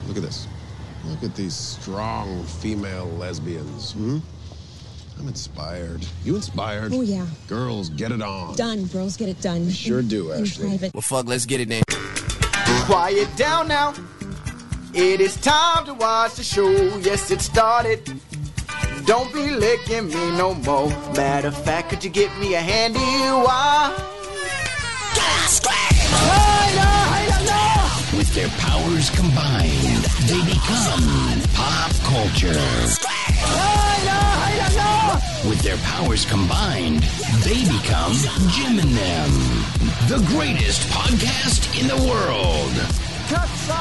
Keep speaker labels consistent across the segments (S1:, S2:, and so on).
S1: at this. Look at these strong female lesbians. Hmm? I'm inspired. You inspired?
S2: Oh, yeah.
S1: Girls, get it on.
S2: Done. Girls get it done.
S1: Sure do,
S2: In
S1: Ashley.
S2: private.
S3: Well, fuck, let's get it then.
S4: Quiet down now. It is time to watch the show. Yes, it started. Don't be licking me no more. Matter of fact, could you get me a handy wire?
S5: With their powers combined, they become pop culture. With their powers combined, they become Jim and them, the greatest podcast in the world.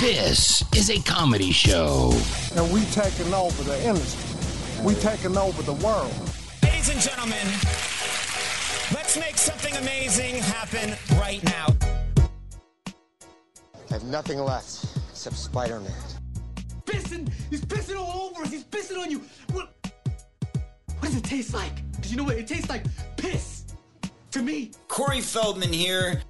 S5: This is a comedy show.
S6: and we taking over the industry. We taking over the world.
S7: Ladies and gentlemen, let's make something amazing happen right now.
S8: I have nothing left except Spider-Man.
S9: pissing. He's pissing all over us. He's pissing on you. What? What does it taste like? Cause you know what? It tastes like piss. To me.
S4: Corey Feldman here.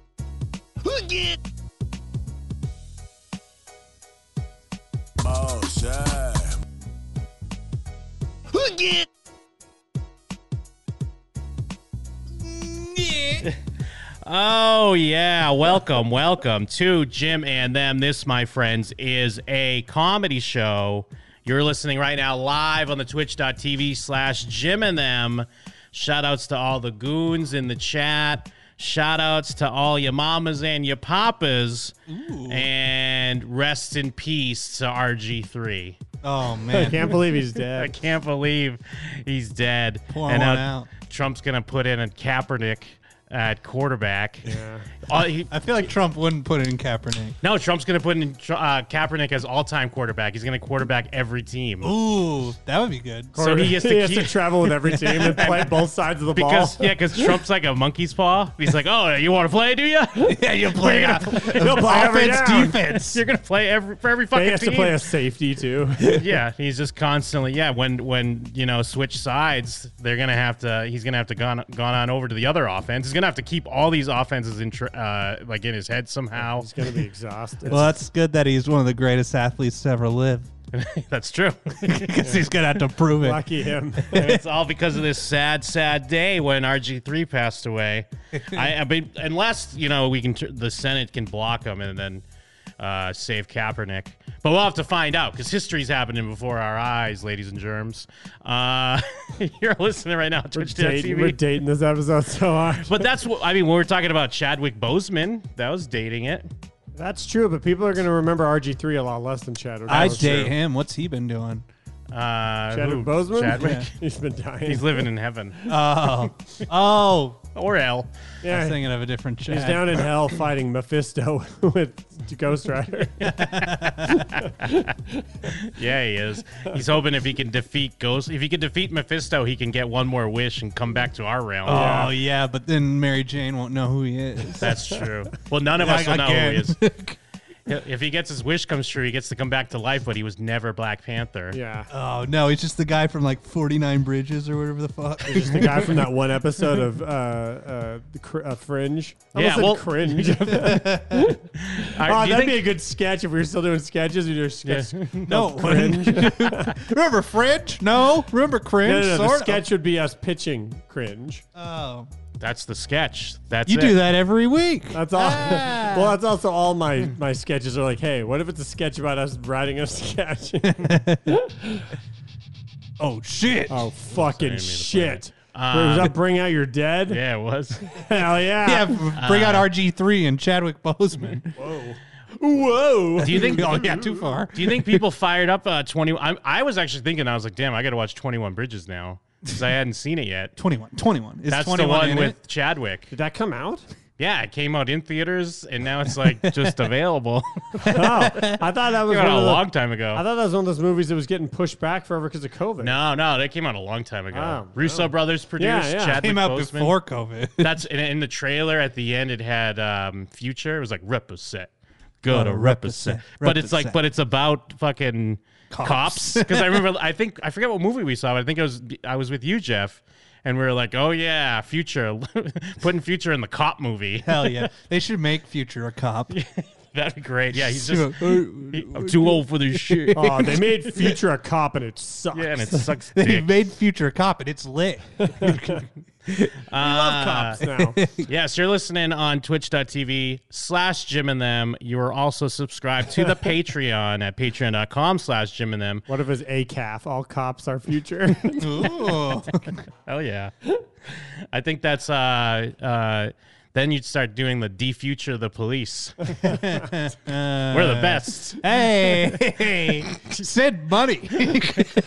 S10: Oh yeah, welcome, welcome to Jim and Them. This, my friends, is a comedy show. You're listening right now live on the twitch.tv slash Jim and Them. Shout outs to all the goons in the chat. Shout outs to all your mamas and your papas. And rest in peace to RG3.
S11: Oh man, I can't believe he's
S10: I
S11: dead.
S10: can't believe he's dead.
S11: Pour
S10: and
S11: one
S10: now
S11: out.
S10: Trump's going to put in a Kaepernick at quarterback. Yeah. Uh, he,
S11: I feel like Trump wouldn't put it in Kaepernick.
S10: No, Trump's going to put in uh, Kaepernick as all-time quarterback. He's going to quarterback every team.
S11: Ooh, that would be good.
S10: So he gets to, keep,
S11: travel with every team and play both sides of the
S10: because yeah, because Trump's like a monkey's paw. He's like, oh, you want to play, do you?
S11: yeah, you
S10: You're
S11: play. Yeah.
S10: gonna play-
S11: He'll play every
S10: Offense,
S11: down.
S10: defense. You're gonna play every for every fucking team.
S11: safety too.
S10: yeah, he's just constantly yeah. When when you know switch sides, they're gonna have to. He's gonna have to gone gone on over to the other offense. He's gonna have to keep all these offenses in tr- uh, like in his head somehow.
S11: gonna be exhausted. Well, that's good that he's one of the greatest athletes to ever live.
S10: That's true.
S11: Because he's gonna have to prove it.
S10: him. it's all because of this sad, sad day when RG3 passed away. I, I mean, unless you know we can, tr- the Senate can block him and then uh, save Kaepernick. But we'll have to find out because history's happening before our eyes, ladies and germs. Uh, you're listening right now, on twitch.tv.
S11: dating this episode so hard.
S10: But that's what I mean. When we're talking about Chadwick Boseman, that was dating it.
S11: That's true, but people are gonna remember RG three a lot less than Chadwick. I date him. What's he been doing?
S10: Uh, who?
S11: Chadwick Boseman?
S10: Chadwick.
S11: Yeah. He's been dying.
S10: He's living in heaven
S11: Oh, oh,
S10: or hell.
S11: I was thinking of a different Chad. He's down in hell fighting Mephisto with Ghost Rider.
S10: Yeah, he is. He's hoping if he can defeat Ghost, if he can defeat Mephisto, he can get one more wish and come back to our realm.
S11: Oh yeah, but then Mary Jane won't know who he is.
S10: That's true. Well, none of us will know who he is. If he gets his wish comes true, he gets to come back to life, but he was never Black Panther.
S11: yeah. Oh no, he's just the guy from like Forty Nine Bridges or whatever the fuck. He's just the
S9: Guy from that one episode of uh, uh, the cr- uh Fringe. I
S10: Yeah,
S9: almost said
S10: well-
S9: cringe.
S10: All right,
S9: oh,
S10: do you
S9: that'd
S10: think-
S9: be a good sketch if we were still doing sketches. We do a sketch.
S11: no cringe. remember Fringe? No, remember
S9: No,
S11: cringe?
S9: no, no, the
S11: Sort of.
S9: sketch would be us pitching cringe.
S11: Oh,
S10: That's the sketch. That's
S11: you
S10: it.
S11: do that every week. Ah.
S9: That's all. well, that's also all my my sketches are like, hey, what if it's a sketch about us writing a sketch?
S11: Oh shit!
S9: oh, fucking shit!
S10: planet.
S9: was that bring out your dead?
S10: Uh, Yeah, it was.
S9: Hell
S11: Yeah,
S9: yeah!
S11: b- bring
S10: Uh,
S11: out RG three and Chadwick Boseman.
S9: Whoa!
S10: Do you think?
S11: oh yeah, too far.
S10: Do you think people fired up uh, twenty? I, I was actually thinking. I was like, damn, I got to watch Twenty One Bridges now because I hadn't seen it yet.
S11: 21. 21. Is
S10: That's the
S11: 21
S10: one
S11: in
S10: with
S11: it?
S10: Chadwick.
S9: Did that come out?
S10: Yeah, it came out in theaters, and now it's like just available.
S9: Oh, I thought that was one
S10: Came out
S9: of
S10: a
S9: the-
S10: long time ago.
S9: I thought that was one of those movies that was getting pushed back forever because of COVID.
S10: No, no, they came out a long time ago.
S9: Oh,
S10: Russo brothers produced.
S9: Yeah, yeah.
S10: Chadwick
S11: came out
S10: Boseman.
S11: before COVID.
S10: That's in, in the trailer at the end. It had um, Future. It was like represent, go to
S11: Gotta
S10: represent.
S11: represent,
S10: But it's like,
S11: represent.
S10: but it's about fucking cops because I remember I think I forget what movie we saw, but I think it was I was with you, Jeff, and we were like, oh yeah, future, putting future in the cop movie.
S2: Hell yeah. They should make Future a cop.
S10: That'd be great. Yeah, he's
S2: See
S10: just
S2: what-
S10: he- I'm too old for this shit.
S11: Oh, they made Future a cop and it sucks.
S10: Yeah, and it sucks
S2: They
S10: dick.
S2: made Future a cop and it's lit.
S10: Uh,
S11: now.
S10: yes, you're listening on twitch.tv slash Jim and them. You are also subscribed to the Patreon at patreon.com slash Jim and them.
S11: What if it's a calf? All cops are Future.
S2: Ooh.
S10: Hell yeah. I think that's uh uh then you'd start doing the defuture the police. We're the best.
S2: hey. Send money.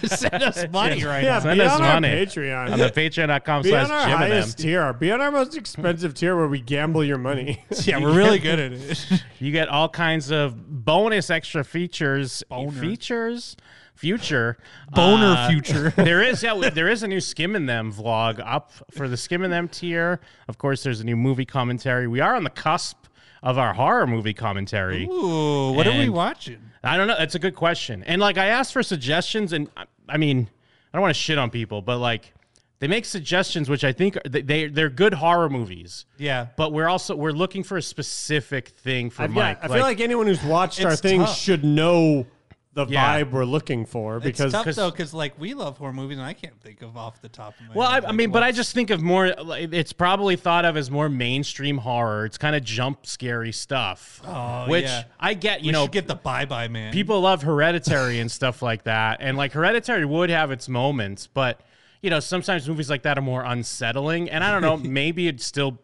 S2: Send us money right
S11: yeah,
S10: Send
S11: be
S10: us
S11: on our
S10: money.
S11: Patreon.
S10: On the patreon.com
S11: be
S10: slash
S11: on our
S10: Jim and them.
S11: highest tier. Be on our most expensive tier where we gamble your money.
S2: now. Yeah, we're really good at it.
S10: You get all kinds of bonus extra features,
S2: Boner.
S10: features, future, Uh,
S2: Boner future.
S10: there is yeah, there is a new Skim and Them vlog up for the Skim and Them tier. Of course, there's a new movie commentary. We are on the cusp of our horror movie commentary.
S2: Ooh, what are we
S10: And-
S2: watching?
S10: I don't know. That's a good question. And like I asked for suggestions, and I- I mean, I don't want to shit on people, but like they make suggestions, which I think are- they- they they're good horror movies.
S2: Yeah.
S10: But we're also we're looking for a specific thing for
S11: I, yeah,
S10: Mike.
S11: I feel like anyone who's watched our
S2: It's
S11: thing
S2: tough.
S11: should know the
S10: Yeah.
S11: vibe we're looking for
S2: it's
S11: because
S2: tough
S10: 'cause-
S2: though, because like we love horror movies, and I can't think of off the top of my
S10: Well, I,
S2: head.
S10: I
S2: like,
S10: mean, but I
S2: what's-
S10: just think of more. like, It's probably thought of as more mainstream horror. It's kind of jump scary stuff,
S2: Oh,
S10: which
S2: yeah.
S10: I get. You
S2: we
S10: know,
S2: should get the bye bye man.
S10: people love Hereditary and stuff like that, and like Hereditary would have its moments, but you know, sometimes movies like that are more unsettling. And I don't know, maybe it'd still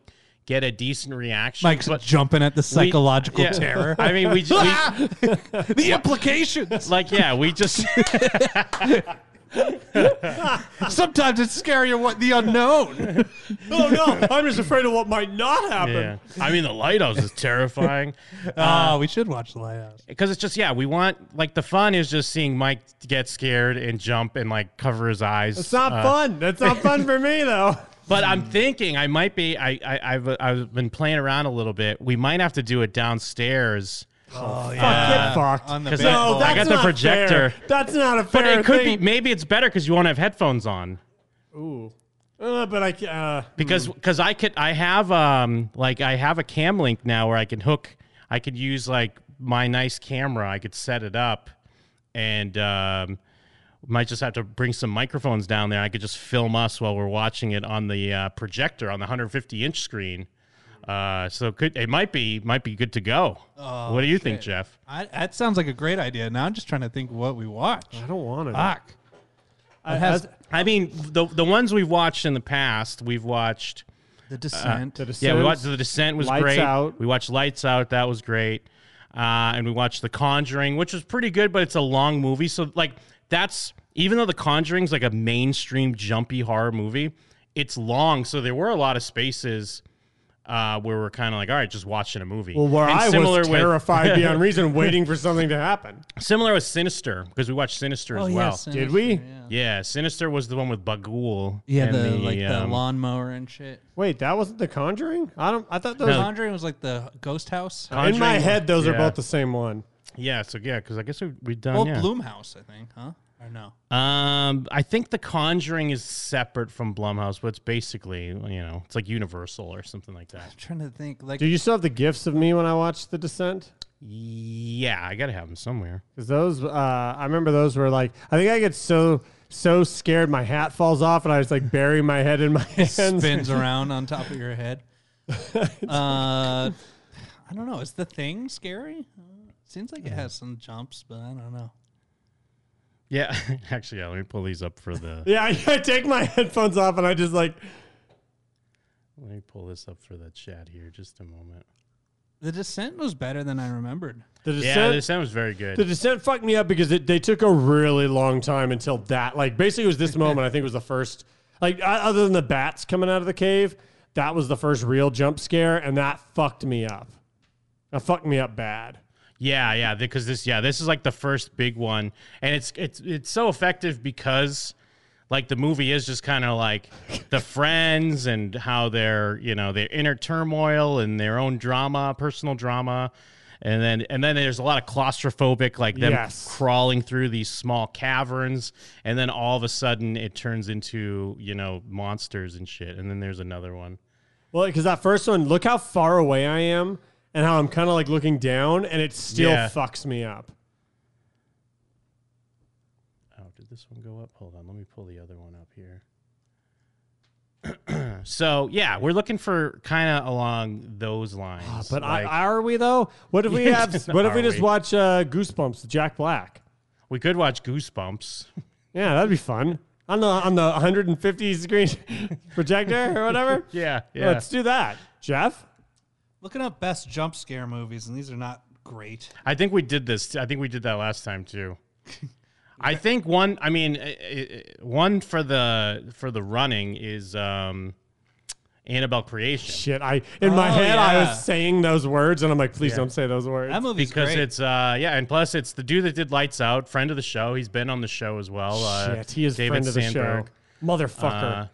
S10: get a decent reaction.
S2: Mike's
S10: but
S2: jumping at the
S10: we-
S2: psychological
S10: yeah.
S2: terror.
S10: I mean, we, we
S2: the implications.
S10: like yeah, we just.
S2: Sometimes it's scarier what the unknown.
S11: oh no, I'm just afraid of what might not happen.
S10: yeah. Uh, I mean, the lighthouse is terrifying.
S2: Ah, we should watch the lighthouse.
S10: because it's just yeah we want like the fun is just seeing mike get scared and jump and like cover his eyes
S11: It's not
S10: Uh,
S11: fun. That's not fun for me though.
S10: but
S2: Hmm.
S10: i'm thinking i might be I, I i've i've been playing around a little bit we might have to do it downstairs Uh,
S2: Oh
S11: Fuck, get fucked.
S2: On the
S10: 'Cause
S2: big
S10: I-
S11: no,
S2: boy.
S11: that's
S10: I got the
S11: not
S10: projector.
S11: fair. That's not a
S10: but
S11: fair
S10: it could
S11: thing.
S10: be maybe it's better because you won't have headphones on
S11: Uh, but I ca- uh,
S10: because because I could I have um like I have a cam link now where I can hook I could use like my nice camera I could set it up and um might just have to bring some microphones down there I could just film us while we're watching it on the uh, projector on the 150 inch screen uh so it could it might be might be good to go what do you think Jeff
S2: I, that sounds like a great idea. Now I'm just trying to think what we watch.
S11: I don't want it.
S2: Fuck.
S11: I,
S2: has-
S11: I-
S10: I mean the the ones we've watched in the past we've watched
S2: The Descent.
S11: The
S10: Yeah, we
S11: Descent.
S10: watched Uh, The Descent was
S11: Lights
S10: great.
S11: Out.
S10: We watched Lights Out, that was great. Uh, and we watched The Conjuring, which was pretty good, but it's a long movie. So like that's even though The Conjuring's like a mainstream jumpy horror movie, it's long. So there were a lot of spaces uh, where we're kind of like, all right, just watching a movie.
S11: well, where
S10: And
S11: I was
S10: with-
S11: terrified beyond reason, waiting for something to happen.
S10: similar with Sinister because we watched Sinister
S2: oh,
S10: as
S2: yeah,
S10: well.
S2: Sinister,
S11: Did we?
S2: Yeah,
S10: yeah, Sinister was the one with Bagul.
S2: Yeah,
S10: and
S2: the, like the
S10: um,
S2: lawnmower and shit.
S11: Wait, that wasn't The Conjuring. I don't. I thought those.
S2: The Conjuring was like the ghost house.
S11: in my
S10: Conjuring-
S11: head, those are
S10: yeah.
S11: both the same one.
S10: Yeah, so yeah, because I guess we we done
S2: well,
S10: yeah.
S2: Bloomhouse, I think, huh? Or no?
S10: Um, I think The Conjuring is separate from Blumhouse, but it's basically you know it's like Universal or something like that.
S2: I'm trying to think. Like,
S11: Do you still have the gifts of me when I watched The Descent?
S10: Yeah, I gotta have them somewhere.
S11: Because those, uh, I remember those were like, I think I get so so scared my hat falls off and I just like bury my head in my hands.
S2: spins around on top of your head. uh, I don't know. Is the thing scary? Uh, Seems like it has some jumps, but I don't know.
S10: Yeah, actually, yeah. Let me pull these up for the.
S11: Yeah, I, I take my headphones off and I just like,
S10: let me pull this up for the chat here. Just a moment.
S2: The Descent was better than I remembered.
S11: The
S10: Yeah,
S11: Descent.
S10: this sound was very good.
S11: the descent fucked me up because it, they took a really long time until that like basically it was this moment i think was the first like o- other than the bats coming out of the cave that was the first real jump scare and that fucked me up that fucked me up bad
S10: Yeah, yeah, because this yeah, this is like the first big one and it's it's it's so effective because like the movie is just kind of like the friends and how their, you know, their inner turmoil and their own drama, personal drama And then and then there's a lot of claustrophobic, like them
S11: Yes.
S10: crawling through these small caverns, and then all of a sudden it turns into you know monsters and shit. And then there's another one.
S11: Well, because that first one, look how far away I am and how I'm kind of like looking down, and it still
S10: Yeah.
S11: fucks me up.
S10: Oh, did this one go up? Hold on, let me pull the other one up here. so yeah, we're looking for kind of along those lines.
S11: Ah, But
S10: like-
S11: I, are we though? What if we
S10: Yeah,
S11: have? What if we
S10: are
S11: just
S10: we?
S11: watch uh, Goosebumps, Jack Black?
S10: We could watch Goosebumps.
S11: Yeah, that'd be fun. On the on the 150 screen projector or whatever.
S10: Yeah, yeah.
S11: Let's do that, Jeff.
S2: Looking up best jump scare movies, and these are not great.
S10: I think we did this. I think we did that last time too. I think one. I mean, eh, eh, eh, one for the for the running is um, Annabelle Creation.
S11: Shit, I in my
S10: Oh,
S11: head I
S10: yeah.
S11: was saying those words, and I'm like, please
S10: Yeah.
S11: don't say those words.
S2: That movie's
S10: because
S2: great.
S10: it's uh yeah, and plus it's the dude that did Lights Out, friend of the show. He's been on the show as well. Uh,
S11: Shit, he is
S10: David
S11: friend of the
S10: Sandberg.
S11: show. Motherfucker.
S10: Uh,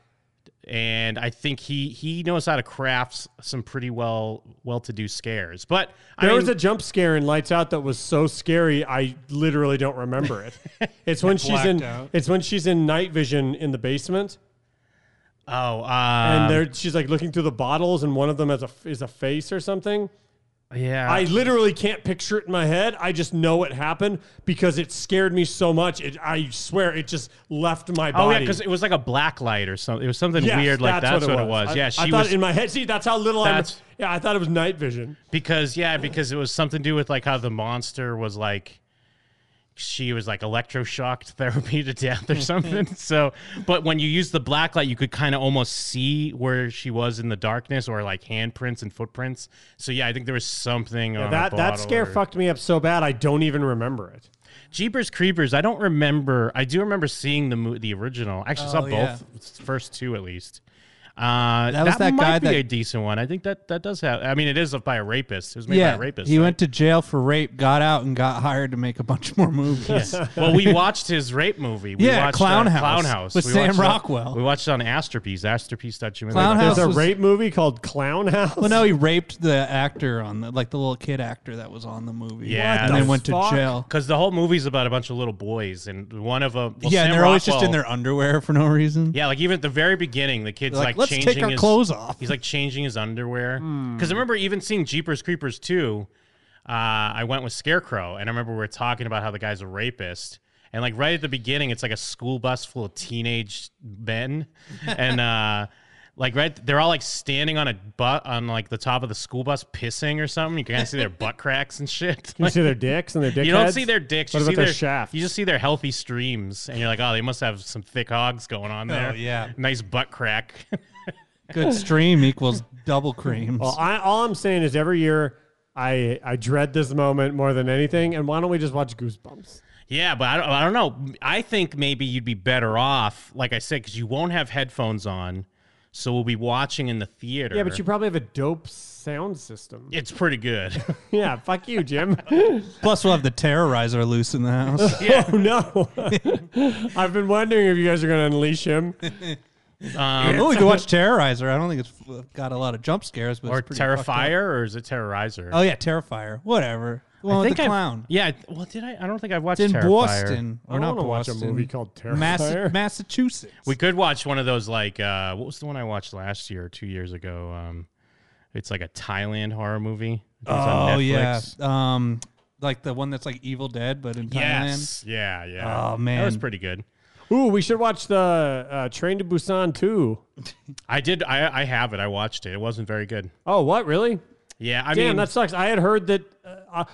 S10: and I think he he knows how to craft some pretty well well to do scares. But
S11: There
S10: I mean,
S11: was a jump scare in Lights Out that was so scary I literally don't remember it. It's when she's in
S2: Blacked out.
S11: it's when she's in night vision in the basement
S10: oh
S11: and
S10: um,
S11: there she's like looking through the bottles and one of them has a is a face or something.
S10: yeah
S11: I literally can't picture it in my head. I just know it happened because it scared me so much. It, I swear it just left my
S10: Oh
S11: body.
S10: yeah, because it was like a black light or something. It was something
S11: Yes,
S10: weird like that's what it was.
S11: I-
S10: yeah,
S11: I,
S10: she
S11: thought
S10: was
S11: in my head. See, that's how little
S10: That's-
S11: I. Yeah, I thought it was night vision.
S10: because yeah because it was something to do with like how the monster was like she was like electroshocked therapy to death or something. so, but when you use the black light, you could kind of almost see where she was in the darkness or like handprints and footprints. So yeah, I think there was something on a
S11: that that
S10: bottle
S11: scare
S10: or-
S11: fucked me up so bad I don't even remember it.
S10: Jeepers Creepers. I don't remember. I do remember seeing the mo- the original. I actually saw
S2: Oh, yeah.
S10: both first two at least. Uh,
S2: That was that
S10: might
S2: guy
S10: be
S2: that-
S10: a decent one. I think that that does have. I mean, it is by a rapist. It was made by a rapist.
S2: he
S10: right?
S2: went to jail for rape, got out, and got hired to make a bunch more movies.
S10: well, we watched his rape movie. We
S2: Yeah,
S10: watched, uh,
S2: Clown House
S10: Clown House
S2: with
S10: We
S2: Sam
S10: watched it-
S2: Rockwell.
S10: we watched it on Astropiece. Astropiece.com.
S2: Clown House
S11: There's a
S2: was-
S11: rape movie called Clown House.
S2: Well, no, he raped the actor on the like the little kid actor that was on the movie.
S10: Yeah, What
S2: and
S10: the
S2: then went
S11: fuck?
S2: to jail.
S10: Because the whole movie's about a bunch of little boys, and one of them. well,
S2: yeah,
S10: Sam
S2: and they're always just in
S10: Rockwell-
S2: their underwear for no reason.
S10: Yeah, like even at the very beginning, the kid's
S2: They're
S10: like,
S2: Mm-hmm. like, "Let's take
S10: changing
S2: our
S10: his
S2: clothes off." Hmm.
S10: He's like changing his underwear. Because I remember even seeing Jeepers Creepers too. Uh, I went with Scarecrow, and I remember we were talking about how the guy's a rapist. And like right at the beginning, it's like a school bus full of teenage men, and uh, like right, they're all like standing on a butt on like the top of the school bus pissing or something. You can kind of see their butt cracks and shit.
S11: you see their dicks and their dick.
S10: You don't
S11: heads?
S10: see their dicks.
S11: What
S10: you
S11: about
S10: see
S11: their,
S10: their
S11: shaft?
S10: You just see their healthy streams, and you're like, oh, they must have some thick hogs going on there.
S2: Oh, yeah.
S10: nice butt crack.
S2: Good stream equals double creams.
S11: Well, I, all I'm saying is every year I I dread this moment more than anything. And why don't we just watch Goosebumps?
S10: yeah, but I don't, I don't know. I think maybe you'd be better off, like I said, because you won't have headphones on, so we'll be watching in the theater.
S11: Yeah, but you probably have a dope sound system.
S10: It's pretty good.
S11: Yeah, fuck you, Jim.
S2: Plus, we'll have the terrorizer loose in the house.
S11: Oh no, I've been wondering if you guys are going to unleash him.
S10: Um,
S2: oh, we could watch Terrorizer. I don't think it's got a lot of jump scares, but
S10: or
S2: it's pretty fucked up.
S10: Terrifier, or is it Terrorizer?
S2: Oh yeah, Terrifier. Whatever. The one with the
S10: I've-
S2: clown.
S10: yeah. I- Well, did I? I don't think I've watched
S2: It's in
S10: Terrifier.
S2: Boston,
S11: I
S2: or not
S11: wanna watch a
S2: Boston?
S11: movie called
S2: Massa-
S11: Terrifier.
S2: Massachusetts.
S10: We could watch one of those like uh, what was the one I watched last year or two years ago? Um, it's like a Thailand horror movie. It's on
S2: oh yeah,
S10: Netflix.
S2: um, like the one that's like Evil Dead, but in Thailand.
S10: Yes. Yeah, yeah.
S2: Oh,
S10: That was
S2: man.
S10: pretty good.
S11: Ooh, we should watch the uh, Train to Busan too.
S10: I did I I have it. I watched it. It wasn't very good.
S11: Oh, what really?
S10: Yeah, I
S11: Damn,
S10: mean
S11: that sucks. I had heard that uh, uh,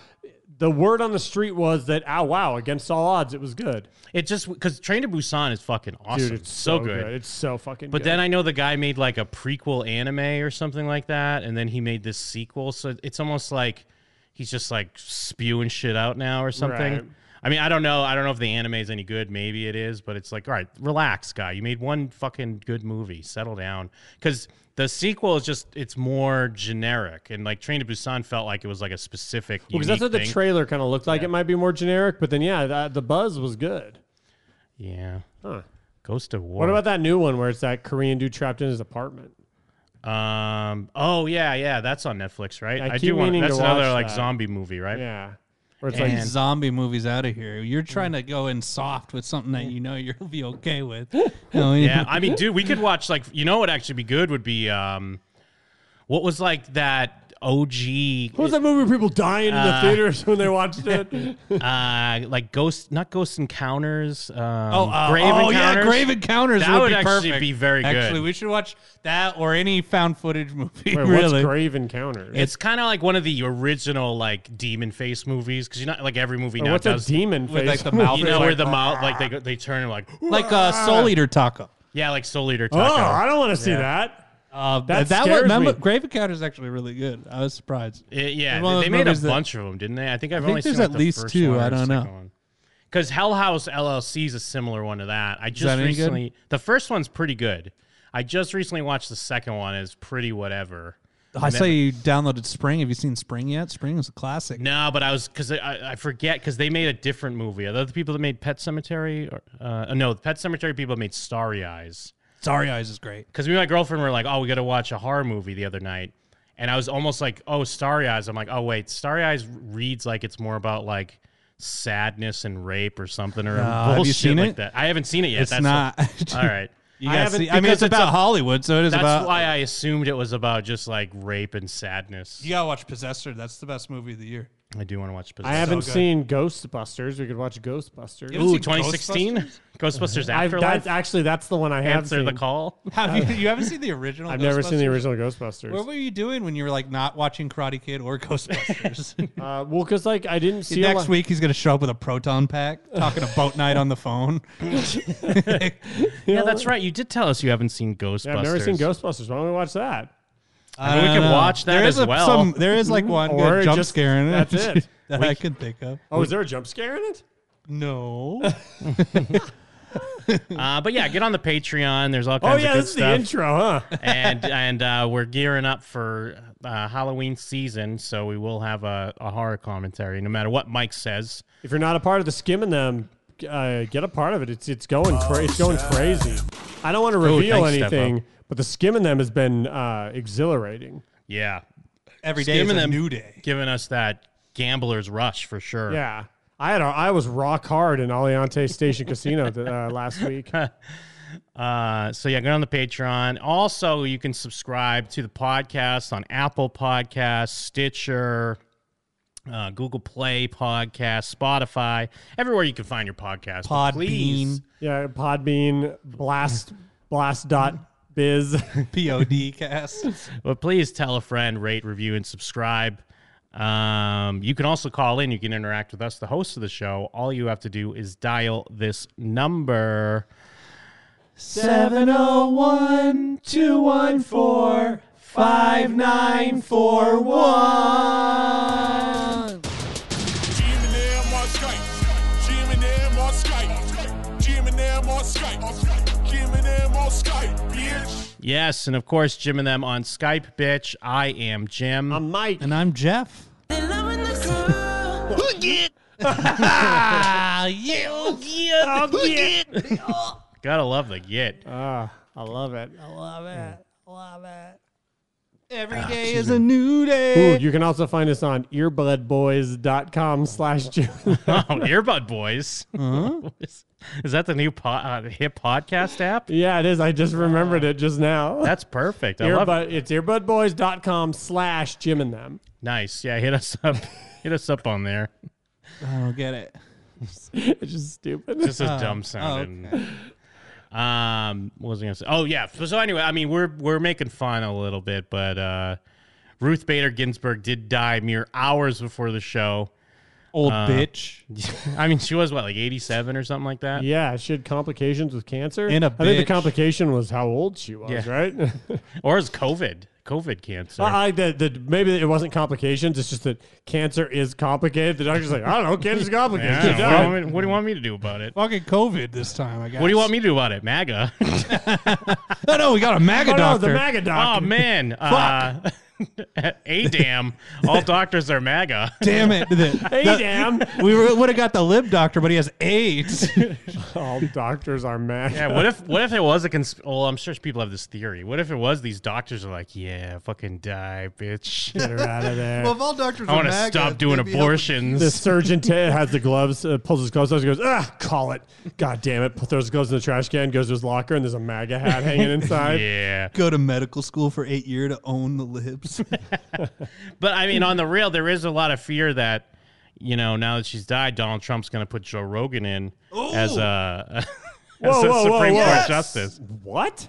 S11: the word on the street was that, oh, wow, against all odds, it was good.
S10: it just cuz Train to Busan is fucking awesome.
S11: Dude, it's so,
S10: good.
S11: good. It's so fucking
S10: But
S11: good.
S10: then I know the guy made like a prequel anime or something like that and then he made this sequel so it's almost like he's just like spewing shit out now or something.
S11: Right.
S10: I mean, I don't know. I don't know if the anime is any good. Maybe it is, but it's like, all right, relax, guy. You made one fucking good movie. Settle down. Because the sequel is just, it's more generic. And like Train to Busan felt like it was like a specific.
S11: Because
S10: unique
S11: that's what the
S10: thing.
S11: trailer kind of looked like. It might be more generic, but then, yeah, that, the buzz was good.
S10: Yeah.
S11: Huh.
S10: Ghost of War.
S11: What about that new one where it's that Korean dude trapped in his apartment?
S10: Um. Oh yeah, yeah. That's on Netflix, right?
S11: I
S10: I,
S11: keep
S10: do want.
S11: meaning
S10: That's
S11: to
S10: another
S11: watch
S10: like
S11: that.
S10: zombie movie, right?
S11: Yeah. Where
S2: It's like zombie movies out of here. You're trying to go in soft with something that you know you'll be okay with. You know, you
S10: yeah,
S2: know.
S10: I mean, dude, we could watch like you know what actually be good would be um, what was like that OG
S11: What was that movie where people dying in the
S10: Uh,
S11: theaters when they watched it?
S10: uh like ghost not ghost encounters um,
S2: Oh, uh,
S10: grave
S2: oh,
S10: encounters.
S2: yeah, Grave Encounters
S10: that
S2: would,
S10: would,
S2: be
S10: actually
S2: perfect.
S10: be very good.
S2: Actually, we should watch that or any found footage movie.
S11: Wait,
S2: really,
S11: What's Grave Encounters?
S10: it's kind of like one of the original like demon face movies because you know like every movie
S11: Or
S10: now
S11: what's
S10: does
S11: a demon
S2: with,
S11: face?
S2: like, the mouth
S10: you
S2: is
S10: know
S2: like-
S10: where the mouth like they go, they turn and like
S2: like a Soul Eater taco.
S10: yeah like Soul Eater
S11: oh,
S10: Taco.
S11: I don't want to see
S10: Yeah.
S11: that.
S2: Uh,
S11: That
S2: that
S11: scares
S2: one, remember,
S11: me.
S2: Grave Encounters is actually really good. I was surprised.
S10: It- yeah,
S2: It's one of
S10: they
S2: those
S10: made a
S2: movies that-
S10: bunch of them, didn't they? I think I've
S2: think
S10: only
S2: there's
S10: seen like,
S2: at
S10: the
S2: least
S10: first
S2: two,
S10: one or
S2: I
S10: the
S2: don't
S10: second
S2: know.
S10: one. Because Hell House LLC is a similar one to that. I just
S2: that any good?
S10: recently the first one's pretty good. I just recently watched the second one. It's pretty whatever.
S2: I saw you downloaded Spring. Have you seen Spring yet? Spring is a classic.
S10: No, but I was because I, I forget because they made a different movie. Are those the people that made Pet Cemetery? Or, uh, no, the Pet Cemetery people made Starry Eyes.
S2: Sorry Eyes is great.
S10: because me and my girlfriend were like, oh, we got to watch a horror movie the other night. And I was almost like, oh, Starry Eyes. I'm like, oh, wait, Starry Eyes reads like it's more about like sadness and rape or something or bullshit
S2: have you seen
S10: like
S2: it?
S10: that. I haven't seen it yet.
S2: It's
S10: that's
S2: not.
S10: what- all right.
S2: You
S10: I
S2: gotta
S10: haven't-
S2: see- I mean,
S10: because
S2: it's about
S10: a-
S2: Hollywood, so it is
S10: That's
S2: about.
S10: why I assumed it was about just like rape and sadness.
S2: you gotta watch Possessor. That's the best movie of the year.
S10: I do want to watch. Possessed.
S11: I haven't
S2: good.
S11: seen Ghostbusters. We could watch Ghostbusters.
S2: You haven't
S10: Ooh,
S2: seen
S10: 2016 Ghostbusters,
S11: I've,
S10: Afterlife.
S11: that's, actually, that's the one I have
S10: Answer
S11: seen.
S10: the call.
S2: Have you? You haven't seen the original?
S11: I've never seen the
S2: Ghostbusters?
S11: original
S2: What
S11: Ghostbusters.
S2: were you doing when you were like not watching Karate Kid or Ghostbusters?
S11: Uh, well, because like I didn't see a
S2: Next
S11: lot-
S2: week he's gonna show up with a proton pack, talking to Boat Night on the phone.
S10: Yeah, that's right. You did tell us you haven't seen Ghostbusters.
S11: Yeah, I've never seen Ghostbusters. Why don't we watch that?
S10: I mean, we can watch that
S2: There is
S10: as
S2: a-
S10: well.
S2: some- there is like one
S11: Or
S2: good jump
S11: just-
S2: scare in it.
S11: that's it.
S2: that I can think of.
S11: Oh, is there a jump scare in it?
S2: No.
S10: Uh, but yeah, get on the Patreon. There's all
S11: Oh
S10: kinds
S11: yeah,
S10: of good
S11: this is
S10: stuff.
S11: the intro, huh?
S10: and and uh, we're gearing up for uh, Halloween season, so we will have a, a horror commentary, no matter what Mike says.
S11: If you're not a part of the skimming them, uh, get a part of it. It's it's going cra- it's going crazy. I don't want to reveal
S10: thanks,
S11: anything,
S10: Stefan.
S11: but the skimming them has been uh, exhilarating.
S10: Yeah,
S2: Every day is
S10: Skimming
S2: a
S10: them-
S2: new day.
S10: giving us that gambler's rush for sure.
S11: Yeah, I had a, I was rock hard in Aliante Station Casino th- uh, last week.
S10: Uh, so yeah, go on the Patreon. Also, you can subscribe to the podcast on Apple Podcasts, Stitcher, uh, Google Play Podcast, Spotify, everywhere you can find your podcast. But please-
S2: Podbean,
S11: Yeah, Podbean Blast Blast dot biz.
S2: P O D cast.
S10: But please tell a friend, rate, review, and subscribe. Um, you can also call in. You can interact with us, the host of the show. All you have to do is dial this number
S2: 701 214 5941.
S3: Jim and them on Skype. Jim and them on Skype. Jim and them on Skype. Jim and them on Skype, bitch.
S10: Yes, and of course, Jim and them on Skype, bitch. I am Jim.
S11: I'm Mike.
S2: And I'm Jeff. Ah, yeah.
S10: Gotta love the get.
S11: Uh-huh. I love it.
S10: Ah,
S2: Every day is a new day.
S11: Ooh, you can also find us on earbudboys.com slash Jim.
S10: oh, Earbud Boys. is, is that the new po- uh, hip podcast app?
S11: yeah, it is. I just remembered it just now.
S10: That's perfect. I love it.
S11: Earbud, it's earbudboys.com slash Jim and them.
S10: Nice. Yeah, hit us up. hit us up on there.
S2: I don't get it.
S11: It's just stupid.
S10: This is
S11: Oh,
S10: dumb sounding. Um, what was I gonna say? Oh yeah. So, so anyway, I mean, we're we're making fun a little bit, but uh, Ruth Bader Ginsburg did die mere hours before the show.
S2: Old
S10: Uh,
S2: bitch.
S10: I mean, she was what, like eighty-seven or something like that.
S11: yeah, she had complications with cancer.
S2: And a
S11: I think the
S2: bitch.
S11: complication was how old she was,
S10: Yeah.
S11: right?
S10: Or is COVID COVID cancer?
S11: I, I- the, the, maybe it wasn't complications. It's just that cancer is complicated. The doctor's like, I don't know, cancer's complicated.
S10: Yeah,
S11: She
S10: what, do you
S11: died.
S10: want me, what do you want me to do about it?
S2: Fucking COVID this time, I guess.
S10: What do you want me to do about it, MAGA?
S2: No, no, we got a MAGA
S11: Oh, no,
S2: doctor.
S11: the MAGA doc.
S10: oh man, uh, a damn, all doctors are MAGA.
S2: Damn it.
S10: Oh.
S11: Hey, damn.
S2: We would have got the lib doctor, but he has AIDS.
S11: All Oh, doctors are mad.
S10: Yeah, what if what if it was a cons? Well, I'm sure people have this theory. What if it was these doctors are like, yeah, fucking die, bitch,
S11: Get her out of there.
S2: Well, if all doctors
S10: I
S2: were
S10: want to
S2: MAGA,
S10: stop doing
S2: they'd be helping
S10: abortions.
S11: The surgeon t- has the gloves, uh, pulls his gloves out, and goes, ah, call it. God damn it. Throws his gloves in the trash can, goes to his locker, and there's a MAGA hat hanging inside.
S10: yeah.
S2: Go to medical school for eight year to own the libs.
S10: But I mean, on the real, there is a lot of fear that you know now that she's died, Donald Trump's going to put Joe Rogan in as a
S11: Whoa,
S10: as a
S11: whoa, whoa,
S10: Supreme Court
S11: whoa.
S10: justice.
S11: What?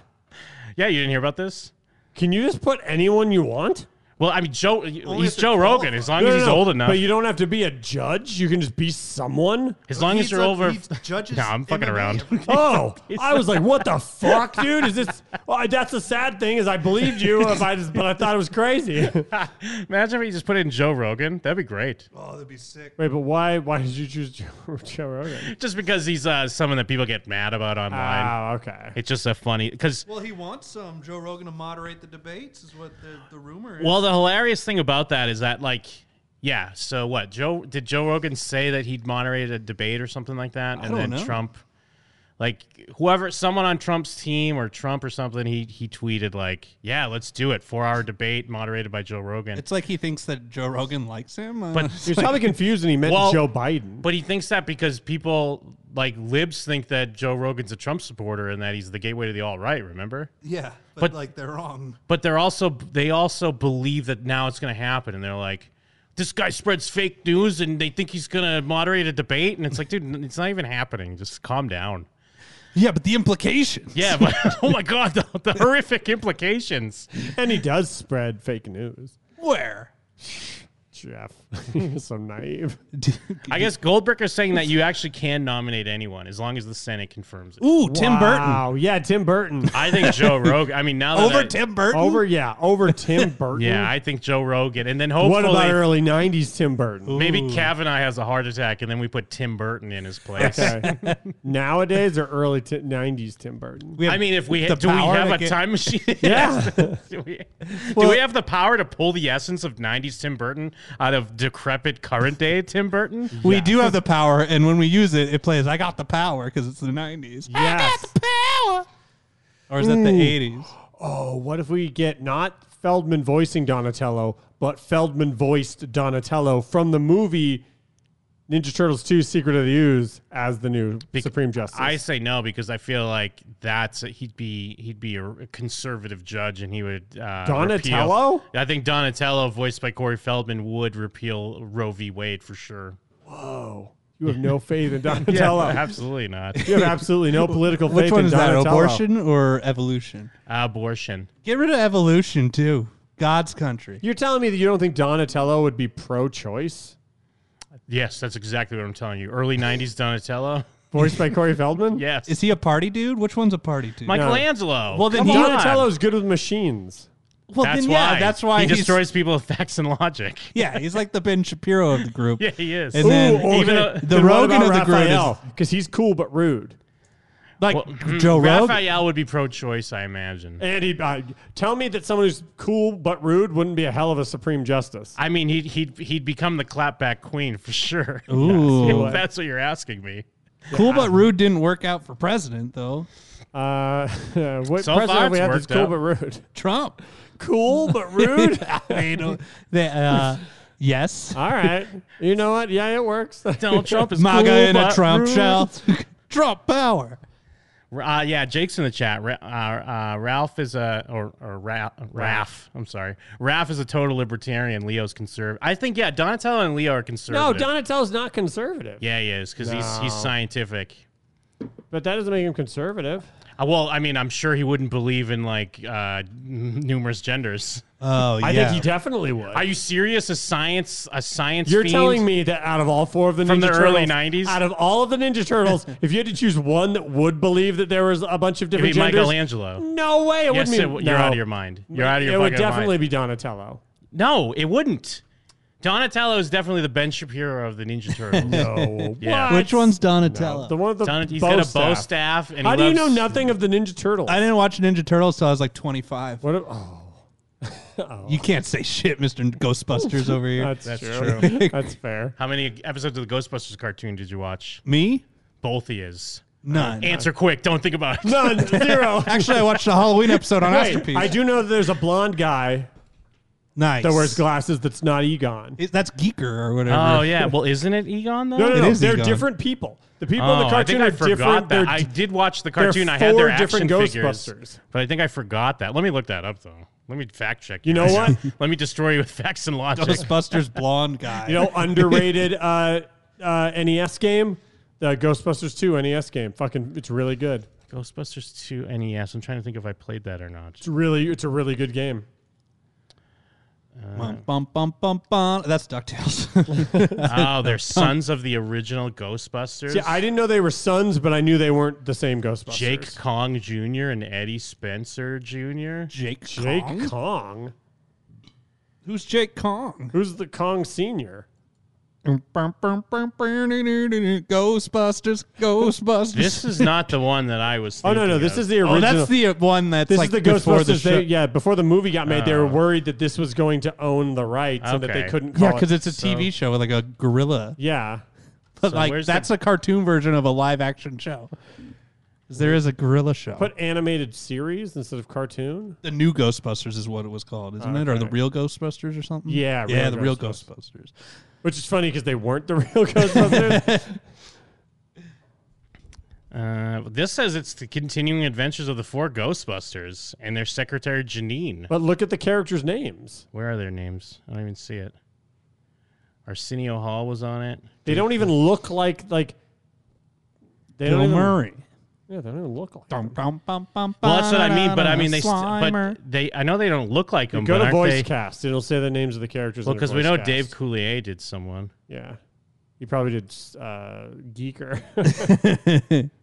S10: Yeah, you didn't hear about this?
S11: Can you just put anyone you want?
S10: Well, I mean, Joe,
S11: if
S10: he's
S11: they're
S10: Joe Rogan. As long
S11: No,
S10: as
S11: no,
S10: he's
S11: no.
S10: old enough,
S11: But you don't have to be a judge. You can just be someone.
S10: as long as
S2: He's
S10: you're
S2: a-
S10: over.
S2: he judges
S10: No, I'm fucking
S2: MMA.
S10: around.
S11: Oh, I was like, "What the fuck, dude? Is this?" Well, I- that's the sad thing is I believed you, if I just, but I thought it was crazy.
S10: Imagine if he just put in Joe Rogan. That'd be great.
S2: Oh, that'd be sick.
S11: Wait, but why? Why did you choose Joe, Joe Rogan?
S10: Just because he's uh, someone that people get mad about
S2: Ah.
S10: online.
S11: Oh, okay.
S10: it's just a funny because
S2: Well, he wants um, Joe Rogan to moderate the debates, is what the, the rumor is.
S10: Well, the hilarious thing about that is that, like, yeah. So what? Joe did Joe Rogan say that he'd moderated a debate or something like that, and
S2: don't
S10: then
S2: know.
S10: Trump, like, whoever, someone on Trump's team or Trump or something, he he tweeted like, "Yeah, let's do it. Four hour debate moderated by Joe Rogan."
S2: it's like he thinks that Joe Rogan likes him. uh,
S10: But-
S11: He was probably confused and he meant
S10: Well,
S11: Joe Biden.
S10: but he thinks that because people like libs think that Joe Rogan's a Trump supporter and that he's the gateway to the all right. Remember?
S2: yeah, but,
S10: but-
S2: like they're wrong.
S10: but they're also they also believe that now it's going to happen and they're like this guy spreads fake news and they think he's going to moderate a debate and it's like dude n- it's not even happening just calm down
S2: Yeah, but the implication.
S10: yeah but oh my god the, the horrific implications
S11: and he does spread fake news.
S2: Where?
S11: Jeff, You're so naive.
S10: i guess goldbrick is saying that you actually can nominate anyone as long as the senate confirms it
S2: Ooh, Tim Burton.
S11: Wow, yeah, Tim Burton.
S10: i think joe rogan i mean now that
S2: Over
S10: I-
S2: Tim Burton?
S11: Over, yeah, over Tim Burton.
S10: yeah i think joe rogan and then hopefully
S11: what about early '90s Tim Burton?
S10: maybe kavanaugh has a heart attack and then we put tim burton in his place
S11: Okay. Nowadays or early ti- '90s Tim Burton?
S10: I mean, if we
S2: the
S10: do, we
S2: power
S10: have
S2: to
S10: a
S2: get-
S10: time machine.
S11: Yeah.
S10: do, we, do
S11: Well-
S10: we have the power to pull the essence of '90s Tim Burton out of decrepit current day Tim Burton?
S2: We do have the power, and when we use it, it plays I Got the Power because it's the 90s.
S11: Yes.
S2: Or is that the 80s?
S11: Oh, what if we get not Feldman voicing Donatello, but Feldman voiced Donatello from the movie Ninja Turtles 2 Secret of the Ooze as the new
S10: Bec-
S11: Supreme Justice?
S10: I say no because I feel like that's he'd be he'd be a, conservative judge and he would uh,
S11: Donatello?
S10: repeal- I think Donatello, voiced by Corey Feldman, would repeal Roe v. Wade for sure.
S11: Whoa. Oh, You have no faith in
S10: Yeah,
S11: Donatello.
S10: absolutely not
S11: you have absolutely no political faith
S2: Which one
S11: in
S2: is that,
S11: Donatello.
S2: abortion or evolution?
S10: abortion.
S2: Get rid of evolution, too. God's country.
S11: You're telling me that you don't think Donatello would be pro choice?
S10: Yes, that's exactly what I'm telling you. Early '90s Donatello.
S11: Voiced by Corey Feldman?
S10: Yes,
S2: Is he a party dude? Which one's a party dude?
S10: Michelangelo.
S2: Well, then
S10: come
S2: he-
S10: on.
S11: Donatello's good with machines.
S2: well,
S10: That's
S2: then, yeah,
S10: why.
S2: that's why
S10: he
S2: he's,
S10: destroys people with facts and logic.
S2: Yeah, he's like the Ben Shapiro of the group.
S10: Yeah, he is.
S2: And then
S11: Ooh,
S10: even though-
S11: okay.
S2: the
S11: Then what
S2: Rogan
S11: about
S2: of the group is
S11: Raphael? Because he's cool but rude.
S2: like
S10: Well,
S2: Joe Rogan.
S10: Raphael would be pro-choice, I imagine.
S11: And he, uh, tell me that someone who's cool but rude wouldn't be a hell of a supreme justice.
S10: I mean, he'd he'd he'd become the clapback queen for sure.
S2: Ooh.
S10: If that's what you're asking me.
S2: Cool but rude didn't work out for president though.
S11: Uh, what
S10: So
S11: president
S10: far,
S11: have we
S10: it's
S11: had that's
S10: worked
S11: cool
S10: out.
S11: but rude?
S2: Trump.
S11: Cool but rude.
S2: They don't- they, uh, yes.
S11: All right, you know what? Yeah, it works.
S10: Donald Trump is
S2: MAGA
S10: cool,
S2: in a
S10: but
S2: Trump
S10: rude.
S2: shell. Trump power.
S10: Uh, yeah, Jake's in the chat. Ra- uh, uh, Ralph is a or or Ra- Raf. I'm sorry. Raf is a total libertarian. Leo's conservative. I think yeah, Donatello and Leo are
S11: No,
S10: conservative.
S11: Donatello's not conservative,
S10: Yeah, he is because he's he's
S11: No.
S10: scientific.
S11: but that doesn't make him conservative.
S10: Uh, Well, I mean, I'm sure he wouldn't believe in like uh, n- numerous genders.
S2: Oh yeah.
S11: I think he definitely would.
S10: Are you serious? A science, a science.
S11: You're
S10: fiend?
S11: telling me that out of all four of the
S10: From
S11: Ninja
S10: the early 90s?
S11: Turtles, out of all of the Ninja Turtles, if you had to choose one that would believe that there was a bunch of
S10: It'd be
S11: different genders,
S10: Michelangelo.
S11: no way, it
S10: Yes,
S11: wouldn't.
S10: it
S11: be,
S10: w- you're
S11: no.
S10: out of your mind. You're out of your
S11: It
S10: fucking
S11: would definitely
S10: mind.
S11: be Donatello.
S10: No, it wouldn't. Donatello is definitely the Ben Shapiro of the Ninja Turtles.
S11: No.
S10: Yeah.
S2: Which one's Donatello?
S11: The one with the
S10: Don- he's
S11: bow
S10: got a
S11: staff.
S10: bow staff. and he
S11: How do you
S10: loves-
S11: know nothing of the Ninja Turtles?
S2: I didn't watch Ninja Turtles till I was like 25.
S11: What? If, oh.
S2: You can't say shit, Mister Ghostbusters over here.
S11: That's fair.
S10: How many episodes of the Ghostbusters cartoon did you watch?
S2: Me?
S10: Both of yous.
S2: None.
S10: Answer quick. Don't think about it.
S11: None. Zero.
S2: Actually, I watched the Halloween episode on
S11: Wait,
S2: Masterpiece.
S11: I do know that there's a blonde guy.
S2: Nice.
S11: That wears glasses. That's not Egon.
S2: It- that's Geeker or whatever.
S10: Oh yeah. Well, isn't it Egon though?
S11: No, no, no. They're different people. The people in
S10: Oh,
S11: the cartoon
S10: I
S11: are
S10: think I forgot
S11: different.
S10: That.
S11: They're
S10: I
S11: d-
S10: did watch the
S11: they're
S10: cartoon. I had their
S11: four
S10: action
S11: different
S10: figures,
S11: Ghostbusters.
S10: but I think I forgot that. Let me look that up though. Let me fact check.
S11: You know
S10: guys.
S11: what?
S10: Let me destroy you with facts and logic.
S2: Ghostbusters blonde guy.
S11: You know, underrated uh, uh, NES game, the Ghostbusters 2 NES game. Fucking, it's really good.
S10: Ghostbusters 2 NES. I'm trying to think if I played that or not.
S11: It's really, it's a really good game.
S2: Bum, bum, bum, bum, bum. That's DuckTales.
S10: Oh, they're sons of the original Ghostbusters.
S11: See, I didn't know they were sons, but I knew they weren't the same Ghostbusters.
S10: Jake Kong Jr. and Eddie Spencer Jr.
S2: Jake
S11: Jake Kong?
S2: Who's Jake Kong?
S11: Who's the Kong senior?
S2: Ghostbusters, Ghostbusters.
S10: This is not the one that I was.
S11: Oh no, no,
S10: thinking
S11: this
S10: of.
S11: is the original.
S2: that's the uh, one that's,
S11: this
S2: like,
S11: is the
S2: before
S11: Ghostbusters.
S2: the show.
S11: they, yeah, before the movie got made, they
S2: Oh.
S11: were worried that this was going to own the rights and that they
S2: Okay.
S11: couldn't. Call
S2: Yeah, because
S11: it-
S2: it's a TV show with like a gorilla.
S11: Yeah,
S2: but
S11: So
S2: like
S11: where's the-
S2: that's a cartoon version of a live action show. 'Cause There is a gorilla show.
S11: Put animated series instead of cartoon.
S2: The new Ghostbusters is what it was called, isn't it? Or the
S11: Okay.
S2: real Ghostbusters or something?
S11: Yeah,
S2: yeah, the real Ghostbusters.
S11: Which is funny because they weren't the real Ghostbusters.
S10: Uh, this says it's the continuing adventures of the four Ghostbusters and their secretary Janine.
S11: but look at the characters' names.
S10: Where are their names? I don't even see it. Arsenio Hall was on it.
S11: They don't even look like like. They
S10: Bill
S11: don't even,
S10: Murray.
S11: Yeah, they don't even look like.
S2: Dum, dum, bum, bum,
S10: Well, that's what I mean. But I mean, they. St-
S2: Slimer.
S10: but they. I know they don't look like them.
S11: Go
S10: but
S11: to
S10: aren't
S11: voice
S10: they-
S11: cast. It'll say the names of the characters.
S10: Well,
S11: in their
S10: because we
S11: voice
S10: know
S11: cast.
S10: Dave Coulier did someone.
S11: Yeah, he probably did uh, Geeker.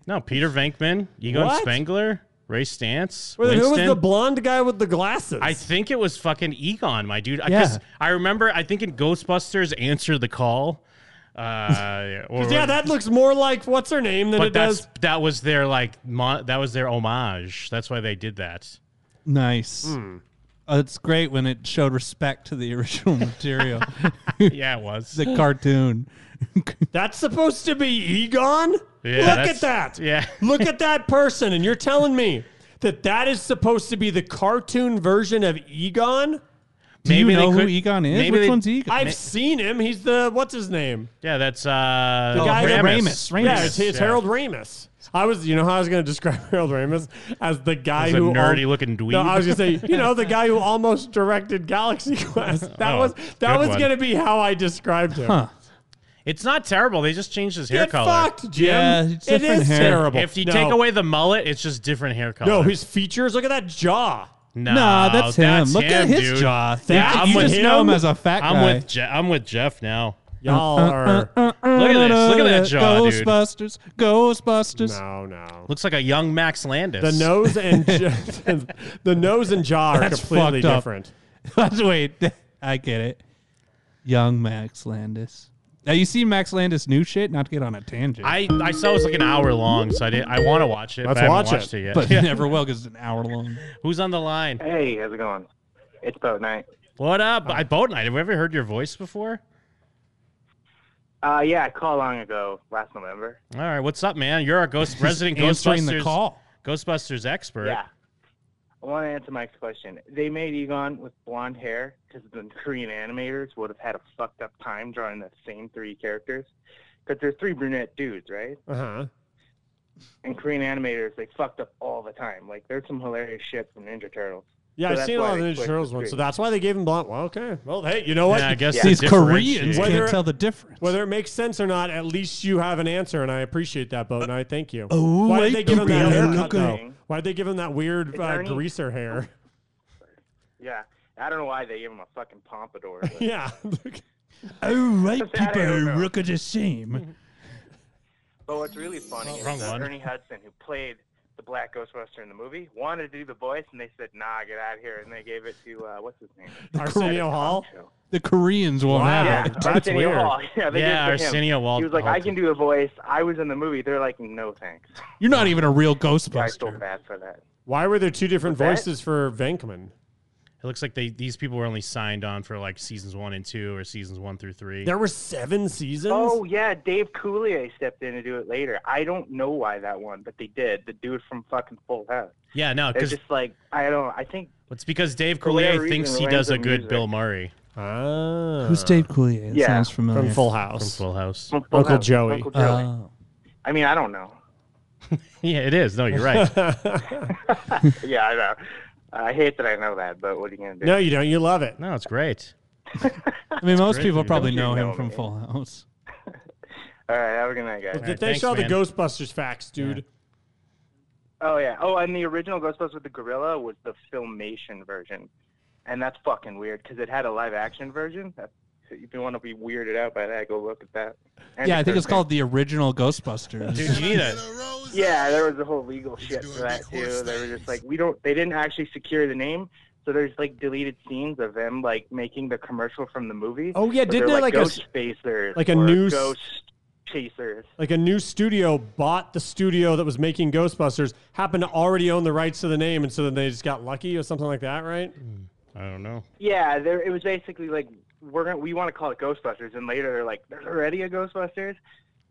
S10: No, Peter Venkman, Egon
S11: What?
S10: Spengler, Ray Stantz.
S11: Wait, who was
S10: Winston.
S11: the blonde guy with the glasses?
S10: I think it was fucking Egon, my dude.
S11: Yeah.
S10: Because I remember, I think in Ghostbusters, Answer the Call. Uh, or,
S11: yeah, that looks more like what's her name than
S10: but
S11: it
S10: that's
S11: does.
S10: that was their like mon- that was their homage. That's why they did that.
S2: Nice. Uh, it's great when it showed respect to the original material.
S10: yeah, it was
S2: the cartoon.
S11: That's supposed to be Egon.
S2: Yeah,
S11: Look
S2: that's-
S11: at that.
S10: Yeah.
S11: Look at that person, and you're telling me that that is supposed to be the cartoon version of Egon.
S2: Do you
S10: Maybe they
S2: know who
S10: could-
S2: Egon is?
S10: maybe
S2: Which
S10: they-
S2: one's Egon?
S11: I've seen him. He's the what's his name?
S10: Yeah, that's uh,
S11: The guy
S10: Ramis.
S2: Ramis. Ramis.
S11: Yeah, it's, it's
S10: Yeah.
S11: Harold Ramis. I was, you know, how I was going to describe Harold Ramis as the guy
S10: As a
S11: who al-
S10: nerdy-looking
S11: No,
S10: dweeb.
S11: I was going to say, you know, the guy who almost directed Galaxy Quest. That
S10: Oh,
S11: was that
S10: good
S11: was
S10: one.
S11: going to be how I described him.
S10: Huh. It's not terrible. They just changed his hair
S11: Get
S10: color.
S11: fucked, Jim.
S2: Yeah, it's
S11: it
S2: different
S11: is
S2: hair.
S11: terrible.
S10: If you
S11: No.
S10: take away the mullet, it's just different hair color.
S11: no, his features. Look at that jaw.
S10: No,
S2: Nah, that's him. Look at his
S10: dude.
S2: jaw.
S11: That-
S10: I'm
S11: you
S10: with
S11: just know him
S2: as a fat
S10: I'm
S2: guy. Uh,
S10: With Je- I'm with Jeff now.
S11: Y'all are
S10: Look at this. Look at that jaw, dude.
S2: Ghostbusters. Ghostbusters.
S11: no, no.
S10: Looks like a young Max Landis.
S11: The nose and j- the nose and jaw are
S2: That's
S11: completely
S2: fucked up.
S11: different.
S2: Wait, I get it. Young Max Landis. Now you see Max Landis' new shit. Not to get on a tangent,
S10: I, I saw it was like an hour long, so I did. I want to watch it.
S11: Let's
S10: but I haven't
S11: watch it.
S10: watched it, yet.
S2: but
S10: Yeah.
S2: never will because it's an hour long.
S10: Who's on the line?
S12: Hey, how's it going? It's boat night.
S10: What up? I boat night. Have we ever heard your voice before?
S12: Uh, yeah, I called long ago, last November.
S10: All right, what's up, man? You're our ghost resident
S2: answering
S10: Ghostbusters
S2: the call.
S10: Ghostbusters expert.
S12: Yeah. I want to answer Mike's question. They made Egon with blonde hair because the Korean animators would have had a fucked up time drawing the same three characters. Because there's three brunette dudes, right?
S11: Uh huh.
S12: And Korean animators, they fucked up all the time. Like, there's some hilarious shit from Ninja Turtles.
S11: Yeah,
S12: So
S11: I've
S12: that's
S11: seen a
S12: why
S11: lot
S12: I
S11: of Ninja
S12: switched
S11: Turtles
S12: to
S11: ones,
S12: three.
S11: so that's why they gave him blonde. Well, okay. Well, hey, you know what?
S10: Yeah, I guess
S2: These
S10: to
S2: Koreans
S10: differentiate.
S2: can't tell the difference.
S11: Whether it makes sense or not, at least you have an answer, and I appreciate that, Boat Knight. Thank you.
S2: oh,
S11: why did
S2: I
S11: they give him that
S2: keep
S11: haircut,
S2: looking.
S11: though? Why did they give him that weird uh,
S12: Ernie-
S11: greaser hair?
S12: Yeah. I don't know why they gave him a fucking pompadour. but-
S11: yeah.
S2: Oh, white
S12: That I
S2: people
S12: don't
S2: are
S12: know.
S2: look at the same.
S12: But what's really funny
S11: Oh,
S12: is
S10: wrong
S12: that
S10: one.
S12: Ernie Hudson, who played the Black Ghostbuster in the movie, wanted to do the voice, and they said, "Nah, get out of here,and they gave it to uh, what's his name?
S11: Arsenio Hall?
S2: The Koreans won't
S11: Wow.
S2: have
S12: Yeah,
S2: it.
S11: that's
S12: Arsenio
S11: weird.
S12: Hall. Yeah, they
S10: Yeah,
S12: gave it to him.
S10: Arsenio Wal-
S12: He was like,
S10: Hall
S12: "I can do the voice. I was in the movie." They're like, "No, thanks."
S2: You're not even a real
S12: I feel
S2: Ghostbuster.
S12: bad for that.
S11: Why were there two different
S12: What's that?
S11: voices for Venkman?
S10: It looks like they these people were only signed on for like seasons one and two or seasons one through three.
S11: There were seven seasons.
S12: Oh yeah, Dave Coulier stepped in to do it later. I don't know why that one, but they did. The dude from fucking Full House.
S10: Yeah, no,
S12: They're
S10: because
S12: just like I don't. I think
S10: it's because Dave
S12: for whatever
S10: Coulier thinks
S12: reason,
S10: he does a
S12: Lorenzo
S10: good
S12: Music-
S10: Bill Murray. Ah.
S2: Who's Dave Coulier? It
S12: Yeah.
S2: sounds familiar.
S11: From Full House.
S10: From Full House.
S12: From Full Uncle House, Joey. Uncle Joey.
S2: Oh.
S12: I mean, I don't know.
S10: Yeah, it is. No, you're right.
S12: yeah, I know. I hate that I know that, but what are you gonna do?
S11: No, you don't. You love it.
S10: No, it's great.
S2: I mean, most
S12: great
S2: people
S12: that you
S2: probably
S12: don't
S2: know
S12: even
S2: him
S12: know
S2: from
S12: me.
S2: Full House.
S12: All right, have a good night, guys.
S11: Th- thanks for all the Ghostbusters facts, dude.
S12: Oh yeah. Oh, and the original Ghostbusters with the gorilla was the filmation version, and that's fucking weird because it had a live action version. That's, if you want to be weirded out by that, go look at that. And
S2: yeah, I think it's
S12: Kirkman.
S2: called the original Ghostbusters.
S10: Dude, you need a
S12: Yeah, there was a whole legal shit for that too. They were just like, we don't. They didn't actually secure the name, so there's like deleted scenes of them like making the commercial from the movie.
S11: Oh, yeah,
S12: But they're
S11: didn't they, like, a
S12: ghost
S11: s-
S12: spacers,
S11: like a
S12: or
S11: new s-
S12: ghost chasers?
S11: Like a new studio bought the studio that was making Ghostbusters, happened to already own the rights to the name, and so then they just got lucky or something like that, right?
S10: I don't know.
S12: Yeah, there. It was basically like we're gonna we want to call it Ghostbusters, and later they're like, there's already a Ghostbusters.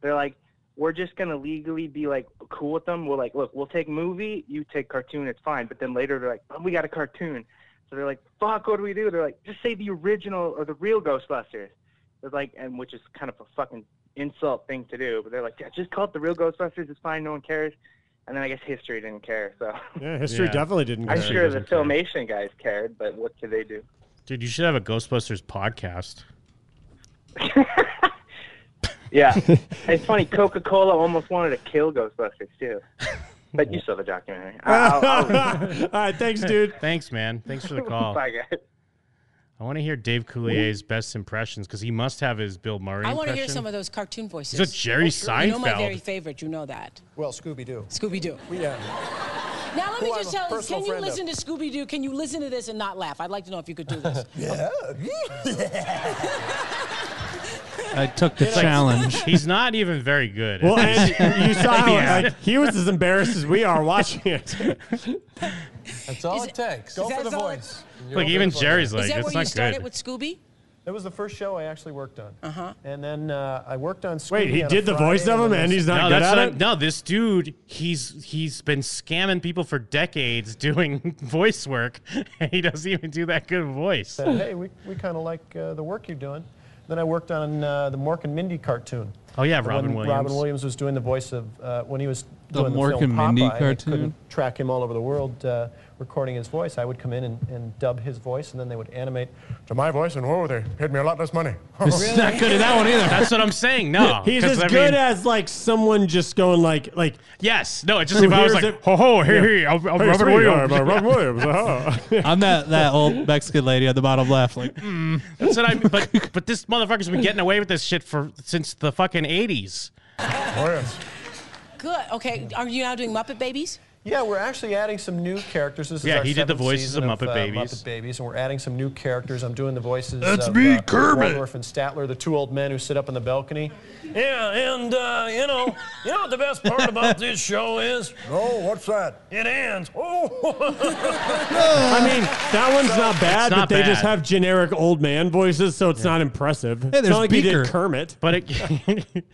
S12: They're like, we're just gonna legally be like cool with them. We're like, look, we'll take movie, you take cartoon, it's fine. But then later they're like, oh, we got a cartoon. So they're like, fuck, what do we do? They're like, just say the original or the real Ghostbusters. It's like, and which is kind of a fucking insult thing to do. But they're like, yeah, just call it the real Ghostbusters. It's fine. No one cares. And then I guess history didn't care. So
S11: Yeah, history
S10: Yeah.
S11: definitely didn't.
S12: I'm
S10: History
S12: sure the
S10: doesn't care.
S12: filmation guys cared, but what could they do?
S10: Dude, you should have a Ghostbusters podcast.
S12: Yeah. it's funny. Coca Cola almost wanted to kill Ghostbusters too, but you saw the documentary. I'll- I'll- I'll-
S11: All right, thanks, dude.
S10: thanks, man. Thanks for the call.
S12: Bye, guys.
S10: I want to hear Dave Coulier's best impressions because he must have his Bill Murray.
S13: I want to hear
S10: impression.
S13: some of those cartoon voices.
S10: Is it Jerry Oh, sure.
S13: You know my
S10: Seinfeld?
S13: very favorite. You know that.
S14: Well, Scooby Doo.
S13: Scooby Doo.
S14: Yeah.
S13: Now let
S14: Who
S13: me
S14: I'm
S13: just
S14: a
S13: tell you:
S14: personal
S13: Can you
S14: friend of.
S13: listen to Scooby Doo? Can you listen to this and not laugh? I'd like to know if you could do this. yeah.
S2: I took the
S10: It's like-
S2: challenge.
S10: he's not even very good.
S11: Well, and you saw how
S10: Yeah.
S11: like, he was as embarrassed as we are watching it.
S14: That's all it, takes. Go
S13: is
S14: for
S13: that
S14: the
S13: all it-
S14: voice.
S10: Look, even Jerry's like,
S13: Is that
S10: it's
S13: where
S10: not
S13: you started
S10: good.
S13: with Scooby?
S14: That was the first show I actually worked on. Uh
S13: Uh-huh.
S14: huh. And then uh, I worked on. Scooby on a Friday and then-
S10: no, that's not- No, this dude, he's he's been scamming people for decades doing voice work, and he doesn't even do that good voice.
S14: Said, hey, we, we kind of like uh, the work you're doing. Then I worked on uh, the Mork and Mindy cartoon.
S10: Oh, yeah,
S14: When
S10: Robin Williams.
S14: Robin Williams was doing the voice of uh, when he was
S2: The
S14: doing
S2: Mork
S14: the
S2: and
S14: film
S2: Mindy
S14: Popeye, they
S2: cartoon?
S14: couldn't track him all over the world, uh, recording his voice. I would come in and, and dub his voice, and then they would animate to my voice. And whoa, they paid me a lot less money.
S11: He's not good at that one either.
S10: That's what I'm saying. No,
S11: he's
S10: 'cause
S11: as
S10: I
S11: good
S10: mean-
S11: as like someone just going like like.
S10: Yes. No, it's just
S11: who
S10: if I was
S11: hears
S10: like,
S11: it-
S10: ho ho, hey
S11: Yeah.
S10: hey, I'm, I'm
S11: Hey,
S10: Robin
S11: sweetie,
S10: Williams.
S11: I'm, uh, Robin
S10: Yeah.
S11: Williams, uh-huh.
S2: I'm that, that old Mexican lady at the bottom left. Like,
S10: That's what I mean. But but this motherfucker's been getting away with this shit for since the fucking eighties.
S13: Good. Okay. Are you now doing Muppet Babies?
S14: Yeah, we're actually adding some new characters. This is
S10: Yeah,
S14: our
S10: he did the
S14: seventh
S10: voices
S14: season
S10: of Muppet
S14: uh,
S10: Babies.
S14: Muppet Babies, and we're adding some new characters. I'm doing the voices.
S10: That's
S14: of,
S10: me,
S14: uh,
S10: Kermit.
S14: Waldorf and Statler, the two old men who sit up on the balcony.
S15: Yeah, and uh, you know, you know what the best part about this show is?
S14: Oh, what's that?
S15: It ends. Oh.
S11: I mean, that one's not bad,
S10: not
S11: but they just
S10: bad.
S11: have generic old man voices, so it's not impressive. it's not like he did Kermit.
S10: But it,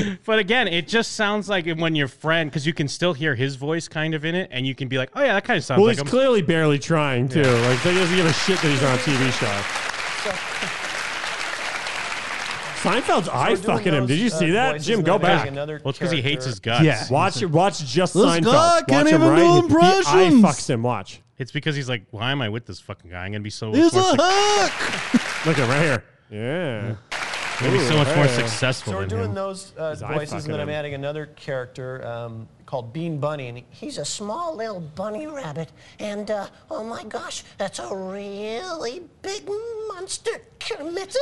S10: but again, it just sounds like when your friend, because you can still hear his voice kind of in it, and you can be like, oh yeah, that kind of sounds
S11: Well,
S10: like
S11: he's
S10: him.
S11: clearly barely trying too. Like he doesn't give a shit that he's on a TV show. Seinfeld's eye
S14: So doing
S11: fucking him. Did
S14: those,
S11: you
S14: uh,
S11: see that,
S14: voices
S11: Jim?
S14: and
S11: Go
S14: I'm
S11: back.
S14: adding another
S10: Well, it's 'cause he hates his guts.
S11: Yeah,
S10: He's
S11: watch
S10: a-
S11: watch just
S10: This
S11: Seinfeld.
S10: guy can't
S11: watch him
S10: even
S11: right.
S10: do
S11: He- He
S10: impressions.
S11: eye fucks him. Watch.
S10: It's because he's like, why am I with this fucking guy? I'm gonna be so.
S11: He's
S10: much more
S11: a
S10: suc-
S11: Look at right here. Yeah.
S10: I'm gonna be so much more
S11: Ooh, hey.
S10: successful
S14: So we're
S10: than
S14: doing
S10: him.
S14: those uh,
S10: His eye
S14: voices, and
S10: fucking
S14: then I'm
S10: him.
S14: adding another character um, called Bean Bunny, and
S16: He's a small little bunny rabbit, and uh, oh my gosh, that's a really big monster, Kermit.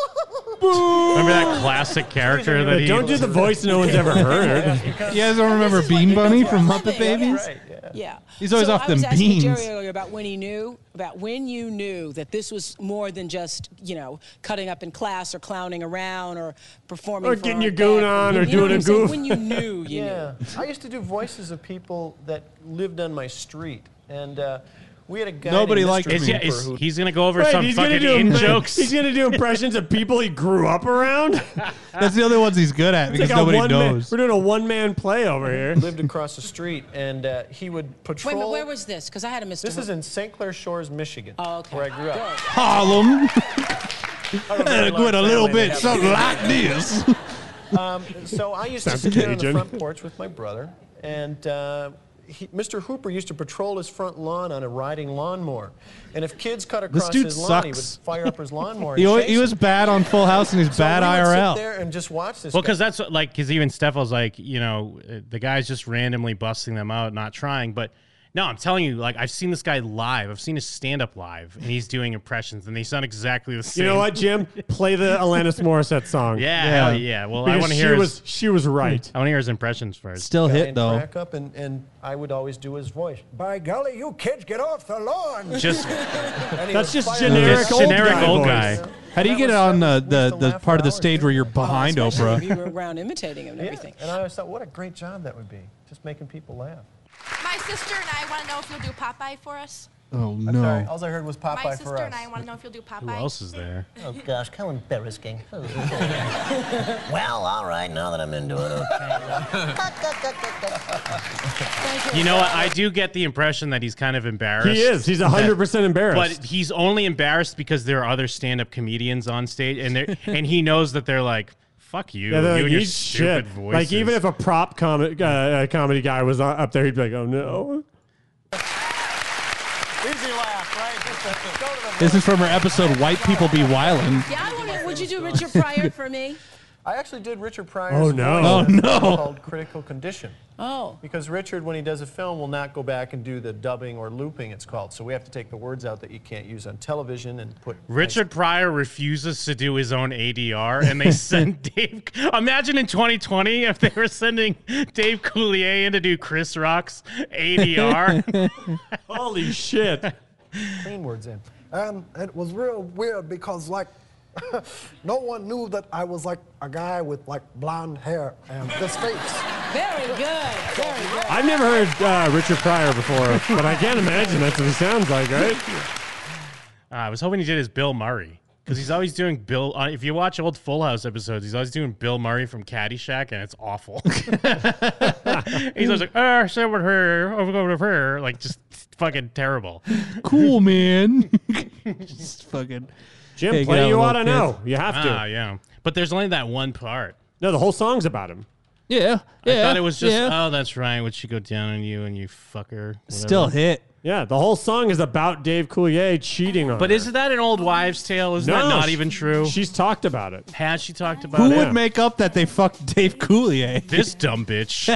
S10: Remember that classic character that he
S11: Don't do the voice no one's ever heard.
S2: you guys don't remember Bean Bunny from Muppet Babies?
S13: Yeah.
S2: He's always
S13: so
S2: off
S13: I
S2: them
S13: was asking
S2: beans.
S13: Jerry earlier about when he knew, about when you knew that this was more than just, you know, cutting up in class or clowning around or performing.
S11: Or
S13: for
S11: getting
S13: our
S11: your goon
S13: band.
S11: on or
S13: You know
S11: doing
S13: what
S11: a
S13: I'm saying?
S11: goof.
S13: When you knew, you knew.
S14: yeah. I used to do voices of people that lived on my street, and uh, We had a guy.
S10: Nobody
S14: named
S10: likes
S14: Mr.
S10: It's- yeah,
S14: Cooper
S10: it's-
S14: who-
S10: he's gonna go over some
S11: he's gonna
S10: fucking
S11: do
S10: in
S11: imp-
S10: jokes.
S11: He's gonna do impressions of people he grew up around.
S2: That's the only ones he's good at
S11: It's
S2: because
S11: like a
S2: nobody
S11: one man-
S2: knows.
S11: we're doing a one man play over here.
S14: Lived across the street, and uh, he would
S13: Wait,
S14: patrol.
S13: but where was this? Because I had a Mr.
S14: This is in St. Clair Shores, Michigan, oh, okay. where I grew up.
S2: Harlem.
S14: I don't know,
S2: Look with a
S14: large
S2: little
S14: family, they
S2: bit
S14: have-
S2: something like this.
S14: Um, so I used to
S11: Sounds
S14: sit down on the
S11: Cajun.
S14: front porch with my brother, and uh, he, Mr. Hooper used to patrol his front lawn on a riding lawnmower. And if kids cut
S2: This
S14: across
S2: dude
S14: his lawn, he would
S2: sucks.
S14: fire up his lawnmower.
S2: He,
S14: and
S2: wa-
S14: chase
S2: he was bad on Full House and he's
S14: So
S2: bad
S14: we would
S2: IRL.
S14: Sit there and just watch this.
S10: Well,
S14: guy.
S10: because that's what, like, because even Stefo's like, you know, uh, the guy's just randomly busting them out, not trying. But no, I'm telling you, like, I've seen this guy live. I've seen his stand up live, and he's doing impressions, and they sound exactly the
S11: You
S10: same.
S11: know what, Jim? Play the Alanis Morissette song.
S10: Yeah, hell yeah. Well, I
S11: Because
S10: wanna
S11: she
S10: hear his-
S11: was she was right.
S10: I want to hear his impressions first.
S2: Still
S14: Guy in crack up, and, and I would always do his voice. By golly, you kids get off the lawn.
S10: Just-
S14: And he
S11: That's
S14: would
S11: just
S14: fire up
S11: generic
S14: his
S11: old
S14: lawn.
S11: guy voice.
S2: How do you get on the, the, the part of the stage where you're behind
S13: Especially if
S2: Oprah?
S13: You were around imitating him and everything.
S14: And I always thought, what a great job that would be, just making people laugh.
S17: My sister and I want to know if you'll do Popeye for us.
S2: Oh
S14: I'm sorry, all I heard was Popeye
S17: My
S14: for us.
S17: sister and I want to know if you'll do Popeye.
S10: is there?
S16: Oh gosh, how embarrassing. well, all right, now that I'm into it, okay.
S10: You know what? I do get the impression that he's kind of embarrassed.
S11: He is. He's 100% embarrassed.
S10: But he's only embarrassed because there are other stand up comedians on stage, and they're, and he knows that they're like, fuck you.
S11: Yeah, they're
S10: you
S11: like,
S10: and your
S11: "Eat
S10: stupid
S11: shit.
S10: voice.
S11: Like even if a prop comic uh, uh, comedy guy was uh, up there, he'd be like, "Oh no."
S14: Easy laugh, right? Just go to the
S2: This is from her episode White People Be Wildin'.
S13: Yeah, I wonder, would you do Richard Pryor for me?
S14: I actually did Richard Pryor's
S2: Oh, no.
S14: voice in a
S2: Oh,
S14: film
S2: no.
S14: called Critical Condition.
S13: Oh.
S14: Because Richard, when he does a film, will not go back and do the dubbing or looping, it's called. So we have to take the words out that you can't use on television and put.
S10: Richard Pryor refuses to do his own ADR, and they send Dave. Imagine in 2020 if they were sending Dave Coulier in to do Chris Rock's ADR.
S11: Holy shit!
S18: Clean words in. And it was real weird because like no one knew that I was like a guy with like blonde hair and this face.
S13: Very good. Very good.
S11: I've never heard uh, Richard Pryor before, but I can't imagine that's what he sounds like, right?
S10: Uh, I was hoping he did his Bill Murray because he's always doing Bill. Uh, if you watch old Full House episodes, he's always doing Bill Murray from Caddyshack, and it's awful. he's always like, "Ah, so with her, over over her," like just fucking terrible.
S2: Cool, man. Just fucking.
S11: Jim,
S2: take it
S11: play
S2: out
S11: you
S2: with
S11: ought to
S2: little
S11: know.
S2: kids.
S11: You have to.
S10: Ah, yeah. But there's only that one part.
S11: No, the whole song's about him.
S2: Yeah,
S10: I
S2: yeah,
S10: thought it was just,
S2: yeah.
S10: oh, that's right. Would she go down on you and you fucker?
S11: Still hit. Yeah, the whole song is about Dave Coulier cheating on
S10: But
S11: her.
S10: isn't that an old wives' tale? Isn't that
S11: No,
S10: not
S11: she-
S10: even true?
S11: She's talked about it.
S10: Has she talked about
S2: Who
S10: it?
S2: would make up that they fucked Dave Coulier?
S10: This dumb bitch.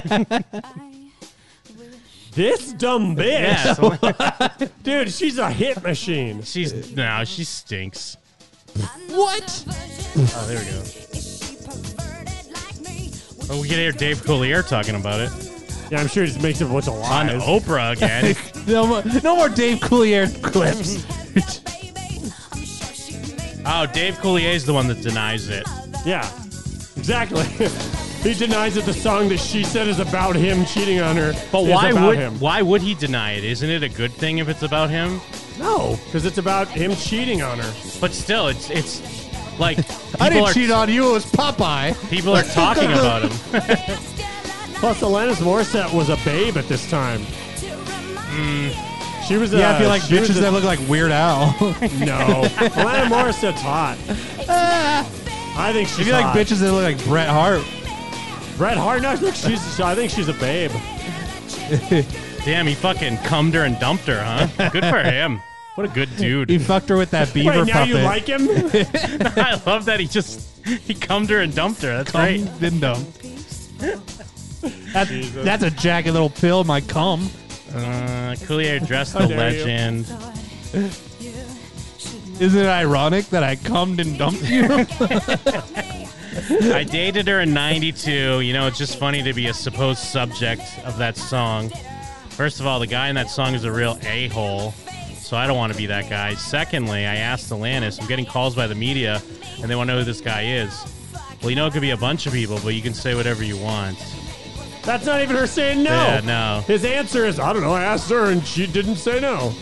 S11: this dumb bitch? Dude, she's a hit machine.
S10: She's no, she stinks.
S2: What?
S10: Oh, there we go. Oh, we get to hear Dave Coulier talking about it
S11: Yeah, I'm sure he just makes it what's
S10: on
S11: alive.
S10: Oprah again.
S2: no, more, no more Dave Coulier clips.
S10: oh, Dave Coulier's the one that denies it.
S11: Yeah, exactly. he denies that the song that she said is about him cheating on her.
S10: But
S11: is
S10: why
S11: about
S10: would
S11: him.
S10: why would he deny it? Isn't it a good thing if it's about him?
S11: No, because it's about him cheating on her.
S10: But still, it's it's like
S2: I
S10: people
S2: didn't
S10: are-
S2: cheat on you. It was Popeye.
S10: People are talking about him.
S11: Plus, Alanis Morissette was a babe at this time. She was.
S2: Yeah,
S11: uh,
S2: I feel like
S11: she was
S2: bitches
S11: a-
S2: that look like Weird Al.
S11: No, Alanis Morissette's hot. I think
S2: Ah.
S11: she's
S2: If you like
S11: hot.
S2: bitches that look like Bret Hart.
S11: Bret Hart. No, look, she's. I think she's a babe.
S10: Damn, he fucking cummed her and dumped her, huh? Good for him. What a good dude.
S2: He fucked her with that beaver
S11: Wait, now
S2: puppet.
S11: you like him?
S10: I love that he just he cummed her and dumped her. That's right.
S2: Didn't dumb. That,
S10: Jesus.
S2: that's a jagged little pill, my cum.
S10: Uh, Coulier dressed
S2: How
S10: the
S2: dare you.
S10: legend.
S2: Isn't it ironic that I cummed and dumped you?
S10: I dated her in 92. You know, it's just funny to be a supposed subject of that song. First of all, the guy in that song is a real a hole, so I don't want to be that guy. Secondly, I asked Alanis, I'm getting calls by the media, and they want to know who this guy is. Well, you know, it could be a bunch of people, but you can say whatever you want.
S11: That's not even her saying no.
S10: Yeah, no.
S11: His answer is, I don't know. I asked her and she didn't say no.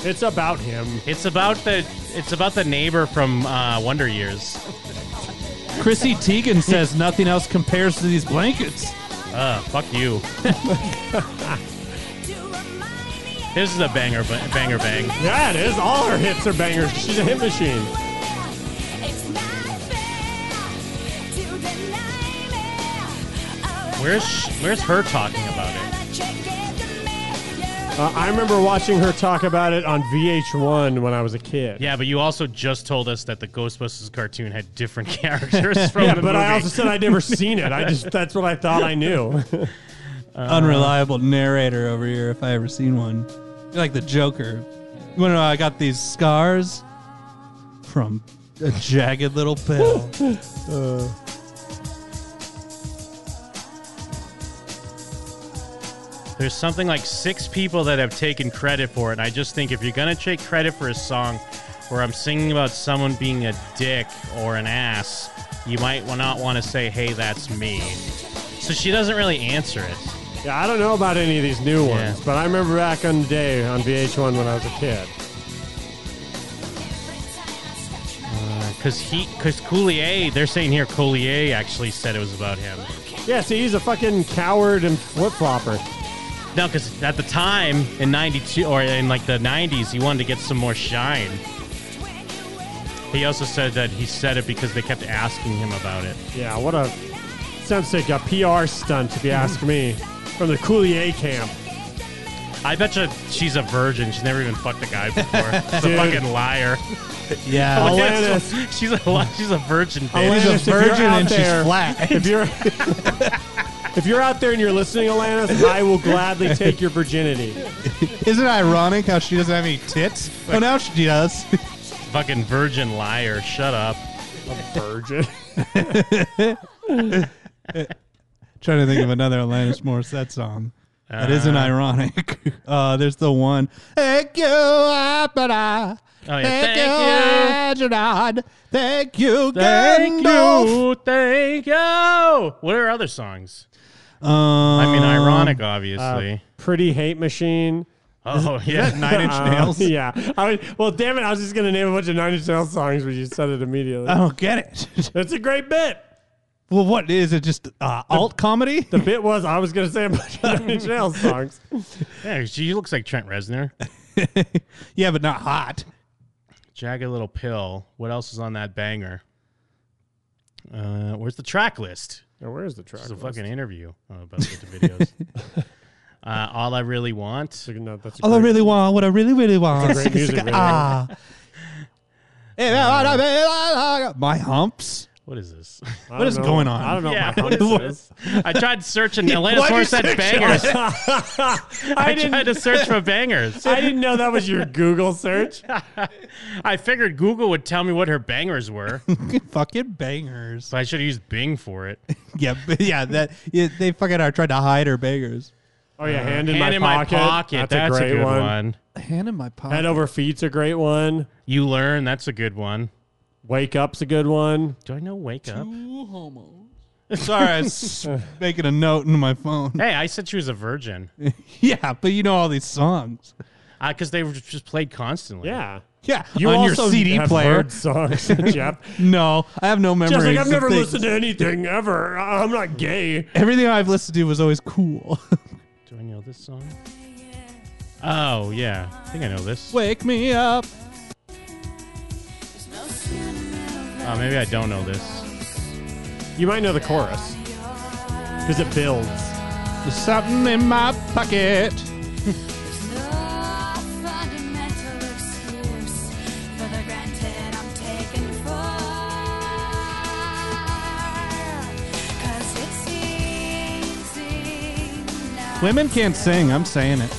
S11: It's about him.
S10: It's about the it's about the neighbor from uh, Wonder Years.
S2: Chrissy Teigen says nothing else compares to these blankets.
S10: Uh, fuck you. this is a banger, ba- banger bang.
S11: Yeah, it is. All her hits are bangers. She's a hit machine.
S10: Where's sh- where's her talking about it?
S11: Uh, I remember watching her talk about it on VH1 when I was a kid.
S10: Yeah, but you also just told us that the Ghostbusters cartoon had different characters from
S11: yeah,
S10: the
S11: but I
S10: movie.
S11: also said I'd never seen it. I just that's what I thought I knew.
S2: Unreliable narrator over here, if I ever seen one. You're like the Joker. You wanna know how I got these scars? From a jagged little pill.
S11: Uh,
S10: There's something like six people that have taken credit for it, and I just think if you're gonna take credit for a song where I'm singing about someone being a dick or an ass, you might wa- not want to say, "Hey, that's me." So she doesn't really answer it.
S11: yeah, I don't know about any of these new ones, but I remember back on the day on VH1 when I was a kid.
S10: Because he, because Coulier, they're saying here Coulier actually said it was about him.
S11: Yeah, see, he's a fucking coward and flip flopper.
S10: No, because at the time in '92 or in like the '90s, he wanted to get some more shine. He also said that he said it because they kept asking him about it.
S11: Yeah, what a sounds like a PR stunt, if you ask me, from the Coulier camp.
S10: I bet you she's a virgin. She's never even fucked a guy before. She's a
S11: Dude.
S10: fucking liar.
S11: Yeah.
S10: Oh, yeah,
S11: Alanis.
S10: so- she's a li- she's a virgin. Bitch.
S11: Alanis, if you're out there- If you're if you're out there and you're listening, Alanis, I will gladly take your virginity.
S2: Isn't it ironic how she doesn't have any tits? Oh, now she does.
S10: fucking virgin liar, shut up.
S11: A virgin.
S2: Trying to think of another Alanis Morissette song. That isn't
S10: Uh.
S2: ironic. Uh, there's the one. Thank you, Opera.
S10: Oh, yeah.
S2: Thank, you,
S10: Thank
S2: Reginald. Thank you,
S10: Thank
S2: Gandalf.
S10: you, thank you. What are other songs?
S2: Um, I
S10: mean, ironic, obviously.
S11: pretty hate machine.
S10: Oh,
S11: Is- is
S10: yeah.
S11: that
S10: Nine Inch
S11: Uh,
S10: Nails?
S11: yeah. I was, well, damn it! I was just gonna name a bunch of Nine Inch Nails songs, but you said it immediately.
S2: I don't get it.
S11: That's a great bit.
S2: Well, what is it? Just uh, alt comedy?
S11: The bit was I was gonna say a bunch of Nine Inch Nails songs.
S10: Yeah, she looks like Trent Reznor.
S2: yeah, but not hot.
S10: Jagged Little Pill. What else is on that banger? Uh, where's the track list?
S11: Yeah, where is the track
S10: It's a
S11: list?
S10: fucking interview oh, about the videos. uh, all I really want.
S2: All I really want, what I really, really want.
S10: It's a great music video.
S2: ah. Eh, la, la, la, la, la. My humps.
S10: What is this?
S2: What don't is know. going on? I don't know what my hump is.
S10: I tried searching
S11: Yeah,
S10: Alanis
S11: why'd you
S10: Morissette
S11: search
S10: bangers.
S11: I,
S10: I, tried to search for bangers.
S11: I didn't know that was your Google search.
S10: I figured Google would tell me what her bangers were.
S2: Fucking bangers.
S10: So I should have used Bing for it.
S2: Yeah, but yeah, that yeah, they fucking are trying to hide her bangers.
S11: Oh yeah,
S10: Uh,
S11: hand in,
S10: Hand
S11: my,
S10: in My
S11: pocket.
S10: Pocket, that's a good one.
S2: Hand in my pocket.
S11: Head over feet's a great one.
S10: You learn. That's a good one.
S11: Wake up's a good one.
S10: Do I know wake up?
S2: Sorry, I was making a note in my phone.
S10: Hey, I said she was a virgin.
S2: Yeah, but you know all these songs.
S10: Because Uh, they were just played constantly.
S11: Yeah.
S2: Yeah,
S11: You
S2: on your
S11: also
S2: CD
S11: have
S2: player.
S11: heard songs, Jeff.
S2: no, I have no memory.
S11: Just like I've never listened to anything ever. I- I'm not gay.
S2: Everything I've listened to was always cool.
S10: Do I know this song? Oh, yeah. I think I know this.
S2: Wake me up.
S10: Oh, maybe I don't know this.
S11: You might know the chorus because it builds.
S2: There's something in my pocket. Women can't sing. I'm saying it.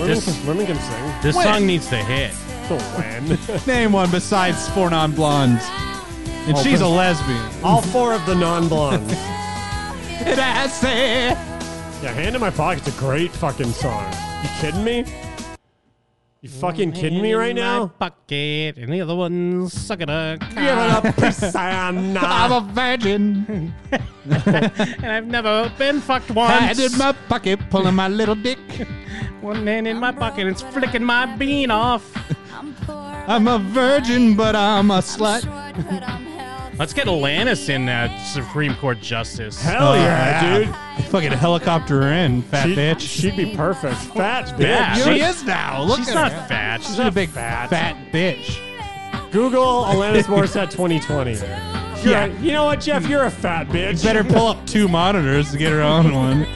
S11: Women, can, women can sing.
S10: This
S2: When?
S10: song needs to hit.
S11: The when.
S2: Name one besides four non blondes. And
S11: Oh,
S2: she's a
S11: but-
S2: lesbian.
S11: All four of the non-blondes.
S2: And I say,
S11: Yeah, Hand in My Pocket's a great fucking song. You kidding me? You fucking kidding me right now?
S10: Pocket and the other one suck it up.
S11: Give it up, Pisana.
S2: I'm a virgin.
S10: and I've never been fucked once.
S2: Hand in my pocket, pulling my little dick.
S10: One hand in my pocket, it's flicking my bean off.
S2: I'm a virgin, but I'm a slut.
S10: Let's get Alanis in that Supreme Court justice.
S2: Oh, dude. Fucking helicopter her in, fat bitch.
S11: She'd be perfect. Fat
S2: Yeah,
S11: bitch.
S2: she is now. Look
S11: She's
S2: at
S11: not
S2: her.
S11: fat.
S2: She's
S11: She's
S2: a
S11: not
S2: big
S11: fat.
S2: fat bitch.
S11: Google Alanis Morissette 2020. You're
S2: Yeah.
S11: a- you know what, Jeff? You're a fat bitch.
S2: Better pull up two monitors to get her own one.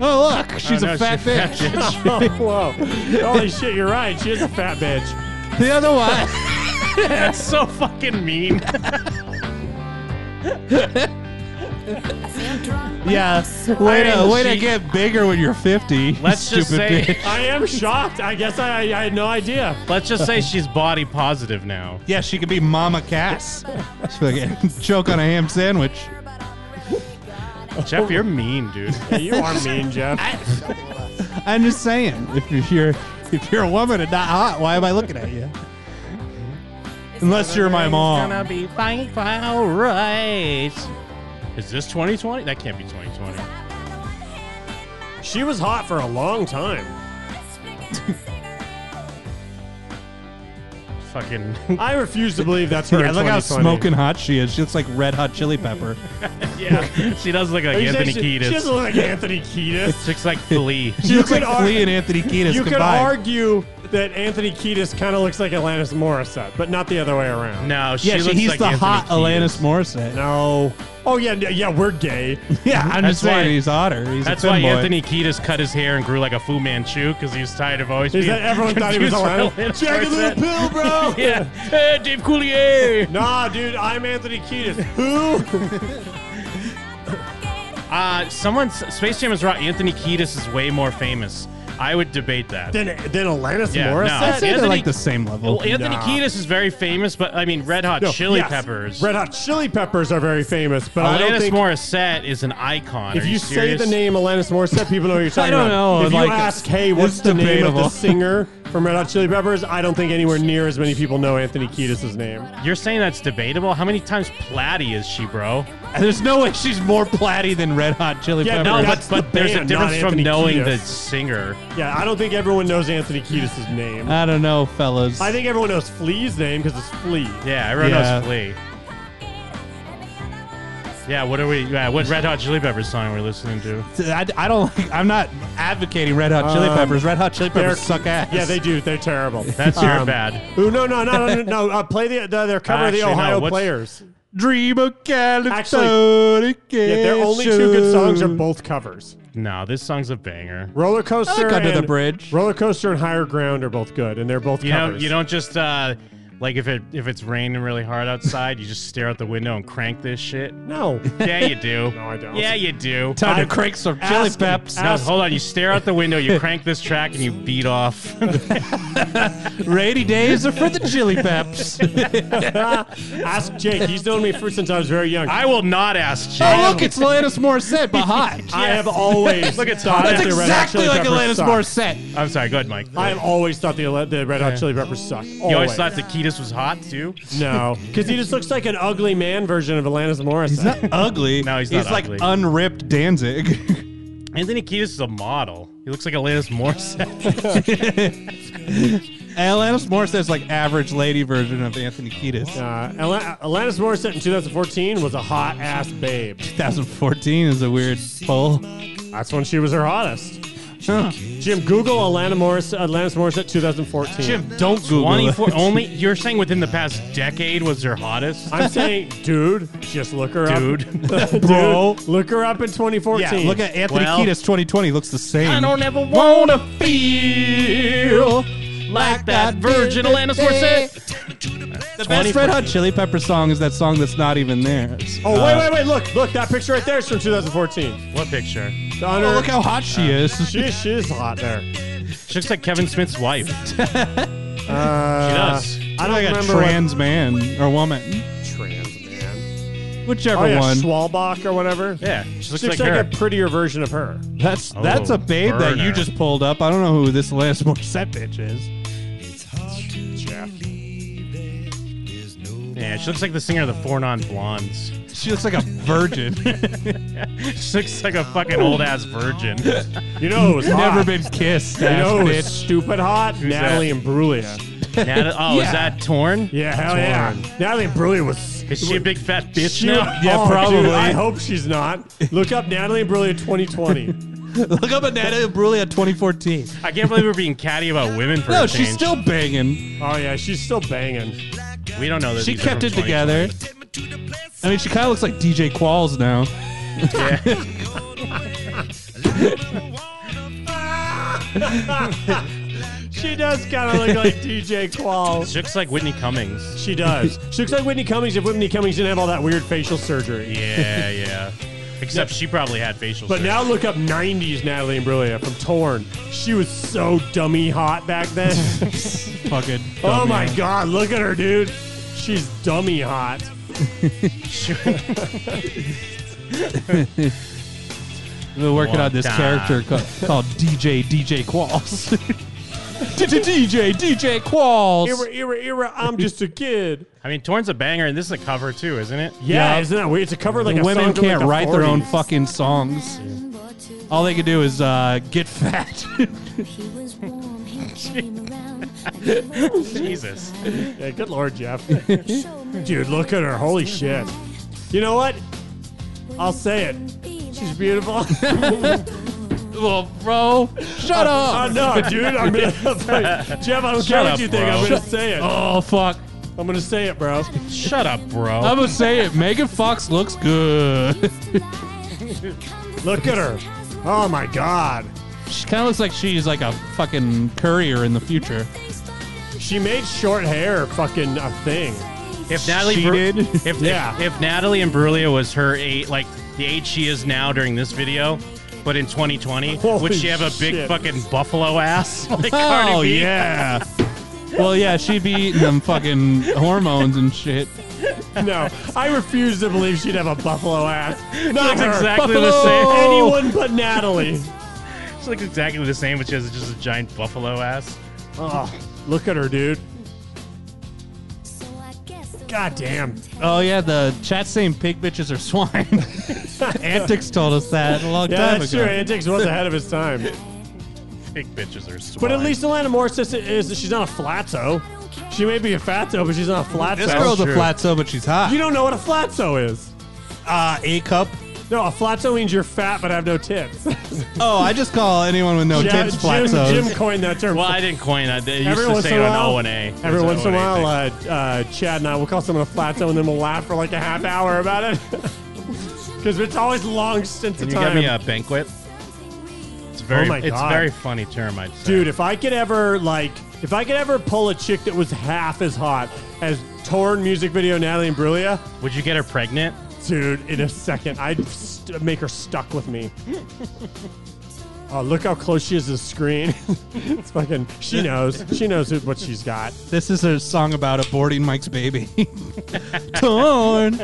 S2: Oh look, she's
S11: Oh, no,
S2: a fat bitch.
S11: Whoa. Holy shit, you're right. She is a fat bitch.
S2: The other one.
S10: That's so fucking mean.
S2: yeah, way
S11: I
S2: to
S11: mean,
S2: way to
S11: she-
S2: get bigger when you're 50.
S10: Let's
S2: stupid
S10: just say-
S2: bitch.
S11: I am shocked. I guess I, I had no idea.
S10: Let's just say she's body positive now.
S2: Yeah, she could be Mama Cass. She'd be like, choke on a ham sandwich.
S10: Jeff, you're mean, dude.
S11: you are mean, Jeff.
S2: I'm just saying, if you're if you're a woman and not hot, why am I looking at you? Unless you're my mom.
S10: Gonna be fine, fine, all right. Is this 2020? That can't be 2020.
S11: She was hot for a long time.
S10: Fucking.
S11: I refuse to believe that's her.
S2: yeah,
S11: in
S2: look how
S11: 2020.
S2: smoking hot she is. She looks like red hot chili pepper.
S10: Yeah, she does look like
S11: Are you
S10: Anthony
S11: saying she-
S10: Kiedis.
S11: She doesn't look like Anthony Kiedis.
S10: She looks like Flea.
S2: She looks like Flea and Anthony Kiedis
S11: You could
S2: combined.
S11: argue that Anthony Kiedis kind of looks like Alanis Morissette, but not the other way around.
S10: No,
S2: yeah, she, he's the hot Alanis Morissette.
S11: No. Oh yeah, n- yeah, we're gay.
S2: Yeah, I'm just saying he's hotter. He's
S10: that's
S2: a
S10: why
S2: femboy.
S10: Anthony Kiedis cut his hair and grew like a Fu Manchu because he was tired of always
S11: Is
S10: being
S11: that everyone thought he was
S10: confused
S11: Alanis?
S10: for Alanis
S11: Jack a little
S10: Morissette.
S11: pill, bro.
S10: yeah. Hey, Dave Coulier.
S11: Nah, dude, I'm Anthony Kiedis. Who?
S10: Uh, someone, Space Jam is right. Anthony Kiedis is way more famous. I would debate that.
S11: then, then Alanis
S10: Yeah, no.
S11: Morissette.
S10: I'd say they're Anthony- like the
S2: same
S10: Well, Anthony
S11: Nah.
S10: Kiedis is very famous, but I mean, Red Hot
S11: No,
S10: Chili
S11: yes,
S10: Peppers.
S11: Red Hot Chili Peppers are very famous, but I
S10: Alanis
S11: don't think
S10: Morissette is an icon.
S11: if
S10: Are
S11: you,
S10: you
S11: say
S10: serious?
S11: the name Alanis Morissette, people know what you're talking
S2: don't
S11: about.
S2: know,
S11: If
S2: like,
S11: you ask, hey, what's
S2: it's
S11: the name of the
S2: debatable.
S11: singer from Red Hot Chili Peppers? I don't think anywhere near as many people know Anthony Kiedis' name.
S10: You're saying that's debatable? How many times Platty is she, bro?
S2: There's no way she's more platty than Red Hot Chili
S11: Yeah,
S2: Peppers.
S11: no,
S10: But,
S11: that's
S10: but
S11: the
S10: there's
S11: band,
S10: a difference
S11: not
S10: from
S11: Anthony
S10: knowing the
S11: Kiedis.
S10: singer.
S11: Yeah, I don't think everyone knows Anthony Kiedis' name.
S2: I don't know, fellas.
S11: I think everyone knows Flea's name because it's Flea.
S10: Yeah, everyone
S2: Yeah.
S10: knows Flea. Yeah, what are we? Yeah, what Red Hot Chili Peppers song we're listening to?
S2: I, I don't. like- I'm not advocating Red Hot Chili
S11: Um,
S2: Peppers. Red Hot Chili Peppers
S11: they're-
S2: suck ass.
S11: Yeah, they do. They're terrible. Um,
S10: That's your bad.
S11: Ooh, no, no, no, no, no. Uh, play the, the their cover
S10: Actually,
S11: of
S10: no,
S11: the Ohio
S10: what's-
S11: Players.
S2: Dream of
S11: Actually,
S2: California.
S11: Yeah, their only two good songs are both covers.
S10: No, this song's a banger.
S11: Roller coaster
S2: I like Under the
S11: and-
S2: Bridge.
S11: Roller coaster and higher ground are both good, and they're both
S10: You know,
S11: covers.
S10: you don't just uh, like if it if it's raining really hard outside, you just stare out the window and crank this shit.
S11: No.
S10: Yeah, you do.
S11: No, I don't.
S10: Yeah, you do.
S2: Time to crank some Chili
S11: ask-
S2: Peps.
S10: No, hold on. You stare out the window, you crank this track, and you beat off.
S2: Rainy days are for the Chili Peps. Oh,
S11: Ask Jake. He's known me for since I was very young.
S10: I will not ask Jake.
S2: oh look, it's Alanis Morissette, but hot.
S11: I have always
S10: Look at
S11: thought
S10: Todd.
S2: That's
S11: that the Red Hot
S2: exactly
S11: Chili
S2: like
S11: Peppers
S2: Alanis
S11: suck.
S2: Morissette.
S10: I'm sorry. Go ahead, Mike.
S11: I have always thought the, Ale- the Red Hot
S10: Yeah.
S11: Chili Peppers suck. Always.
S10: You always thought that Kiedis was hot too.
S11: no, because he just looks like an ugly man version of Alanis Morissette.
S2: He's not ugly.
S10: No, he's not
S2: He's like
S10: ugly.
S2: unripped Danzig.
S10: Anthony Kiedis is a model. He looks like Alanis Morissette.
S2: Alanis Morissette's like average lady version of Anthony Kiedis.
S11: Uh, Ala- Alanis Morissette in 2014 was a hot ass babe.
S2: 2014 is a weird poll.
S11: That's when she was her hottest.
S2: Huh.
S11: Jim, Google Alanis Morissette, Alanis Morissette 2014.
S2: Jim, don't Google it.
S10: 24. Only you're saying within the past decade was her hottest.
S11: I'm saying, dude, just look her
S10: Dude.
S11: up. Dude,
S2: Bro.
S11: Look her up in
S2: Yeah,
S11: 2014.
S2: look at Anthony
S10: Well-
S2: Kiedis 2020 looks the same.
S10: I don't ever wanna feel like that virgin Alanis Morissette.
S2: The best Red Hot Chili Pepper song is that song that's not even there.
S11: Oh, wait,
S2: Uh,
S11: wait, wait. Look, look. That picture right there is from 2014.
S10: What picture?
S11: The honor-
S2: Oh, look how hot she is.
S11: she, she is hot there.
S10: She looks like Kevin Smith's wife.
S11: Uh,
S10: She does.
S11: I don't
S2: like a
S11: remember what-
S2: trans man or woman,
S11: trans man.
S2: whichever
S11: Oh, yeah,
S2: one.
S11: Schwalbach or whatever.
S10: Yeah, she looks
S11: she looks
S10: like
S11: like,
S10: her.
S11: a prettier version of her.
S2: That's that's
S10: Oh,
S2: a babe that you
S10: burner.
S2: just pulled up. I don't know who this last Morissette bitch is.
S11: Jeff.
S10: Yeah, she looks like the singer of the Four Non Blondes.
S2: She looks like a virgin.
S10: she looks like a fucking old ass virgin.
S11: You know, it was hot.
S2: never been kissed.
S11: You
S2: ass
S11: know, who's
S2: bitch.
S11: stupid hot.
S2: Who's
S11: Natalie
S10: that?
S11: Imbruglia.
S10: Nat- oh, is that torn?
S11: Yeah, hell
S10: Torn.
S11: yeah. Natalie Imbruglia was.
S10: Is she a big fat bitch
S11: She-
S10: now?
S11: oh, dude, I hope she's not. Look up Natalie Imbruglia 2020.
S2: Look up at Natalie Imbruglia 2014.
S10: I can't believe we're being catty about women for
S2: No,
S10: a
S2: she's
S10: change.
S2: still banging.
S11: Oh yeah, she's still banging.
S10: We don't know that
S2: She
S10: these are
S2: kept
S10: from
S2: it together. I mean, she kind of looks like DJ Qualls now.
S11: she does kind of look like DJ Qual.
S10: She looks like Whitney Cummings.
S11: She does. She looks like Whitney Cummings if Whitney Cummings didn't have all that weird facial surgery.
S10: Yeah, yeah. Except she probably had facial
S11: But
S10: surgery.
S11: now look up 90s Natalie Imbruglia from Torn. She was so dummy hot back then.
S2: Fucking.
S11: oh
S2: dummy.
S11: my god, look at her, dude. She's dummy hot.
S2: We've been working
S11: One
S2: on this
S11: time.
S2: character ca- called DJ DJ Qualls. DJ DJ Qualls.
S11: Era, era, era, I'm just a kid.
S10: I mean, Torn's a banger, and this is a cover too, isn't it?
S11: Yeah, isn't that weird? It's a cover like
S2: The
S11: a
S2: women
S11: song from, like,
S2: can't
S11: the
S2: write their own
S11: 40s.
S2: fucking songs. All they can do is uh, get fat.
S10: Jesus.
S11: Yeah, good lord, Jeff. Dude, look at her. Holy shit. You know what? I'll say it. She's beautiful.
S2: well, bro, shut up.
S11: Oh, no, dude. I'm going to. Jeff, I don't care what you think. I'm going to say it.
S2: Oh fuck.
S11: I'm going to say it, bro.
S10: Shut up, bro.
S11: oh.
S2: I'm gonna say it. Megan Fox looks good.
S11: Look at her. Oh my god.
S2: She kind of looks like she's like a fucking courier in the future.
S11: She made short hair fucking a thing.
S10: If Natalie
S11: She
S10: Bru-
S11: did?
S10: If, if-
S11: Yeah.
S10: if, Natalie Imbruglia was her eight, like the age she is now during this video, but in 2020,
S2: Holy
S10: would she have a big
S2: shit.
S10: fucking buffalo ass like
S2: oh
S10: Cardi B?
S2: yeah. well, yeah, she'd be eating them fucking hormones and shit.
S11: No, I refuse to believe she'd have a buffalo ass. Not
S10: looks
S11: her.
S10: exactly the same.
S11: Buffalo! Anyone but Natalie.
S10: She looks exactly the same, but she has just a giant buffalo ass.
S11: Oh, look at her, dude. God damn.
S2: Oh yeah, the chat's saying pig bitches are swine. Antics told us that a long
S11: yeah,
S2: time
S11: that's
S2: ago.
S11: true. Antics was ahead of his time.
S10: Big bitches are swine.
S11: But at least Alana Morris is, is she's not a flatso. She may be a fatso, but she's not a flatso.
S2: This girl's a flatso, but she's hot.
S11: You don't know what a flatso is.
S2: Uh, a cup.
S11: No, a flatso means you're fat but have no tits.
S2: Oh, I just call anyone with no
S11: Jim-
S2: tits flatsos.
S11: Jim, Jim coined that term.
S10: Well, I didn't coin that. They used
S11: Every
S10: to
S11: once
S10: say
S11: in a
S10: it
S11: while,
S10: on O&A. It's
S11: every
S10: an
S11: once in a
S10: O&A
S11: while,
S10: thing.
S11: uh, uh, Chad and I will call someone a flatso, and then we'll laugh for like a half hour about it because it's always long since
S10: Can
S11: the
S10: you
S11: time.
S10: get me a banquet? It's very,
S11: Oh my
S10: it's
S11: God.
S10: very funny term. I'd say.
S11: Dude, if I could ever like, if I could ever pull a chick that was half as hot as torn music video Natalie Imbruglia,
S10: Would you get her pregnant?
S11: dude, in a second, I'd st- make her stuck with me. Oh, look how close she is to the screen. it's fucking. She knows. She knows who, what she's got.
S2: This is a song about aborting Mike's baby. Torn.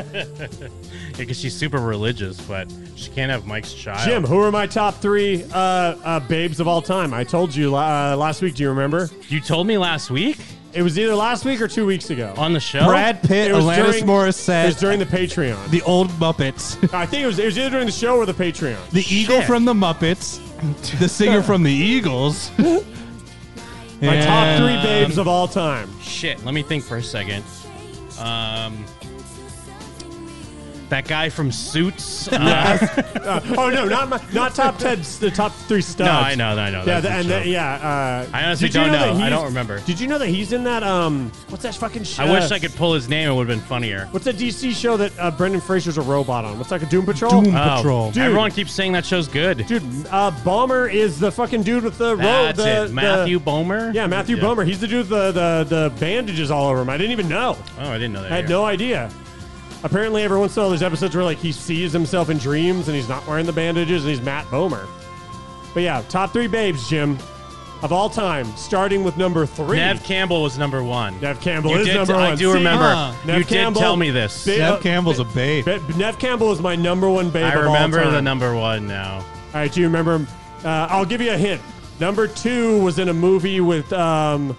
S10: Because she's super religious, but she can't have Mike's child.
S11: Jim, who are my top three uh, uh, babes of all time? I told you uh, last week. Do you remember?
S10: you told me last week
S11: It was either last week or two weeks ago.
S10: on the show.
S2: Brad Pitt,
S11: It was
S2: Alanis
S11: during-
S2: Morissette.
S11: It was during the Patreon.
S2: The old Muppets.
S11: I think it was, it was either during the show or the Patreon.
S2: The Eagle
S11: Shit.
S2: from the Muppets. The singer from the Eagles.
S11: My top
S2: And-
S11: three babes of all time.
S10: Shit, let me think for a second. Um, that guy from Suits. Uh,
S11: Uh, oh no, not my, not top ten. s- The top three studs.
S10: No, I know, I know,
S11: Yeah,
S10: that's
S11: the,
S10: the
S11: and
S10: show.
S11: the, yeah. Uh,
S10: I honestly
S11: did you
S10: don't know.
S11: that
S10: I
S11: he's-
S10: don't remember.
S11: Did you know that he's in that? Um, what's that fucking? Sh-
S10: I wish
S11: uh,
S10: I could pull his name; it would have been funnier.
S11: What's that DC show that uh, Brendan Fraser's a robot on? What's that, like a Doom Patrol? Uh,
S2: Doom
S10: Oh,
S2: Patrol.
S11: Dude.
S10: Everyone keeps saying that show's good.
S11: Dude, uh, Bomber is the fucking dude with the robe.
S10: That's
S11: The,
S10: it.
S11: the-
S10: Matthew Bomer.
S11: yeah, Matthew Bomer. He's the dude with the, the, the bandages all over him. I didn't even know.
S10: Oh, I didn't know that.
S11: I had
S10: either.
S11: no idea. Apparently, every once in a while, there's episodes where like he sees himself in dreams and he's not wearing the bandages and he's Matt Bomer. But yeah, top three babes, Jim, of all time, starting with number three.
S10: Nev Campbell was number one.
S11: Nev Campbell
S10: You
S11: is
S10: did-
S11: number one.
S10: I do
S11: See?
S10: remember.
S2: Huh.
S10: You did tell me this.
S11: Big-
S2: Nev Campbell's a babe.
S11: Be- Nev Campbell is my number one babe.
S10: I
S11: of all
S10: remember the
S11: time.
S10: number one now.
S11: All right, do you remember? him? Uh, I'll give you a hint. Number two was in a movie with um,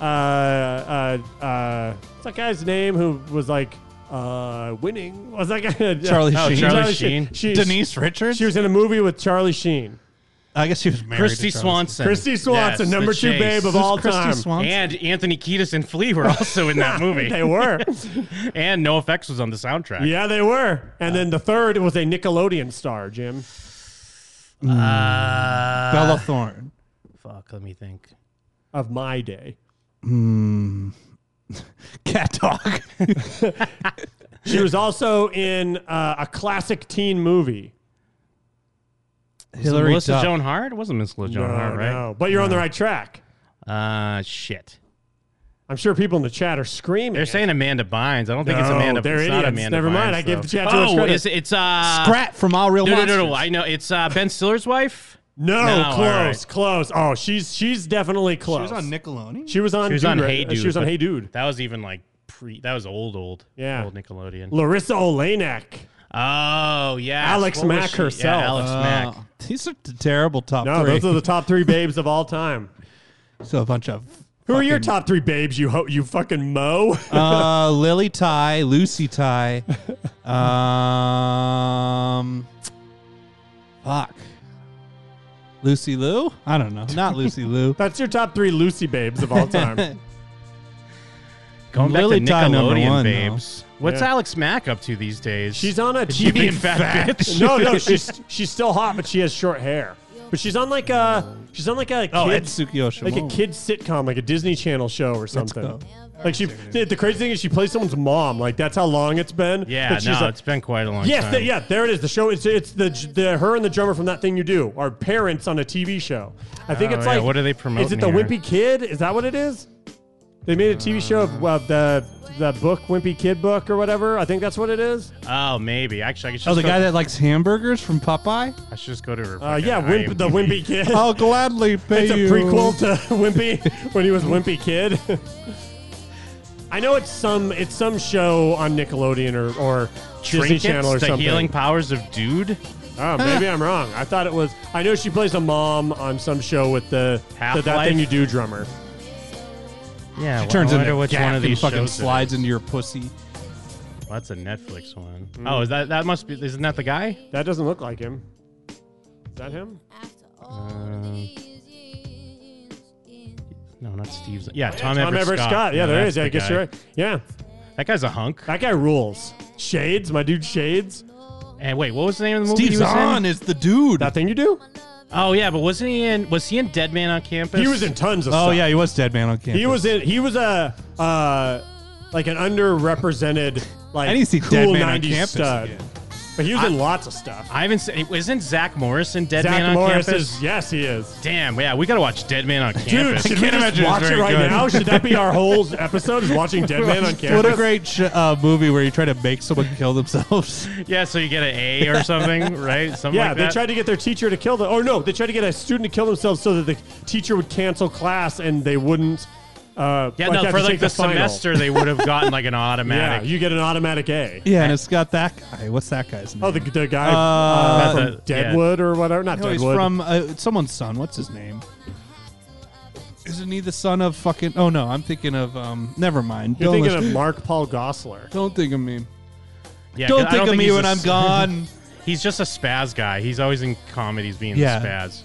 S11: uh, uh, uh, what's that guy's name who was like uh, winning. Was that guy? Oh,
S2: Charlie Sheen. Charlie Sheen.
S11: She's-
S2: Denise Richards?
S11: She was in a movie with Charlie Sheen.
S2: I guess she was married
S10: Christy
S2: to Charlie
S10: Swanson.
S11: Christy Swanson,
S10: Yes,
S11: number
S10: The
S11: two
S10: Chase.
S11: babe of
S10: Who's
S11: all
S10: Christy
S11: time.
S10: Swanson? And Anthony Kiedis and Flea were also in that movie.
S11: They were.
S10: and No Effects was on the soundtrack.
S11: Yeah, they were. And then the third was a Nickelodeon star, Jim.
S10: Uh,
S11: Bella Thorne.
S10: Fuck, let me think.
S11: Of my day.
S2: Hmm. Cat dog.
S11: She was also in uh, a classic teen movie.
S10: Hillary Melissa Duff. Joan Hart? It wasn't Melissa Joan
S11: No,
S10: Hart, right?
S11: No, but you're on the
S10: No.
S11: right track.
S10: Uh, shit.
S11: I'm sure people in the chat are screaming.
S10: They're saying Amanda Bynes. I don't think it's
S11: No,
S10: Amanda.
S11: they're
S10: it's not
S11: idiots.
S10: Amanda.
S11: Never mind,
S10: Bynes,
S11: I give
S10: though.
S11: the chat too much
S10: Oh,
S11: credit.
S10: it's, it's uh,
S2: Scrat from All Real
S10: no, no, no, no.
S2: Monsters.
S10: I know it's uh, Ben Stiller's wife.
S11: No,
S10: all
S11: close,
S10: right.
S11: close. Oh, she's she's definitely
S10: was
S11: close.
S10: on
S2: Nickelodeon.
S11: She was on.
S10: She was
S11: Dude
S10: on
S11: Ra- uh,
S10: Hey Dude.
S11: She was on
S10: but
S11: Hey Dude.
S10: That was even like pre. That was old, old.
S11: Yeah.
S10: Old Nickelodeon.
S11: Larissa Olenek.
S10: Oh yeah.
S11: Alex
S10: What was
S11: Mack
S10: she? Yeah,
S11: herself.
S10: Alex Mack.
S2: These are t- terrible top
S11: No,
S2: three.
S11: those are the top three babes of all time.
S2: so a bunch of
S11: Who are your top three babes? You ho- you fucking mo.
S2: uh, Lily Ty, Lucy Ty. Um, fuck. Lucy Lou? I don't know. Not Lucy Lou.
S11: That's your top three Lucy babes of all time.
S10: Going back
S2: Lily
S10: to
S2: Ty number
S10: Nickelodeon
S2: one, though.
S10: babes. What's
S11: Yeah.
S10: Alex Mack up to these days?
S11: She's on a
S10: Is she a big
S11: TV
S10: fat, bitch.
S11: no, no, she's she's still hot, but she has short hair. But she's on like a she's on like a
S2: Oh,
S11: kid,
S2: Etsuki
S11: like a
S2: Yoshimoto.
S11: kid sitcom, like a Disney Channel show or something. Like she, the crazy thing is she plays someone's mom. Like that's how long it's been.
S10: Yeah,
S11: That she's
S10: no,
S11: like-
S10: it's been quite a long
S11: yes,
S10: time.
S11: th- yeah, there it is. The show. It's it's the the her and the drummer from that thing you do are parents on a TV show. I think
S10: Oh,
S11: it's
S10: yeah,
S11: like
S10: what are they
S11: Is
S10: promoting
S11: it the
S10: here?
S11: Wimpy Kid? Is that what it is? They made a TV show of well, the the book Wimpy Kid book or whatever. I think that's what it is.
S10: Oh, maybe. Actually, I could just
S2: Oh, the
S10: go,
S2: guy that likes hamburgers from Popeye?
S10: I should just go to her.
S11: Uh,
S10: fucking E.
S11: yeah, Wimp, the
S10: IMDb.
S11: Wimpy Kid.
S2: I'll gladly pay
S11: it's a
S10: E
S2: you.
S11: prequel to Wimpy when he was Wimpy Kid. I know it's some it's some show on Nickelodeon or, or Disney
S10: Trinkets,
S11: Channel or
S10: the
S11: something.
S10: healing powers of dude.
S11: Oh, maybe I'm wrong. I thought it was. I know she plays a mom on some show with the the, that
S10: Half-Life?
S11: thing you do drummer.
S10: Yeah,
S2: She turns
S10: I
S2: into
S10: wonder which
S2: Gap
S10: one of
S2: and
S10: these
S2: fucking
S10: shows it
S2: slides
S10: is.
S2: into your pussy.
S10: Well, that's a Netflix one.
S11: Mm.
S10: Oh, is that that must be? Isn't that the guy?
S11: That doesn't look like him. Is that him?
S2: Uh,
S10: Um, no, not Steve's. Yeah, Tom,
S11: Tom
S10: Everett,
S11: Everett Scott. Yeah,
S10: No,
S11: there
S10: that's
S11: is. Yeah, I
S10: the
S11: guess
S10: guy.
S11: you're right. Yeah,
S10: That guy's a hunk.
S11: that guy rules. Shades, my dude. Shades.
S10: And wait, what was the name of the movie?
S2: Steve
S10: he was
S2: Zahn
S10: in?
S2: is the dude.
S11: That thing you do.
S10: Oh yeah, but wasn't he in? Was he in Dead Man on Campus?
S11: He was in tons of.
S2: Oh,
S11: stuff.
S2: yeah, he was Dead Man on Campus.
S11: He was in. He was a uh, like an underrepresented like
S2: I need to see
S11: cool
S2: Dead Man on
S11: 90s
S2: Campus
S11: stud.
S2: again.
S11: But he was in
S10: I-
S11: lots of stuff.
S10: I haven't seen. Isn't Zach Morris in Dead
S11: Zach
S10: Man on
S11: Morris
S10: Campus?
S11: is yes, he is.
S10: Damn, yeah, we gotta watch Dead Man on
S11: Dude,
S10: Campus.
S11: should we just watch it right now? Should that be our whole episode? Is watching Dead Man on campus?
S2: What a great sh- uh, movie where you try to make someone kill themselves.
S10: Yeah, so you get an A or something, right? Something
S11: yeah,
S10: like
S11: they
S10: that.
S11: tried to get their teacher to kill the. Or no, they tried to get a student to kill themselves so that the teacher would cancel class and they wouldn't. Uh,
S10: yeah,
S11: have
S10: no,
S11: to
S10: for like
S11: take
S10: the,
S11: final.
S10: semester, they would have gotten like an
S11: Yeah,
S10: automatic.
S11: you get an automatic A.
S2: yeah, and it's got that guy. What's that guy's name?
S11: Oh, the, the guy
S2: Uh,
S11: uh, from
S10: the-
S11: Deadwood or whatever. Not
S2: No, he's
S11: Deadwood.
S2: from uh, someone's son. What's his name? Isn't he the son of fucking? Oh no, I'm thinking of. um Never mind.
S11: You're
S2: Don't
S11: thinking
S2: listen-
S11: of Mark Paul Gossler.
S2: Don't think of me.
S10: Yeah, 'cause
S2: don't
S10: I
S2: think of me
S10: he's a
S2: when I'm
S10: s-
S2: gone.
S10: he's just a spaz guy. He's always in comedies being
S2: Yeah.
S10: the spaz.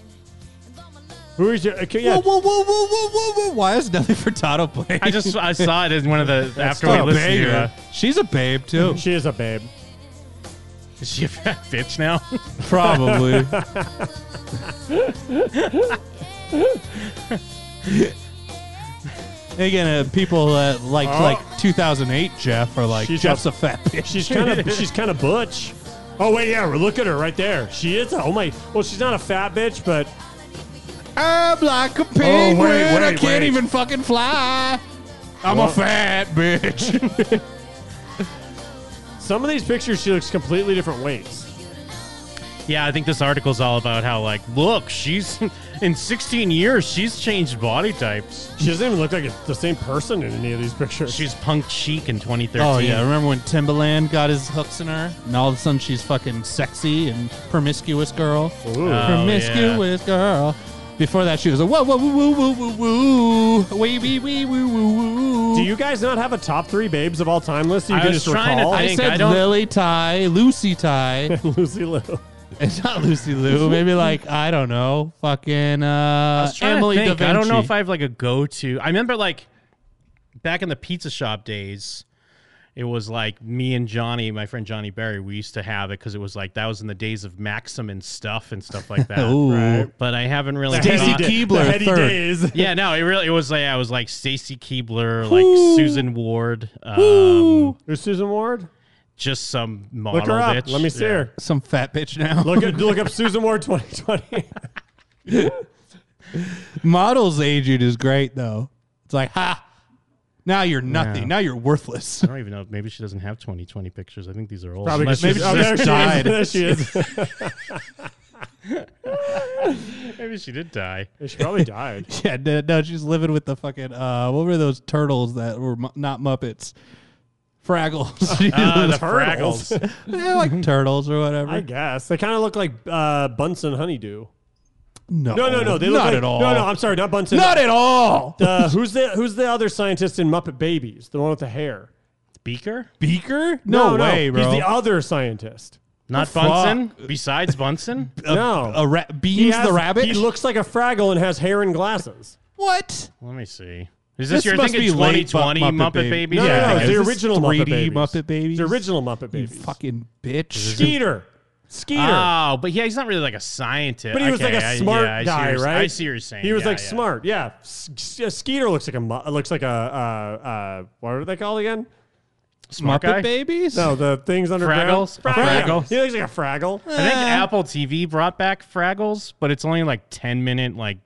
S11: Who is your? Okay, yeah.
S2: Whoa, whow, whoa, whoa, whoa, whoa, whoa! Why is nothing for Tato playing?
S10: I just I saw it in one of the after we
S2: Oh,
S10: listened to. Uh,
S11: eh?
S2: banger. She's a babe too.
S11: She is a babe.
S10: is she a fat uh, bitch now?
S2: Probably. Again, uh, people that liked
S11: Oh.
S2: like 2008 Jeff are like
S11: She's
S2: Jeff's
S11: a-
S2: a fat bitch.
S11: She's kind of she's kind of butch. Oh wait, yeah, look at her right there. She is. A, oh my. Well, she's not a fat bitch, but
S2: I'm like a penguin. I
S11: Oh, wait,
S2: can't
S11: wait.
S2: even fucking fly. I'm
S11: Well-
S2: a fat bitch.
S11: some of these pictures she looks completely different weights.
S10: yeah, I think this article's all about how like, look, she's in 16 years, she's changed body types.
S11: She doesn't even look like the same person in any of these pictures.
S10: She's punk chic in 2013.
S2: oh yeah, remember when Timbaland got his hooks in her, and all of a sudden she's fucking sexy and promiscuous girl, Oh,
S11: Ooh.
S2: promiscuous girl. Before that, she was a whoa, whoa, woo, woo, woo, woo, woo, wee, wee, wee, woo, woo, woo.
S11: Do you guys not have a top three babes of all time list that you
S2: I
S11: can
S2: was
S11: just
S2: trying to
S11: recall?
S2: think. I said I don't- Lily Ty, Lucy Ty,
S11: Lucy Lou.
S2: It's not Lucy Lou. Maybe like I don't know, fucking uh,
S10: was trying to
S2: Emily
S10: think.
S2: Da Vinci.
S10: I don't know if I have like a go to. I remember like back in the pizza shop days, it was like me and Johnny, my friend Johnny Barry, we used to have it because it was like that was in the days of Maxim and stuff and stuff like that.
S2: Ooh. Right.
S10: But I haven't really
S2: Stacy
S10: thought-
S2: Keibler, The heady third. days.
S10: yeah, no, it really it was like I was like Stacy Keebler, like
S11: Woo.
S10: Susan Ward.
S11: Woo.
S10: Um,
S11: Who's Susan Ward?
S10: just some model
S11: Look her up.
S10: bitch.
S11: Let me see
S10: Yeah.
S11: her.
S2: Some fat bitch now.
S11: Look at look up Susan Ward 2020.
S2: Models aging is great though. It's like ha, now you're nothing.
S10: Yeah.
S2: Now you're worthless.
S10: I don't even know. Maybe she doesn't have 2020 pictures. I think these are old.
S2: Probably 'cause
S10: Unless
S2: she's-
S10: she
S2: oh, there she is.
S10: Maybe she did die.
S11: She probably died.
S2: yeah, no, no, she's living with the fucking uh, what were those turtles that were mu- not Muppets? Fraggles. She
S11: Ah,
S2: lives-
S11: the Fraggles.
S2: They're like turtles or whatever.
S11: I guess they kind of look like uh, Bunsen honeydew.
S2: no,
S11: no, no, no. They look
S2: not
S11: like-
S2: at all.
S11: No, no. I'm sorry, not Bunsen.
S2: Not at all.
S11: The, who's the Who's the other scientist in Muppet Babies? The one with the hair.
S10: Beaker?
S2: Beaker? No, way, bro.
S11: He's the other scientist.
S10: Not Bunsen. Besides Bunsen,
S11: no.
S2: a ra- Beans
S11: He has-
S2: the rabbit?
S11: He looks like a Fraggle and has hair and glasses.
S2: What?
S10: Let me see. Is this,
S2: This
S10: your
S2: must
S10: thinking
S2: be late
S10: 2020
S2: Muppet
S10: Muppet,
S2: Baby.
S10: Baby?
S11: No,
S2: Yeah,
S11: no, no.
S2: I
S11: It's
S2: guess.
S11: the
S2: Is this
S11: original Muppet
S2: 3D
S11: Babies.
S2: Muppet Babies?
S11: The original Muppet Babies.
S2: fucking bitch.
S11: Skeeter. Skeeter.
S10: Oh, but yeah, he's not really like a scientist.
S11: But he was
S10: Okay,
S11: like
S10: I-
S11: a smart
S10: yeah, I see
S11: guy,
S10: what you're-
S11: right?
S10: I see what you're saying.
S11: He was
S10: Yeah,
S11: like
S10: yeah.
S11: smart. Yeah. S- S- Skeeter looks like a mu- looks like a uh, uh, what are they called again?
S10: Smart guy?
S11: No, the things underground.
S10: Fraggles? Eh, A Fraggle?
S11: He looks like a Fraggle.
S10: I think Apple TV brought back Fraggles, but it's only like 10 minute, like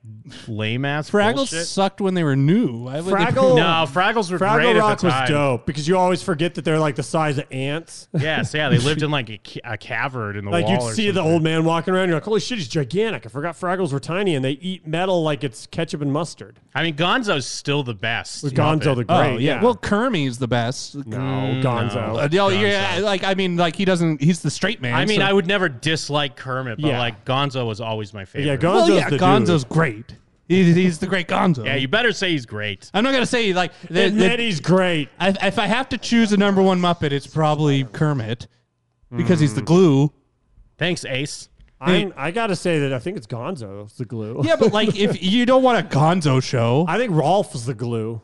S10: lame ass
S2: Fraggles
S10: bullshit.
S2: sucked when they were new. Why would they-
S11: Fraggle.
S10: No, Fraggles were
S11: Fraggle
S10: great at the
S11: Rock
S10: time.
S11: was dope because you always forget that they're like the size of ants.
S10: Yes, yeah, they lived in like a, ca- a cavern in the
S11: Like
S10: wall.
S11: you'd
S10: or
S11: see the
S10: something.
S11: old man walking around, you're like, "Holy shit, he's gigantic!" I forgot Fraggles were tiny, and they eat metal like it's ketchup and mustard.
S10: I mean, Gonzo's still the best. Uh,
S11: With Gonzo
S10: Muppet.
S11: the Great,
S2: Oh yeah. Well, Kermy's the best. No,
S11: Mm,
S2: Uh,
S11: Gonzo.
S2: yeah, like I mean, like he doesn't. He's the straight man.
S10: I mean,
S2: so-
S10: I would never dislike Kermit, but
S2: Yeah.
S10: like Gonzo was always my favorite.
S2: Yeah, Well, Gonzo's yeah, the Gonzo's dude. great. He- he's the great Gonzo.
S10: Yeah, you better say he's great.
S2: I'm not gonna say like
S10: And that he's
S11: great.
S2: I, if I have to choose a number one Muppet, it's probably Kermit because he's the glue.
S10: Thanks, Ace.
S11: I'm, I gotta say that I think it's Gonzo's the glue.
S2: Yeah, but like if you don't want a Gonzo show,
S11: I think Rolf's the glue.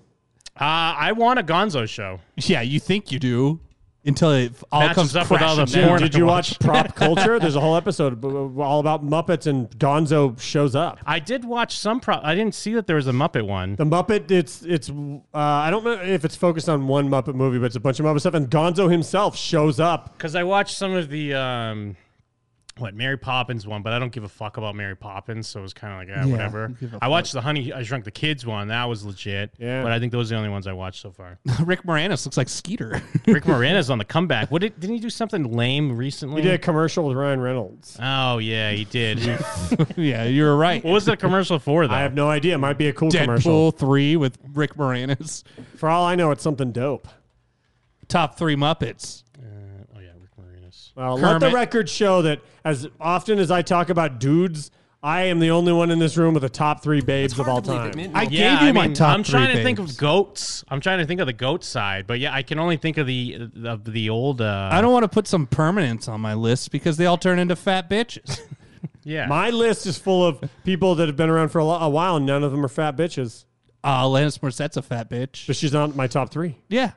S10: Uh, I want a Gonzo show.
S2: Yeah, you think you do until it all
S10: Matches
S2: comes
S10: up with all the
S2: crashing down.
S10: porn
S11: Did you watch Prop Culture? There's a whole episode b- b- all about Muppets and Gonzo shows up.
S10: I did watch some. Pro- I didn't see that there was a Muppet one.
S11: The Muppet, it's it's uh, I don't know if it's focused on one Muppet movie, but it's a bunch of Muppet stuff, and Gonzo himself shows up.
S10: Because I watched some of the um, what Mary Poppins one, but I don't give a fuck about Mary Poppins, so it was kind of like eh,
S11: Yeah,
S10: whatever.
S11: you give a
S10: I watched the Honey I Shrunk the Kids one, that was legit. Yeah, but I think those are the only ones I watched so far.
S2: Rick Moranis looks like Skeeter.
S10: Rick Moranis on the comeback. What did, didn't he do something lame recently?
S11: He did a commercial with Ryan Reynolds.
S10: Oh yeah, he did.
S2: yeah, you were right.
S10: What was the commercial for though?
S11: I have no idea. It might be a cool
S2: Deadpool
S11: commercial.
S2: three with Rick Moranis.
S11: For all I know, it's something dope.
S2: Top three Muppets.
S10: Oh,
S11: Well, Uh, let the
S2: Kermit.
S11: record show that as often as I talk about dudes, I am the only one in this room with the top three babes of all time.
S10: Yeah, I mean, I'm trying to think of goats. I'm trying to think of the goat side, but yeah, I can only think of the of the old. Uh,
S2: I don't want to put some permanence on my list because they all turn into fat bitches.
S10: Yeah.
S11: My list is full of people that have been around for a, lo- a while, and none of them are fat bitches.
S2: Uh, Alanis Morissette's a fat bitch.
S11: But she's not in my top three.
S2: Yeah.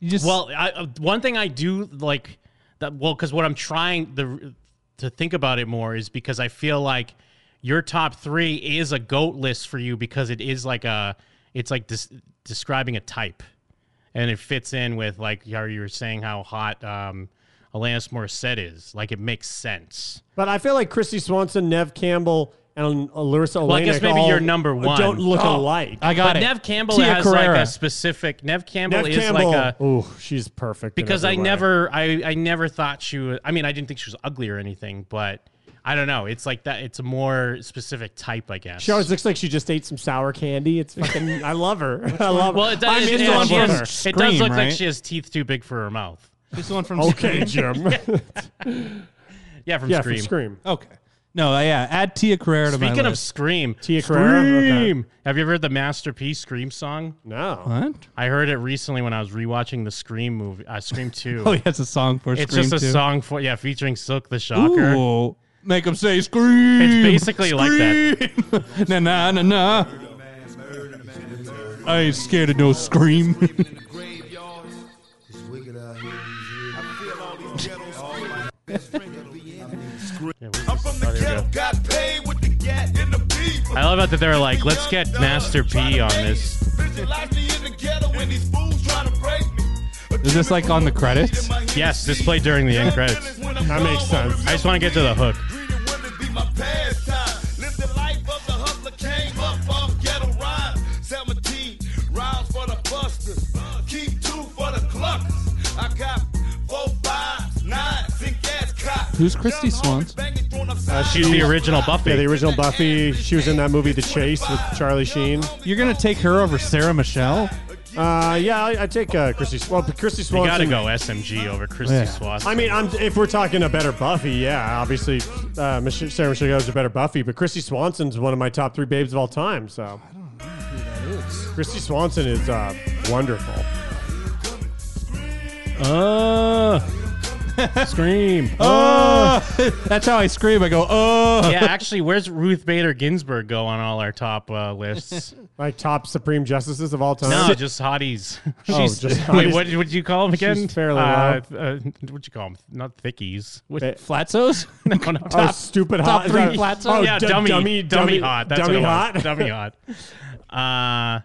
S2: You just
S10: well, I, uh, one thing I do like that. Well, because what I'm trying the to think about it more is because I feel like your top three is a goat list for you because it is like a it's like des- describing a type, and it fits in with like how you were saying how hot um, Alanis Morissette is. Like it makes sense.
S11: But I feel like Christy Swanson, Nev Campbell, and uh, Larissa
S10: Well, I guess
S11: Olenek
S10: maybe
S11: all
S10: your number one.
S11: oh, Don't look
S10: Oh,
S11: alike.
S10: but Nev Campbell has like a specific. Nev Campbell
S11: Nev
S10: is like a
S11: Ooh, she's perfect. in
S10: because
S11: every
S10: I
S11: way.
S10: never I, I never thought she was I mean I didn't think she was ugly or anything but I don't know it's like that it's a more specific type I guess
S11: She always looks like she just ate some sour candy. It's fucking. I love her. I love.
S10: well
S11: her.
S10: it does,
S11: I'm
S10: it,
S11: in
S10: does-
S11: love
S10: she
S11: with
S10: has-
S11: her.
S10: it does look like she has teeth too big for her mouth
S2: This one from
S11: Okay,
S2: Scream.
S11: Jim.
S10: yeah from
S11: Yeah, from
S10: Scream
S11: Scream.
S2: Okay. No, uh, yeah. Add Tia Carrera to my
S10: Speaking of
S2: list.
S10: Scream,
S11: Tia
S2: Carrera?
S10: Scream. Have you ever heard the masterpiece Scream song?
S11: No.
S2: What?
S10: I heard it recently when I was rewatching the Scream movie, uh, Scream Two.
S2: Oh, yeah, it's a song for
S10: It's
S2: Scream
S10: just a
S2: 2.
S10: song for yeah, featuring Silk the Shocker.
S2: Ooh. Make them say scream.
S10: It's basically like
S2: that. na na na na. I ain't scared of no scream.
S10: I'm from
S2: Oh,
S10: the ghetto, got paid with the gat and the beef. I love it that they're like, let's get Master P on this.
S2: Is this like on the credits?
S10: Yes, this played during the end credits. That makes sense. I just want to get to the hook.
S2: Who's Christy Swans?
S11: Uh,
S10: she's the original Buffy.
S11: Yeah, the original Buffy. She was in that movie, The Chase, with Charlie Sheen.
S2: You're gonna take her over Sarah Michelle?
S11: Uh, yeah, I, I take uh, Christy. Sw- Well, but Christy
S10: You
S11: Swanson.
S10: got to go SMG over Christy
S11: Oh, Yeah.
S10: Swanson.
S11: I mean, I'm, if we're talking a better Buffy, yeah, obviously uh, Mich- Sarah Michelle Gellar's a better Buffy, but Christy Swanson's one of my top three babes of all time. So, Christy Swanson is uh, wonderful.
S10: Uh, scream.
S2: that's how I scream. I go, oh.
S10: Yeah, actually, where's Ruth Bader Ginsburg go on all our top uh, lists?
S11: My top Supreme Justices of all time.
S10: No, just hotties.
S11: Oh,
S10: She's,
S11: just
S10: wait,
S11: hotties.
S10: what would you call them again?
S11: She's fairly
S10: uh,
S11: low.
S10: uh, What'd you call them? Not thickies. What,
S2: flatzos?
S10: no, no.
S11: Oh, stupid
S10: top
S11: hot. Is
S10: three
S11: that-
S10: flatzos?
S11: Oh,
S10: yeah,
S11: d-
S10: dummy,
S11: dummy-
S10: dummy,
S11: dummy-
S10: hot. That's
S11: dummy
S10: what it was.
S11: hot?
S10: dummy hot. Uh,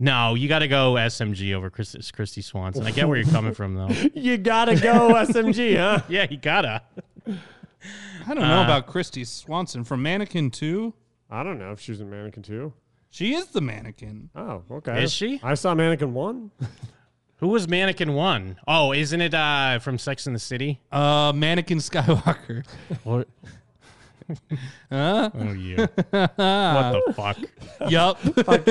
S10: no, you got to go SMG over Chris, Christy Swanson. I get where you're coming from, though.
S11: you gotta go SMG, huh?
S10: Yeah, you gotta.
S2: I don't know
S10: Uh,
S2: about Christy Swanson from Mannequin 2.
S11: I don't know if she was in Mannequin 2.
S2: She is the mannequin.
S11: Oh, okay.
S10: Is she?
S11: I saw Mannequin 1.
S10: Who was Mannequin One? Oh, isn't it uh, from Sex in the City?
S2: Uh, Mannequin Skywalker.
S10: What?
S2: Huh?
S10: Oh, you. What the fuck?
S2: Yup.
S11: Fuck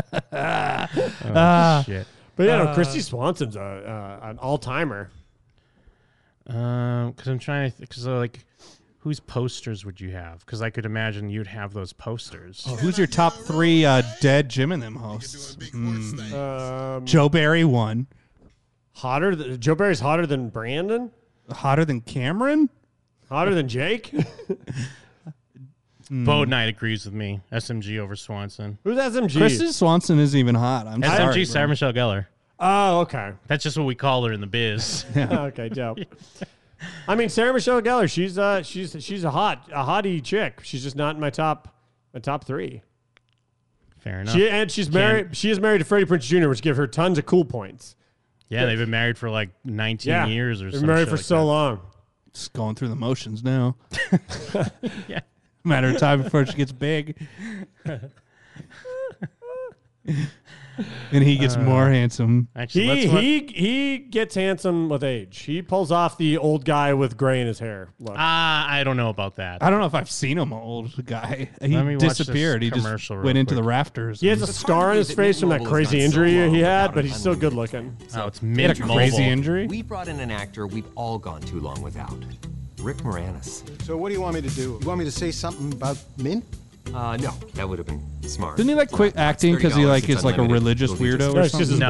S2: Oh, Ah. shit.
S11: But yeah, no,
S2: Uh,
S11: Christy Swanson's a, uh, an all timer.
S10: Um, because I'm trying to, because like, whose posters would you have? Because I could imagine you'd have those posters.
S2: Oh, who's your top three uh, dead Jim and them hosts? Hmm.
S11: Um,
S2: Joe Barry one.
S11: Hotter th- Joe Barry's hotter than Brandon.
S2: Hotter than Cameron.
S11: Hotter than Jake.
S10: Bo Knight agrees with me. SMG over Swanson.
S11: Who's SMG?
S2: Kristen Swanson isn't even hot. I'm
S10: SMG
S2: sorry.
S10: Sarah
S2: bro.
S10: Michelle Gellar.
S11: Oh, okay.
S10: That's just what we call her in the biz.
S11: okay, dope. I mean, Sarah Michelle Gellar. She's uh, she's she's a hot a hottie chick. She's just not in my top my top three.
S10: Fair enough.
S11: She and she's
S10: Can't-
S11: married. She is married to Freddie Prince Jr., which give her tons of cool points.
S10: Yeah, they've been married for like 19
S11: Yeah,
S10: years or
S11: they've been
S10: something.
S11: married for so long.
S2: Just going through the motions now. Matter of time before she gets big. And he gets
S10: Uh,
S2: more handsome.
S10: Actually,
S11: he
S10: let's let-
S11: he he gets handsome with age. He pulls off the old guy with gray in his hair look.
S10: Ah, I don't know about that.
S2: I don't know if I've seen him, an old guy.
S10: Let
S2: He
S10: me watch this
S2: disappeared. He just
S10: commercial
S2: went
S10: real
S2: into the
S10: quick.
S2: rafters.
S11: He has
S2: and-
S11: a star on his face from that crazy injury he had, but he's still good looking.
S10: Oh, it's
S2: He had a
S10: mid
S2: crazy injury.
S19: We brought in an actor we've all gone too long without. Rick Moranis.
S20: So what do you want me to do? You want me to say something about men?
S19: Uh, no, that would have been smart.
S2: Didn't he like quit acting because he like is like a religious weirdo or something?
S10: No.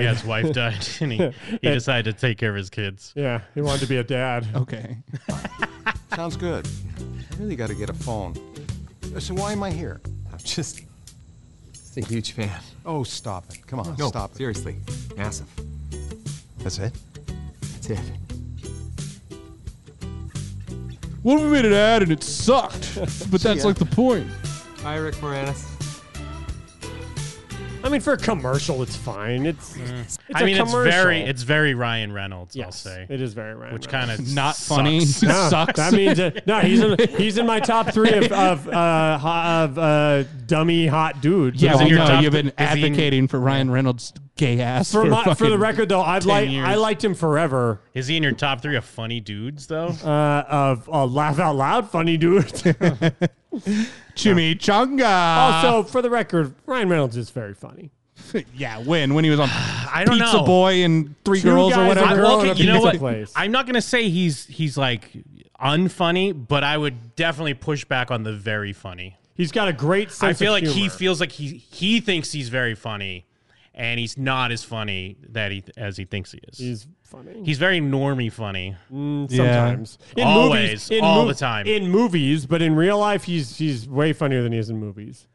S10: Yeah, his wife died, and he, he decided to take care of his kids.
S11: Yeah, he wanted to be a dad.
S2: Okay.
S20: Sounds good. I really got to get a phone. So why am I here?
S19: I'm just, just a huge fan.
S20: Oh, stop it. Come on,
S19: no,
S20: stop it.
S19: seriously, massive.
S20: That's it?
S19: That's it.
S2: Well, we made an ad and it sucked, but
S19: See
S2: that's
S19: ya.
S2: like the point.
S19: Hi, Rick Moranis.
S11: I mean, for a commercial, it's fine. It's,
S10: Mm.
S11: it's
S10: I mean,
S11: a
S10: it's
S11: commercial.
S10: very it's very Ryan Reynolds. I'll say
S11: it is very Ryan
S10: which kind
S11: Reynolds.
S10: of
S2: Not funny.
S11: No,
S2: Sucks.
S11: That means it, no. He's in, he's in my top three of of, uh, ho- of uh, dummy hot dudes.
S2: Yeah,
S11: Of
S2: we
S11: all
S2: know
S11: time.
S2: you've been advocating for Ryan Reynolds' gay ass.
S11: For,
S2: For,
S11: my, for the
S2: fucking
S11: record, though, I've
S2: 10
S11: like
S2: years.
S11: I liked him forever.
S10: Is he in your top three of funny dudes though?
S11: Uh, of uh, laugh out loud, funny dude.
S2: Chimichanga.
S11: also, for the record, Ryan Reynolds is very funny.
S2: yeah, when when he was on I
S10: don't
S2: Pizza
S10: know.
S2: Boy and Three
S11: Two
S2: Girls
S11: guys
S2: or
S11: and a
S2: whatever.
S11: girl in a
S10: you know
S11: pizza
S10: what?
S11: place.
S10: I'm not gonna say he's he's like unfunny, but I would definitely push back on the very funny.
S11: He's got a great
S10: I
S11: sense
S10: feel
S11: of
S10: like he
S11: humor.
S10: feels like he he thinks he's very funny, and he's not as funny that he as he thinks he is. He's
S11: funny.
S10: He's very normie funny.
S11: Mm, sometimes. In
S10: always,
S11: movies, in
S10: all
S11: mov-
S10: the time.
S11: In movies, but in real life, he's he's way funnier than he is in movies.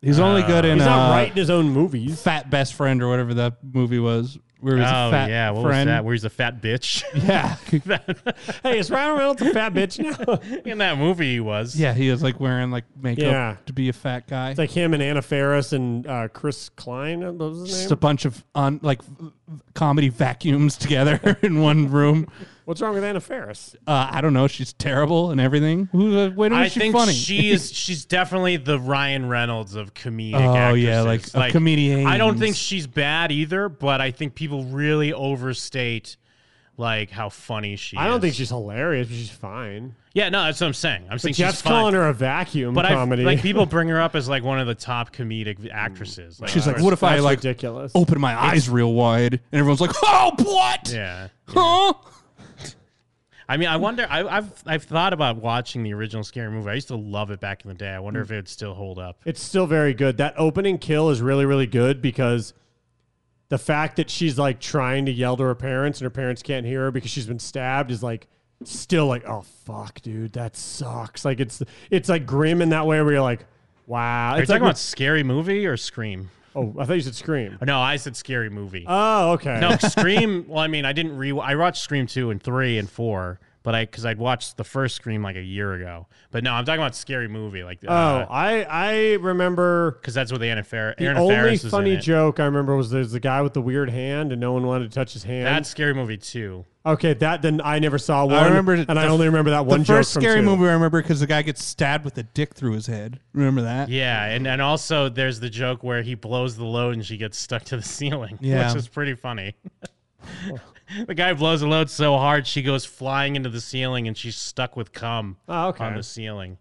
S2: He's only good in
S11: He's not
S2: uh,
S11: writing his own movies.
S2: Fat Best Friend or whatever that movie was. Where he's
S10: oh
S2: a fat
S10: yeah, what
S2: friend.
S10: was that? Where he's a fat bitch.
S2: Yeah.
S11: hey, is Ryan Reynolds a fat bitch now?
S10: in that movie, he was.
S2: Yeah, he was like wearing like makeup
S11: Yeah.
S2: to be a fat guy.
S11: It's like him and Anna Faris and uh, Chris Klein. uh, What was his name?
S2: Just a bunch of on like v- comedy vacuums together in one room.
S11: What's wrong with Anna Faris?
S2: Uh, I don't know. She's terrible and everything. Who, uh, when
S10: I
S2: is she
S10: think
S2: funny?
S10: she is. She's definitely the Ryan Reynolds of comedic.
S2: Oh, yeah,
S10: actresses.
S2: like, a comedian.
S10: I don't think she's bad either, but I think people really overstate like how funny she.
S11: I
S10: is.
S11: don't think she's hilarious. but She's fine.
S10: Yeah, no, that's what I'm saying. I'm
S11: But
S10: saying
S11: Jeff's
S10: she's fine.
S11: calling her a vacuum
S10: I've-
S11: comedy.
S10: like people bring her up as like one of the top comedic actresses.
S2: She's like,
S10: or-
S2: what if I
S10: that's
S2: like
S11: ridiculous.
S2: open my eyes real wide and everyone's like, oh, what?
S10: Yeah.
S2: Huh?
S10: I mean, I wonder. I, I've I've thought about watching the original scary movie. I used to love it back in the day. I wonder if it would still hold up.
S11: It's still very good. That opening kill is really, really good because the fact that she's like trying to yell to her parents and her parents can't hear her because she's been stabbed is like still like, oh fuck, dude, that sucks. Like it's it's like grim in that way where you're like, wow.
S10: Are you
S11: It's
S10: talking
S11: like,
S10: about scary movie or Scream?
S11: Oh, I thought you said Scream.
S10: No, I said scary movie.
S11: Oh, okay.
S10: No, Scream. Well, I mean, I didn't re. I watched Scream two and three and four, but I because I'd watched the first Scream like a year ago. But no, I'm talking about scary movie. Like,
S11: oh, I I remember
S10: because that's what the Anna Faris.
S11: the
S10: Anna
S11: only
S10: Faris is
S11: funny
S10: in it.
S11: joke I remember was there's the guy with the weird hand and no one wanted to touch his hand.
S10: That's scary movie two.
S11: okay, that then I never saw one.
S2: I remember,
S11: and
S2: the-
S11: I only remember that one
S2: The first
S11: joke from
S2: scary
S11: two.
S2: movie I remember because the guy gets stabbed with a dick through his head. Remember that?
S10: Yeah, and and also there's the joke where he blows the load and she gets stuck to the ceiling,
S2: Yeah.
S10: which is pretty funny. the guy blows the load so hard she goes flying into the ceiling and she's stuck with cum
S11: Oh, okay.
S10: on the ceiling.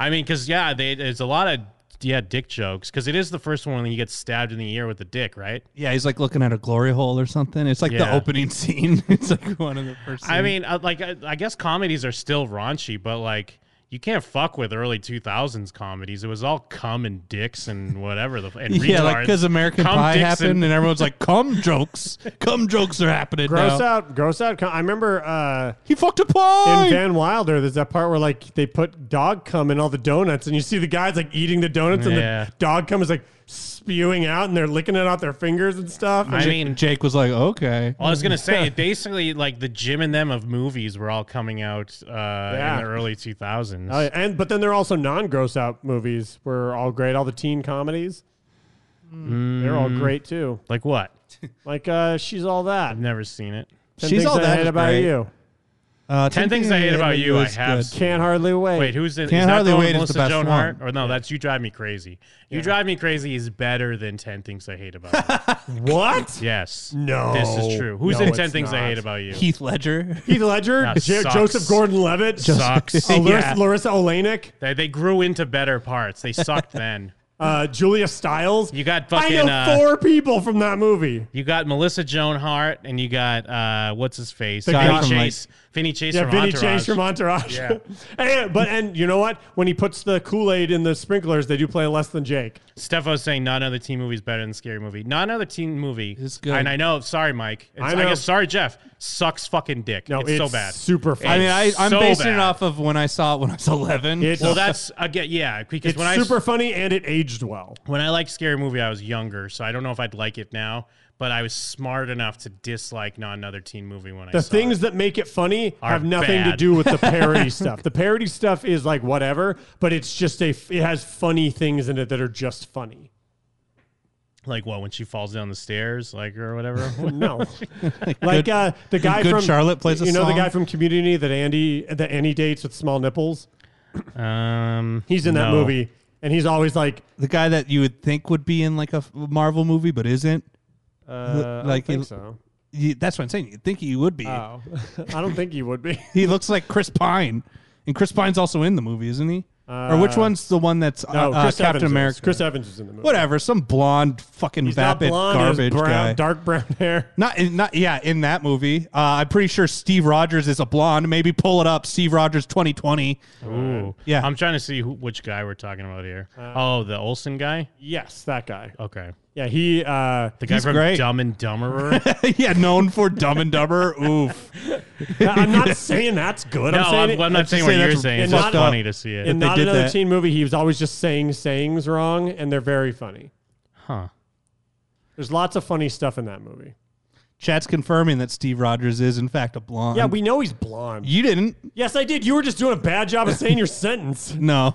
S10: I mean, because yeah, they, there's a lot of yeah dick jokes because it is the first one when he gets stabbed in the ear with the dick, right?
S2: Yeah, he's like looking at a glory hole or something. It's like the
S10: Yeah.
S2: opening scene. It's like one of the first.
S10: I
S2: scenes.
S10: mean, uh, like I, I guess comedies are still raunchy, but like. You can't fuck with early two thousands comedies. It was all cum and dicks and whatever the and
S2: yeah, like
S10: retards.
S2: because American
S10: Cum,
S2: Pie
S10: dicks,
S2: happened and, everyone's like, "Cum jokes, cum jokes are happening
S11: Gross
S2: now."
S11: out, gross out. I remember uh,
S2: he fucked a pie
S11: in Van Wilder. There's that part where like they put dog cum in all the donuts, and you see the guys like eating the donuts,
S10: Yeah.
S11: and the dog cum is like spewing out, and they're licking it off their fingers and stuff.
S10: I
S11: And-
S10: mean-
S2: Jake was like, "Okay."
S10: Well, I was gonna say, basically, like the Jim and them of movies were all coming out uh,
S11: Yeah.
S10: in the early two thousands.
S11: Oh, yeah. and but then there are also non-gross out movies were all great. All the teen comedies,
S10: Mm.
S11: they're all great too.
S10: Like what?
S11: Like uh, she's all that. I've
S10: never seen it.
S11: Ten Sheings I hate
S2: is
S11: about
S2: great.
S11: you.
S2: Uh,
S10: Ten things I hate about you. I
S2: is
S10: have.
S2: good.
S10: seen.
S11: Can't hardly wait.
S10: Wait, who's it?
S2: Can't
S10: that
S2: Hardly
S10: the one with
S2: Wait is
S10: Melissa
S2: the best
S10: Joan
S2: one.
S10: Hart? Or no, that's you drive me crazy. You
S11: Yeah.
S10: drive me crazy is better than Ten Things I Hate About
S11: What?
S10: You. yes.
S11: No.
S10: This is true. Who's
S11: No,
S10: in Ten
S11: it's
S10: Things I
S11: not.
S10: Hate About You?
S2: Heath Ledger.
S11: Heath Ledger,
S10: That
S11: Jo-
S10: sucks.
S11: Joseph Gordon-Levitt,
S10: Sucks.
S11: Uh,
S2: Oh,
S11: Larissa,
S10: Yeah.
S11: Larissa Olenek.
S10: They, they grew into better parts. They sucked then.
S11: Uh, Julia Stiles.
S10: You got fucking.
S11: I know
S10: uh,
S11: four people from that movie.
S10: You got Melissa Joan Hart, and you got uh, what's his face,
S11: The guy
S10: Vinny
S11: from, like-
S10: Chase, Vinny Chase
S11: yeah,
S10: from
S11: Vinny
S10: Entourage.
S11: Chase from Entourage.
S10: Yeah.
S11: and, but and you know what? When he puts the Kool Aid in the sprinklers, they do play less than Jake.
S10: Stefo's saying not another teen movie is better than scary movie. Not another teen movie. It's
S11: good.
S10: And I know. Sorry, Mike. It's,
S11: I
S10: I,
S11: know.
S10: guess sorry, Jeff. Sucks fucking dick.
S11: No,
S10: it's, so
S11: it's
S10: bad.
S11: super
S10: It's
S11: fucking-
S2: I mean, I, I'm
S10: so
S2: basing
S10: bad.
S2: it off of when I saw it when I was 11.
S10: well, that's again, yeah, because
S11: It's
S10: when I
S11: super funny and it aged well.
S10: when I liked scary movie, I was younger, so I don't know if I'd like it now. But I was smart enough to dislike not another teen movie when I
S11: The
S10: saw it.
S11: things that make it funny
S10: Are
S11: have nothing to
S10: bad.
S11: do with the parody stuff. The parody stuff is like whatever, but it's just a it has funny things in it that are just funny.
S10: Like what when she falls down the stairs, like or whatever.
S11: No. like uh, the guy
S10: Good
S11: from
S10: Charlotte plays a
S11: You know
S10: song?
S11: the guy from Community that Andy that Andy dates with small nipples.
S10: Um,
S11: he's in that
S2: no.
S11: movie, and he's always like
S2: the guy that you would think would be in like a f- Marvel movie, but isn't.
S11: Uh, I don't think
S2: he-
S11: so.
S2: he- that's what I'm saying. You'd think he would be.
S11: Oh, I don't think he would be.
S2: He looks like Chris Pine, and Chris Pine's also in the movie, isn't he? or which one's the one that's uh,
S11: no,
S2: uh,
S11: Chris
S2: Captain
S11: Evans is.
S2: America?
S11: Chris Evans is in the movie.
S2: Whatever, some blonde fucking
S11: He's not
S2: vapid
S11: blonde, he has
S2: garbage
S11: brown-
S2: guy.
S11: dark brown hair.
S2: Not, in- not yeah. In that movie, uh, I'm pretty sure Steve Rogers is a blonde. Maybe pull it up, Steve Rogers 2020.
S10: Ooh.
S2: Yeah.
S10: I'm trying to see who, which guy we're talking about here.
S11: Uh,
S10: oh, the Olsen guy?
S11: Yes, that guy.
S10: Okay.
S11: Yeah, he uh
S10: Oh. The guy
S11: he's
S10: from
S11: great.
S10: Dumb and Dumberer.
S2: yeah, known for Dumb and Dumber. Oof.
S11: I'm not saying that's good.
S10: No,
S11: I'm saying
S10: I'm-
S11: it-
S10: I'm not saying what
S11: that's
S10: you're saying. It's
S11: in
S10: just
S11: not a-
S10: funny to see it.
S11: In
S10: That they
S11: not
S10: did
S11: another
S10: that.
S11: teen movie, he was always just saying sayings wrong, and they're very funny.
S10: Huh.
S11: There's lots of funny stuff in that movie.
S2: Chat's confirming that Steve Rogers is in fact a blonde.
S11: yeah, we know he's blonde.
S2: You didn't.
S11: Yes, I did. You were just doing a bad job of saying your sentence.
S2: No.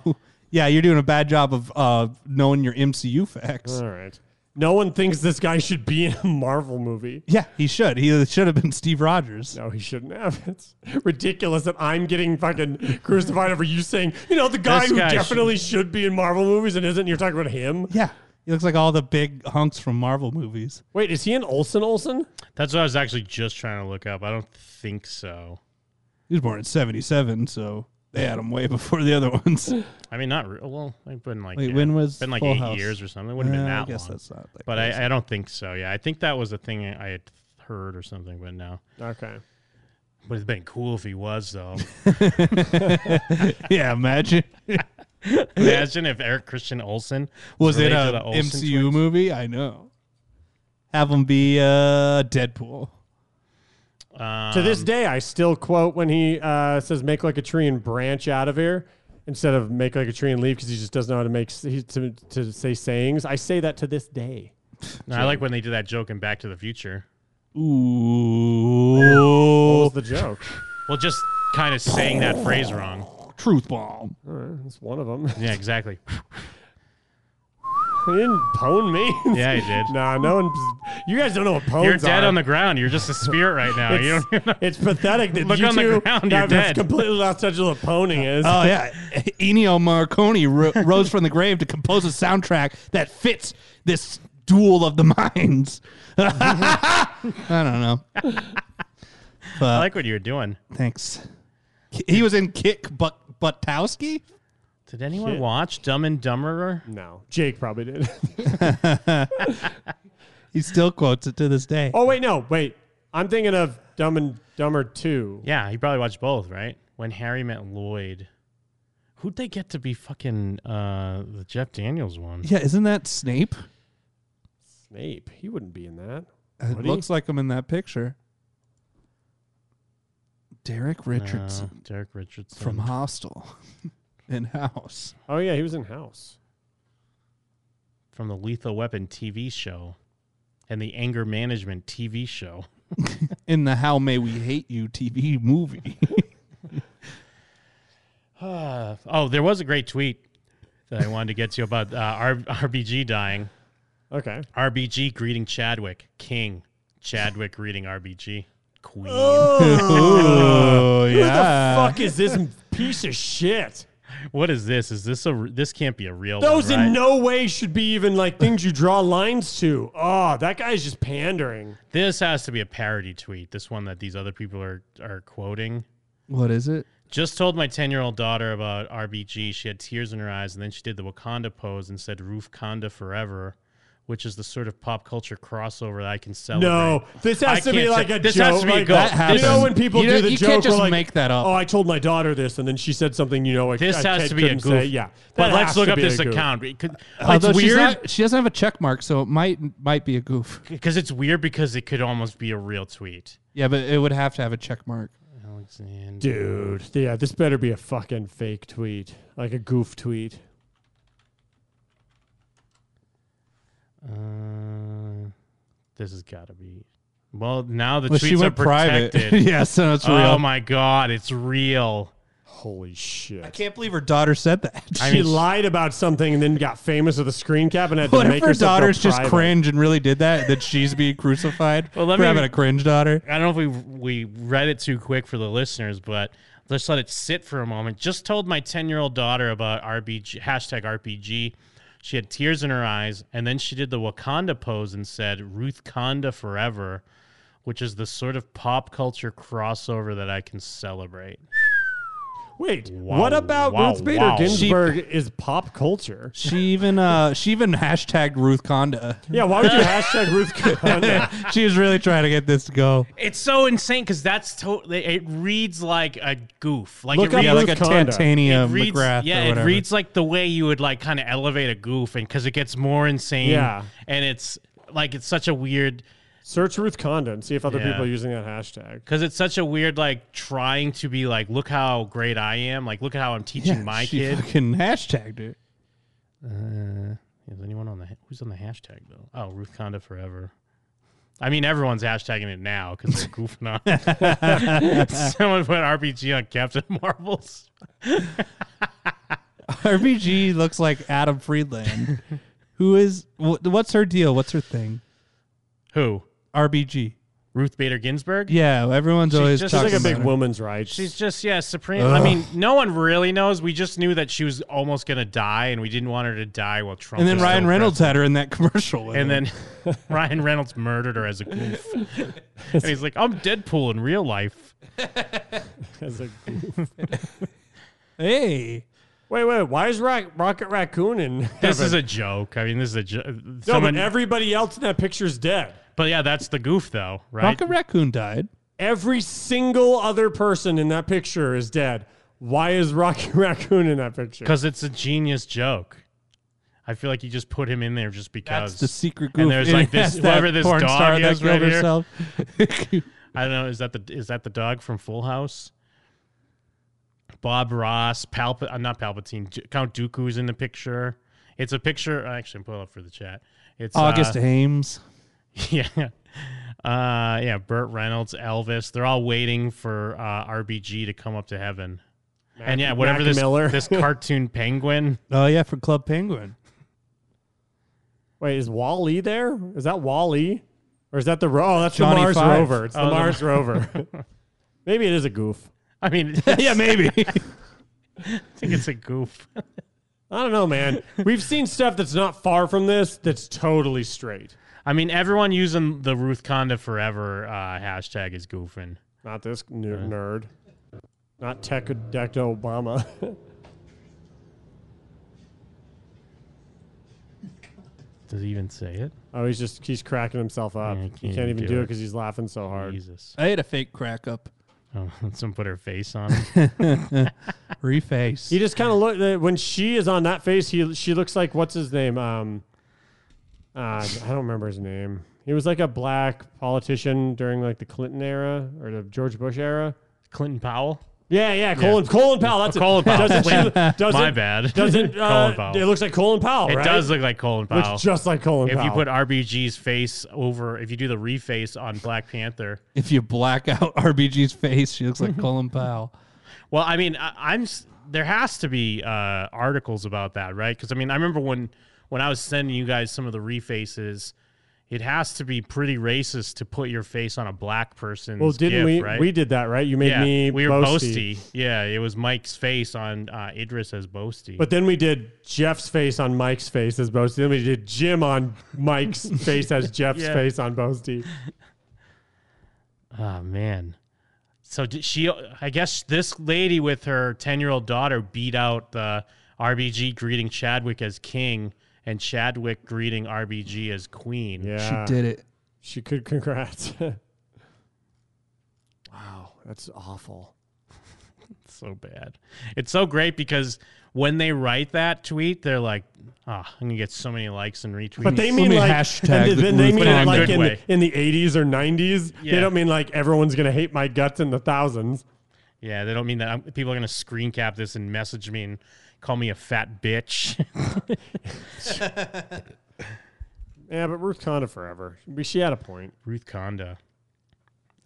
S2: Yeah, you're doing a bad job of uh, knowing your MCU facts.
S11: All right. No one thinks this guy should be in a Marvel movie.
S2: Yeah, he should. He should have been Steve Rogers.
S11: No, he shouldn't have. It's ridiculous that I'm getting fucking crucified over you saying, you know, the guy
S2: This
S11: who
S2: guy
S11: definitely should be in Marvel movies and isn't. You're talking about him.
S2: Yeah. He looks like all the big hunks from Marvel movies.
S11: Wait, is he an Olsen Olsen?
S10: That's what I was actually just trying to look up. I don't think so.
S2: He was born in 77, so they had him way before the other ones.
S10: I mean, not real. Well, I've been like
S2: Wait,
S10: yeah,
S2: when was
S10: been like
S2: Full
S10: eight
S2: House?
S10: years or something. It wouldn't have
S2: Uh,
S10: been
S2: I
S10: that
S2: guess
S10: long.
S2: that's not that
S10: but I, I don't think so. Yeah, I think that was a thing I had heard or something. But no.
S11: Okay.
S10: Would have been cool if he was though.
S2: yeah, imagine.
S10: Imagine if Eric Christian Olsen
S2: Was it um,
S10: related to
S2: a
S10: the Olsen
S2: MCU movie? I know. Have him be uh, Deadpool.
S10: twins.
S11: to this
S10: Um,
S11: day, I still quote when he uh, says, "Make like a tree and branch out of here," instead of "make like a tree and leave," because he just doesn't know how to make he, to, to say sayings. I say that to this day.
S10: No, I like when they did that joke in Back to the Future.
S2: Ooh.
S11: the joke?
S10: Well, just kind of saying that phrase wrong.
S2: Truth bomb.
S11: That's one of them.
S10: Yeah, exactly.
S11: He didn't pwn me.
S10: Yeah, he did.
S11: nah, no one. You guys don't know what pones
S10: You're dead
S11: are.
S10: on the ground. You're just a spirit right now. you
S11: It's,
S10: don't even know.
S11: it's pathetic that
S10: Look
S11: you
S10: on the
S11: two
S10: ground, you're
S11: have this
S10: dead.
S11: completely lost touch of what poning is.
S2: Oh yeah, Ennio Morricone ro- rose from the grave to compose a soundtrack that fits this duel of the minds. I don't know.
S10: I
S2: But
S10: like what you were doing.
S2: thanks. He was in Kick Butt Buttowski.
S10: Did anyone
S11: Shit.
S10: watch Dumb and Dumberer?
S11: No, Jake probably did.
S2: He still quotes it to this day.
S11: oh wait, no, wait. I'm thinking of Dumb and Dumber Two.
S10: Yeah, he probably watched both, right? When Harry met Lloyd. Who'd they get to be fucking uh, the Jeff Daniels one?
S2: Yeah, isn't that Snape?
S11: Snape. He wouldn't be in that.
S2: It
S11: would he?
S2: looks like him in that picture. Derek Richardson
S10: No, Uh, Derek Richardson.
S2: from Hostel in House.
S11: Oh yeah, he was in House.
S10: from the Lethal Weapon TV show and the Anger Management TV show.
S2: In the How May We Hate You TV movie.
S10: Uh, oh, there was a great tweet that I wanted to get to about uh, R- RBG dying.
S11: Okay.
S10: RBG greeting Chadwick, King. Chadwick greeting RBG, Queen.
S2: Oh, yeah.
S11: Who the fuck is this piece of shit?
S10: What is this? Is this a? r- This can't be a real.
S11: Those
S10: one, right?
S11: in no way should be even like things you draw lines to. Oh, that guy's just pandering.
S10: This has to be a parody tweet. This one that these other people are are quoting.
S2: What is it?
S10: Just told my 10 year old daughter about RBG. She had tears in her eyes, and then she did the Wakanda pose and said, Roof Conda Forever, which is the sort of pop culture crossover that I can celebrate.
S11: No, this
S10: I
S11: has to be
S10: can't
S11: like
S10: ce-
S11: a
S10: this
S11: joke.
S10: has to be
S11: like
S10: a goal.
S11: You know when people
S2: You
S11: do
S2: don't-
S11: the
S2: you
S11: joke,
S2: can't just
S11: we're like,
S2: make that up.
S11: Oh, I told my daughter this, and then she said something. You know, like
S10: This
S11: a
S10: has
S11: kid
S10: to be a
S11: couldn't
S10: goof.
S11: Say. Yeah,
S10: But
S11: That
S10: let's
S11: has
S10: look
S11: to
S10: up
S11: be a
S10: this
S11: goof. Uh,
S10: account. It could-
S2: Although
S10: it's
S2: she's
S10: weird
S2: not- she doesn't have a check mark, so it might might be a goof.
S10: because it's weird because it could almost be a real tweet.
S2: Yeah, but it would have to have a check mark.
S10: Alexander.
S11: Dude, yeah, this better be a fucking fake tweet, like a goof tweet.
S10: Uh, this has got to be. Well, now the
S2: Well,
S10: tweets
S2: she went
S10: are
S2: private.
S10: protected.
S2: Yeah, so it's
S10: Oh
S2: real.
S10: my god, it's real.
S11: Holy shit!
S2: I can't believe her daughter said that.
S11: she lied about something and then got famous with a screen cap and had to
S2: What if
S11: make
S2: her
S11: herself go
S2: daughter's just
S11: private.
S2: cringe and really did that? That she's being crucified
S10: Well, let
S2: for
S10: me-
S2: having a cringe daughter?
S10: I don't know if we we read it too quick for the listeners, but let's let it sit for a moment. Just told my ten year old daughter about RBG hashtag RPG. She had tears in her eyes, and then she did the Wakanda pose and said "Ruth Conda forever," which is the sort of pop culture crossover that I can celebrate.
S11: Wait,
S2: Wow,
S11: what about
S2: wow,
S11: Ruth Bader
S2: wow.
S11: Ginsburg is pop culture?
S2: She even uh, she even hashtagged Ruth Conda.
S11: Yeah, why would you hashtag Ruth Conda?
S2: she was really trying to get this to go.
S10: It's so insane because that's totally. It reads like a goof. Like
S2: Look
S10: it
S2: up
S10: reads,
S2: Yeah, like Ruth a Conda. titanium
S10: It reads-
S2: McGrath
S10: Yeah,
S2: or
S10: it
S2: whatever.
S10: reads like the way you would like kind of elevate a goof, and because it gets more insane.
S11: Yeah.
S10: and it's like it's such a weird.
S11: Search Ruth Conda and see if other
S10: Yeah.
S11: people are using that hashtag.
S10: Because it's such a weird, like trying to be like, look how great I am. Like, look at how I'm teaching my
S2: she
S10: kid.
S2: fucking hashtagged it.
S10: Uh, is anyone on the who's on the hashtag though? Oh, Ruth Conda forever. I mean, everyone's hashtagging it now because they're goofing on. Someone put RPG on Captain Marvel's.
S2: RBG looks like Adam Friedland, who is wh- what's her deal? What's her thing?
S10: Who
S2: RBG?
S10: Ruth Bader Ginsburg?
S2: Yeah, everyone's
S10: She's
S2: always
S10: just-
S2: talking
S10: She's like a big
S2: about her.
S11: woman's rights.
S10: She's just yeah, supreme. I
S2: Ugh.
S10: mean, no one really knows. We just knew that she was almost gonna die, and we didn't want her to die while Trump.
S2: and then
S10: was still
S2: Ryan Reynolds had her in that commercial. with
S10: And
S2: him.
S10: then Ryan Reynolds murdered her as a goof. and he's like, I'm Deadpool in real life.
S11: as a goof.
S2: hey.
S11: Wait, wait. Why is Ra- Rocket Raccoon in?
S10: This
S11: heaven?
S10: is a joke. I mean, this is a joke.
S11: no, but everybody else in that picture's dead.
S10: But yeah, that's the goof though, right?
S2: Rocket Raccoon died.
S11: Every single other person in that picture is dead. Why is Rocket Raccoon in that picture?
S10: Because it's a genius joke. I feel like you just put him in there just because.
S2: That's the secret goof.
S10: And there's
S2: It
S10: like this
S2: has that
S10: whoever this
S2: porn
S10: dog
S2: star that
S10: is right
S2: killed
S10: here.
S2: herself.
S10: I don't know. Is that the is that the dog from Full House? Bob Ross, Palpa, uh, not Palpatine. J- Count Dooku's in the picture. It's a picture. Actually, I'm pulling up for the chat. It's
S2: August
S10: uh,
S2: Ames.
S10: Yeah. Uh, yeah, Burt Reynolds, Elvis, they're all waiting for uh, RBG to come up to heaven.
S11: Mac-
S10: and yeah, whatever
S11: Mac
S10: this
S11: Miller.
S10: this cartoon penguin.
S2: Oh yeah, for Club Penguin.
S11: Wait, is Wally there? Is that Wally? Or is that the ro- oh, that's
S2: Johnny
S11: the Mars
S2: Five.
S11: rover. It's
S10: Oh,
S11: the
S10: the-
S11: Mars rover. maybe it is a goof.
S10: I mean,
S11: Yeah, maybe.
S10: I think it's a goof.
S11: I don't know, man. We've seen stuff that's not far from this that's totally straight.
S10: I mean, everyone using the Ruth Conda Forever uh, hashtag is goofing.
S11: Not this n- nerd. Not Tech Decked Obama.
S10: Does he even say it?
S11: oh, he's just he's cracking himself up.
S10: Yeah, he
S11: he, can't
S10: can't
S11: even
S10: do
S11: do it
S10: it.
S11: because he's laughing so hard.
S10: Jesus.
S2: I had a fake crack up.
S10: Oh, someone put her face on it.
S2: Reface.
S11: He just kind of look uh, when she is on that face. He she looks like what's his name? Um, uh, I don't remember his name. He was like a black politician during like the Clinton era or the George Bush era.
S10: Clinton Powell.
S11: Yeah, yeah, Colin Colin Powell. That's it.
S10: Colin Powell.
S11: Doesn't she-
S10: Wait,
S11: doesn't-
S10: my bad.
S11: Doesn't uh,
S10: Colin Powell.
S11: It looks like Colin Powell.
S10: It
S11: right?
S10: does look like Colin
S11: Looks
S10: Powell.
S11: just like Colin
S10: If you
S11: Powell.
S10: put RBG's face over, if you do the reface on Black Panther.
S2: If you black out RBG's face, she looks like Colin Powell.
S10: Well, I mean, I, I'm s- there has to be uh, articles about that, right? Because I mean, I remember when when I was sending you guys some of the refaces. It has to be pretty racist to put your face on a black person.
S11: Well, didn't we-
S10: Right?
S11: we did that, right? You made
S10: Yeah,
S11: me
S10: We were
S11: Boasty.
S10: Boasty. Yeah, it was Mike's face on uh, Idris as Boasty.
S11: But then we did Jeff's face on Mike's face as Boasty. Then we did Jim on Mike's face as Jeff's
S10: Yeah.
S11: face on Boasty.
S10: Oh man. So did she I guess this lady with her 10-year-old daughter beat out the RBG greeting Chadwick as king and Chadwick greeting RBG as queen.
S11: Yeah.
S2: did it.
S11: She could. Congrats. wow, that's awful.
S10: so bad. It's so great because when they write that tweet, they're like, "Ah, I'm gonna get so many likes and retweets."
S11: But they mean like and th- then they mean it like in the, in the eighties or nineties. They
S10: Yeah.
S11: don't mean like everyone's gonna hate my guts in the thousands.
S10: yeah, they don't mean that. I'm, people are gonna screen cap this and message me and call me a fat bitch.
S11: Yeah, but Ruth Conda forever. She- She had a point.
S10: Ruth Conda.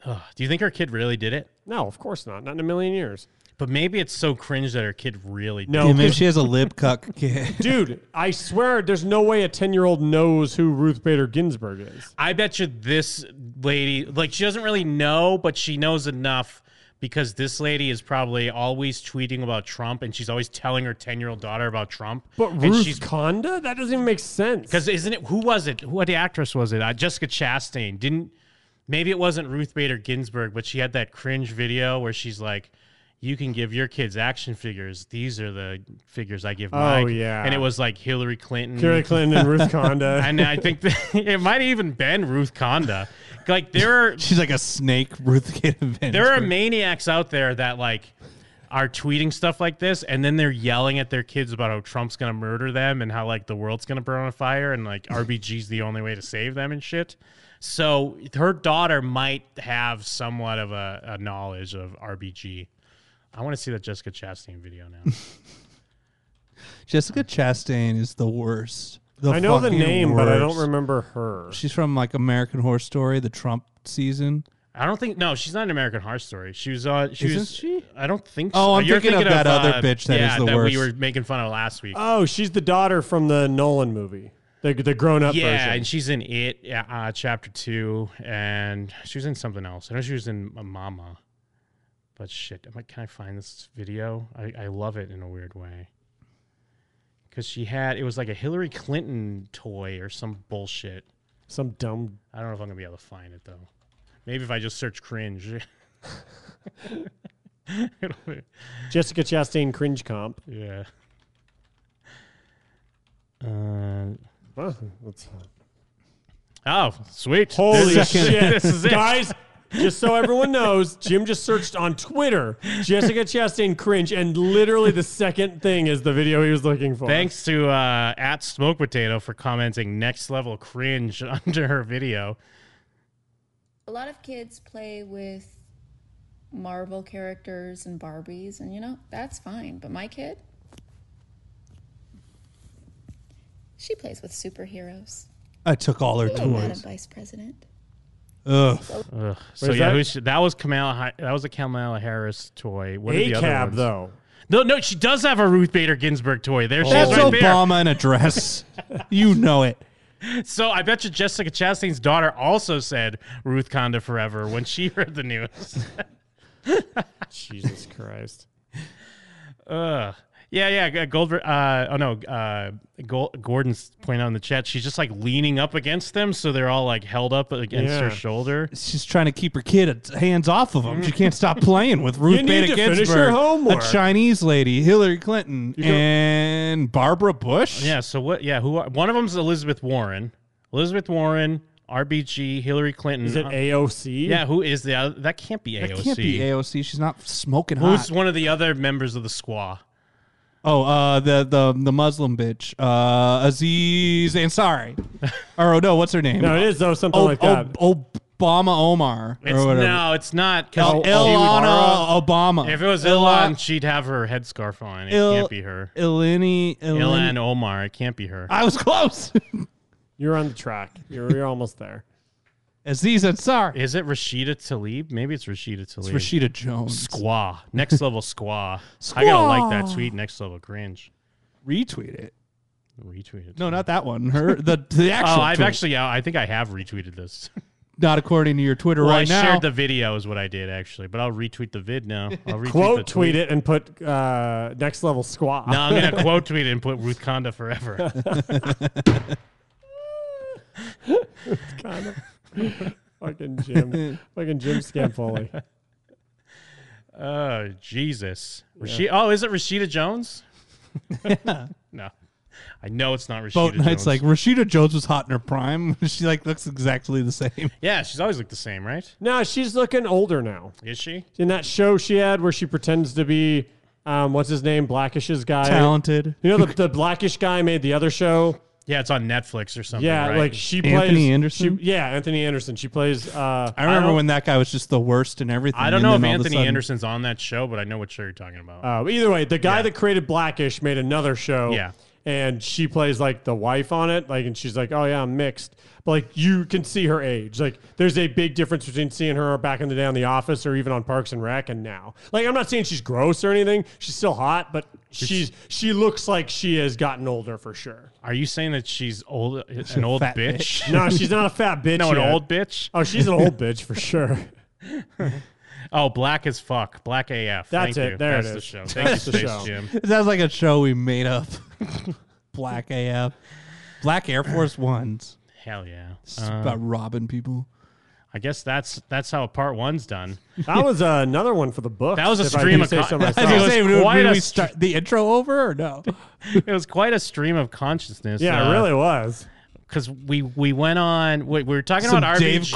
S10: Ugh, do you think her kid really did it?
S11: No, of course not. Not in a million years.
S10: But maybe it's so cringe that her kid really did.
S11: No,
S10: it.
S11: Yeah, maybe she
S2: Oh, has a lib cuck kid.
S11: Dude, I swear there's no way a 10 year old knows who Ruth Bader Ginsburg is.
S10: I bet you this lady, like, she doesn't really know, but she knows enough because this lady is probably always tweeting about Trump and she's always telling her 10 year old daughter about Trump.
S11: But
S10: and
S11: Ruth
S10: she's.
S11: Conda? That doesn't even make sense.
S10: Because isn't it. Who was it? What actress was it? Uh, Jessica Chastain. Didn't. Maybe it wasn't Ruth Bader Ginsburg, but she had that cringe video where she's like, you can give your kids action figures. These are the figures I give
S11: Oh,
S10: my
S11: yeah.
S10: And it was like Hillary Clinton.
S11: Hillary Clinton and Ruth Conda.
S10: and I think that it might even been Ruth Conda. Like there are
S2: She's like a snake, Ruth Kate Avengers.
S10: there are maniacs out there that like are tweeting stuff like this and then they're yelling at their kids about how Trump's going to murder them and how like the world's going to burn on fire and like RBG's the only way to save them and shit. So her daughter might have somewhat of a, a knowledge of RBG. I want to see that Jessica Chastain video now.
S2: Jessica Chastain is the worst.
S11: I know the
S2: fucking
S11: name, but I don't
S2: worst.
S11: remember her.
S2: She's from like American Horror Story, the Trump season.
S10: I don't think no, she's not an American Horror Story. She was on. She
S2: Isn't
S10: was. She? I don't think.
S2: Oh,
S10: so.
S2: I'm
S10: You're
S2: thinking of that other
S10: uh,
S2: bitch that is
S10: yeah,
S2: the
S10: that
S2: worst.
S10: we were making fun of last week.
S11: Oh, she's the daughter from the Nolan movie, the the grown up
S10: yeah,
S11: version.
S10: and she's in it, uh, chapter two, and she was in something else. I know she was in Mama, but shit, am I, can I find this video? I, I love it in a weird way because she had it was like a Hillary Clinton toy or some bullshit.
S11: Some dumb.
S10: I don't know if I'm gonna be able to find it though. Maybe if I just search cringe. It'll be-
S11: Jessica Chastain cringe comp.
S10: Yeah. Uh, oh, sweet!
S11: Holy
S10: This is-
S11: shit.
S10: This is it,
S11: Guys, just so everyone knows, Jim just searched on Twitter Jessica Chastain cringe, and literally the second thing is the video he was looking for.
S10: Thanks to uh, at Smoke Potato for commenting next level cringe under her video.
S21: a lot of kids play with Marvel characters and Barbies, and you know, that's fine. But my kid, she plays with superheroes.
S2: I took all her
S21: Hello, Madam
S2: toys.
S21: Vice President.
S2: Ugh.
S10: Ugh. So
S2: Where's
S10: yeah,
S2: that?
S10: who's, that was Kamala. Hi- That was a Kamala Harris toy. What are the other
S11: ACAB,
S10: ones?
S11: though.
S10: No, no, she does have a Ruth Bader Ginsburg toy. There she
S2: That's
S10: is, right there.
S2: Obama in a dress. you know it.
S10: So I bet you Jessica Chastain's daughter also said Ruth Conda forever when she heard the news.
S11: Jesus Christ.
S10: Ugh. Yeah, yeah. G- Goldberg. Uh, oh no. Uh, Gol- Gordon's pointing out in the chat. She's just like leaning up against them, so they're all like held up against
S2: Yeah.
S10: her shoulder.
S2: She's trying to keep her kid hands off of him. She can't stop playing with Ruth
S10: You need
S2: Bader
S10: to finish
S2: Ginsburg,
S10: your homework.
S2: a Chinese lady, Hillary Clinton,
S10: You go-
S2: and Barbara Bush.
S10: Yeah. So what? Yeah. Who? Are, one of them's Elizabeth Warren. Elizabeth Warren. RBG. Hillary Clinton.
S11: Is it
S10: Uh,
S11: AOC?
S10: Yeah. Who is the? Other, that can't be AOC.
S2: That can't be AOC. She's not smoking
S10: Who's
S2: hot.
S10: one of the other members of the squad?
S2: Oh, uh, the the the Muslim bitch, uh, Aziz Ansari, or oh, no, what's her name?
S11: No, it is, though,
S2: Oh,
S11: something like that.
S2: Obama Omar.
S10: It's,
S2: or whatever.
S10: no, it's not. 'cause
S2: El-
S10: she-
S2: Ilana Obama.
S10: If it was
S2: Ilana-
S10: Ilan, she'd have her headscarf on. It
S2: Il-
S10: can't be her.
S2: Ilani, Ilani-
S10: Ilan Omar. It can't be her.
S2: I was close.
S11: You're on the track. You're, you're almost there.
S2: Aziz Ansari.
S10: Is it Rashida Tlaib? Maybe it's Rashida Tlaib.
S2: Rashida Jones.
S10: Squaw. Next level squaw. I gotta like that
S2: Squaw.
S10: tweet. Next level cringe.
S2: Retweet it.
S10: Retweet it.
S2: No, not that one. Her the the actual.
S10: oh, I've
S2: tweet.
S10: actually. Yeah, I think I have retweeted this.
S2: not according to your Twitter
S10: Well,
S2: right
S10: I
S2: now.
S10: shared the video is what I did actually, but I'll retweet the vid now. I'll retweet the
S11: Quote
S10: tweet.
S11: tweet it and put uh, next level squat.
S10: No, I'm gonna quote tweet it and put Ruth Conda forever.
S11: kind of. Fucking Jim. Fucking Jim Scampoli.
S10: Oh Jesus,
S11: Yeah.
S10: Rashida. Oh, is it Rashida Jones? no, I know it's not Rashida.
S2: Boat
S10: Jones.
S2: Knight's like Rashida Jones was hot in her prime. she like looks exactly the same.
S10: yeah, she's always looked the same, right?
S11: No, she's looking older now.
S10: Is she?
S11: In that show she had where she pretends to be, um, what's his name, Blackish's guy.
S2: Talented.
S11: You know, the, the Blackish guy made the other show.
S10: Yeah, it's on Netflix or something.
S11: yeah,
S10: right?
S11: like she plays. she- yeah, Anthony Anderson. She plays. Uh,
S2: I remember
S11: don't-
S2: when that guy was just the worst and everything.
S10: I don't
S2: and
S10: know if
S2: then all of a
S10: Anthony
S2: sudden-
S10: Anderson's on that show, but I know what show you're talking about.
S11: Uh, but either way, the guy that created Blackish made another show.
S10: Yeah.
S11: And she plays like the wife on it, like, and she's like, "Oh yeah, I'm mixed," but like you can see her age. Like, there's a big difference between seeing her back in the day on The Office or even on Parks and Rec and now. Like, I'm not saying she's gross or anything; she's still hot, but she's she looks like she has gotten older for sure.
S10: Are you saying that she's old,
S11: a
S10: an old
S11: fat
S10: bitch?
S11: bitch. No, she's not a fat bitch
S10: No, an
S11: yet.
S10: old bitch.
S11: Oh, she's an old bitch for sure.
S10: oh, black as fuck, black AF.
S11: That's
S10: Thank
S11: it.
S10: You.
S11: There
S10: That's
S11: it
S10: the
S11: is.
S10: show. Thank
S11: That's
S10: you,
S11: the
S10: Space
S11: show.
S10: Jim.
S2: It sounds like a show we made up. Black AF, Black Air Force Ones.
S10: Hell yeah. Uh,
S2: It's about robbing people.
S10: I guess that's that's how part one's done.
S11: That was uh, another one for the books.
S10: That was a
S11: if I
S10: stream
S11: do
S10: of
S11: say
S10: con-
S11: so myself.
S10: I was gonna say, would- would we
S2: start the intro over or no?
S10: it was quite a stream of consciousness. uh,
S11: Yeah, it really was.
S10: Because we we went on. We, we were talking
S2: Some
S10: about
S2: Dave
S10: RBG.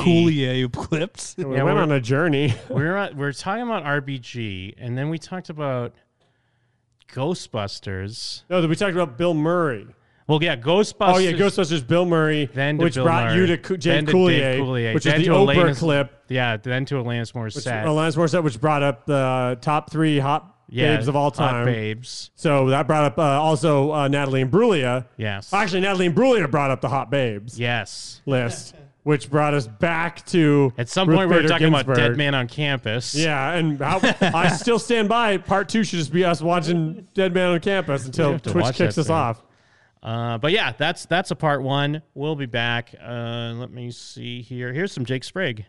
S2: Coulier clips.
S11: We went on a journey.
S10: we were on- we were talking about RBG, and then we talked about Ghostbusters.
S11: No, we talked about Bill Murray.
S10: Well, yeah, Ghostbusters.
S11: Oh yeah, Ghostbusters. Bill Murray,
S10: Then to
S11: which
S10: Bill
S11: brought
S10: Murray,
S11: you to Cou- Jay
S10: then to Dave
S11: Coulier, which
S10: then
S11: is the
S10: to
S11: Oprah
S10: Alanis-
S11: clip,
S10: Yeah, then to Alanis
S11: which,
S10: Morissette.
S11: Alanis Morissette, which brought up the uh, top three hot
S10: Yeah,
S11: babes of all
S10: hot
S11: time.
S10: babes.
S11: So that brought up uh, also uh, Natalie and Brulia.
S10: Yes.
S11: actually, Natalie and Brulia brought up the hot babes.
S10: Yes,
S11: list, which brought us back to
S10: At some
S11: Ruth
S10: point, we were
S11: Bader
S10: talking about
S11: Ginsburg.
S10: Dead Man on Campus.
S11: Yeah, and how, I still stand by. Part two should just be us watching Dead Man on Campus
S10: We
S11: until
S10: have to
S11: Twitch
S10: watch
S11: kicks
S10: that
S11: us
S10: thing.
S11: off.
S10: Uh, but yeah, that's that's a part one. We'll be back. Uh, let me see here. Here's some Jake Sprague.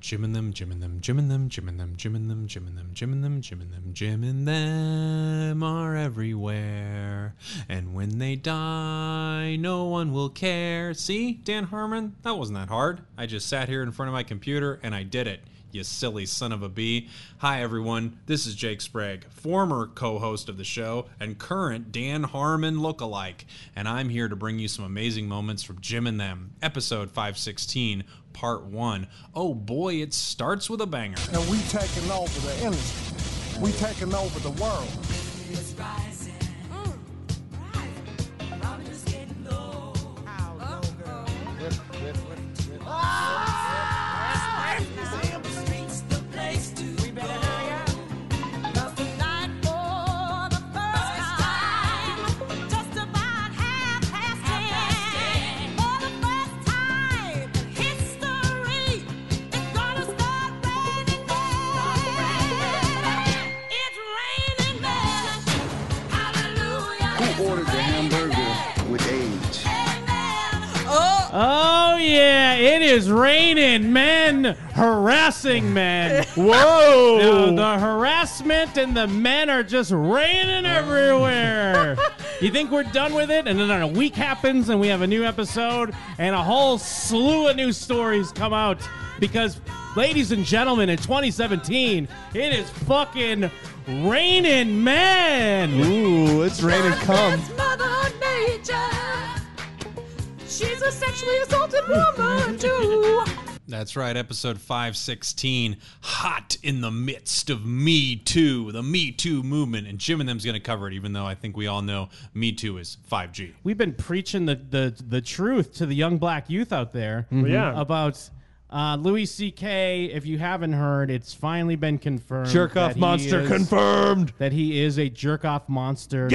S1: Jimming them, jimming them, jimming them, jimming them, jimming them, jimming them, jimming them, jimming them, jimming them are everywhere. And when they die, no one will care. See, Dan Harmon, that wasn't that hard. I just sat here in front of my computer and I did it. You silly son of a bee. Hi, everyone. This is Jake Sprague, former co host of the show and current Dan Harmon lookalike. And I'm here to bring you some amazing moments from Jim and Them, episode 516, part one. Oh boy, it starts with a banger.
S6: And we taking over the industry. We taking over the world.
S3: Who ordered the hamburger with AIDS?
S10: Oh yeah, it is raining men harassing men.
S11: Whoa!
S10: The, the harassment and the men are just raining everywhere. you think we're done with it, and then a week happens, and we have a new episode, and a whole slew of new stories come out because, ladies and gentlemen, in 2017, it is fucking raining men.
S2: Ooh, it's raining cum.
S22: Mother Nature. She's a sexually assaulted woman, too.
S1: That's right, episode 516, hot in the midst of Me Too, the Me Too movement. And Jim and them's going to cover it, even though I think we all know Me Too is 5G.
S10: we've been preaching the, the, the truth to the young black youth out there
S1: Mhm. Yeah.
S10: about uh, Louis C.K. If you haven't heard, it's finally been confirmed.
S2: Jerk
S10: that
S2: off
S10: he
S2: monster
S10: is-
S2: confirmed.
S10: That he is a jerk off monster.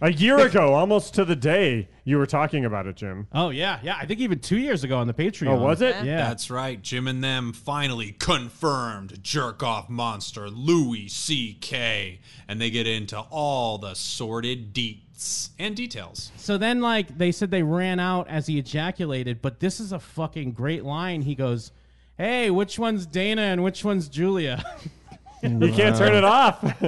S11: A year ago, almost to the day, you were talking about it, Jim.
S10: Oh yeah, yeah. I think even two years ago on the Patreon.
S11: Oh, was it?
S10: Yeah.
S1: That's right. Jim and them finally confirmed jerk off monster Louis C.K. And they get into all the sordid deets and details.
S10: So then, like, they said they ran out as he ejaculated, but this is a fucking great line. He goes, Hey, which one's Dana and which one's Julia?
S11: You
S10: Uh-huh.
S11: can't turn it off.
S22: I thought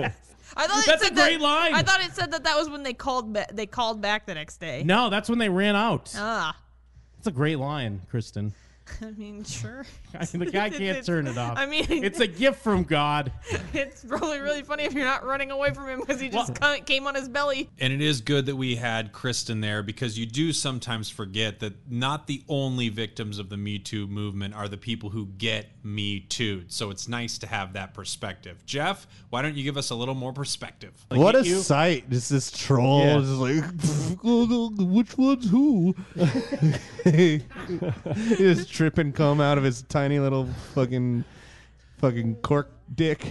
S10: That's
S22: it said
S10: a great
S22: that,
S10: line.
S22: I thought it said that that was when they called ba- they called back the next day.
S10: no, that's when they ran out.
S22: Ah,
S10: It's a great line, Kristen.
S22: I mean, sure.
S10: I mean, the guy can't
S22: It's-
S10: turn it off.
S22: I mean,
S10: it's a gift from God.
S22: It's probably really funny if you're not running away from him because he just ca- came on his belly.
S1: And it is good that we had Kristen there because you do sometimes forget that not the only victims of the Me Too movement are the people who get Me Too. So it's nice to have that perspective. Jeff, why don't you give us a little more perspective?
S2: what a sight! Just this troll,
S1: Yeah.
S2: just like which one's who? he just trip and come out of his tiny little fucking fucking cork dick.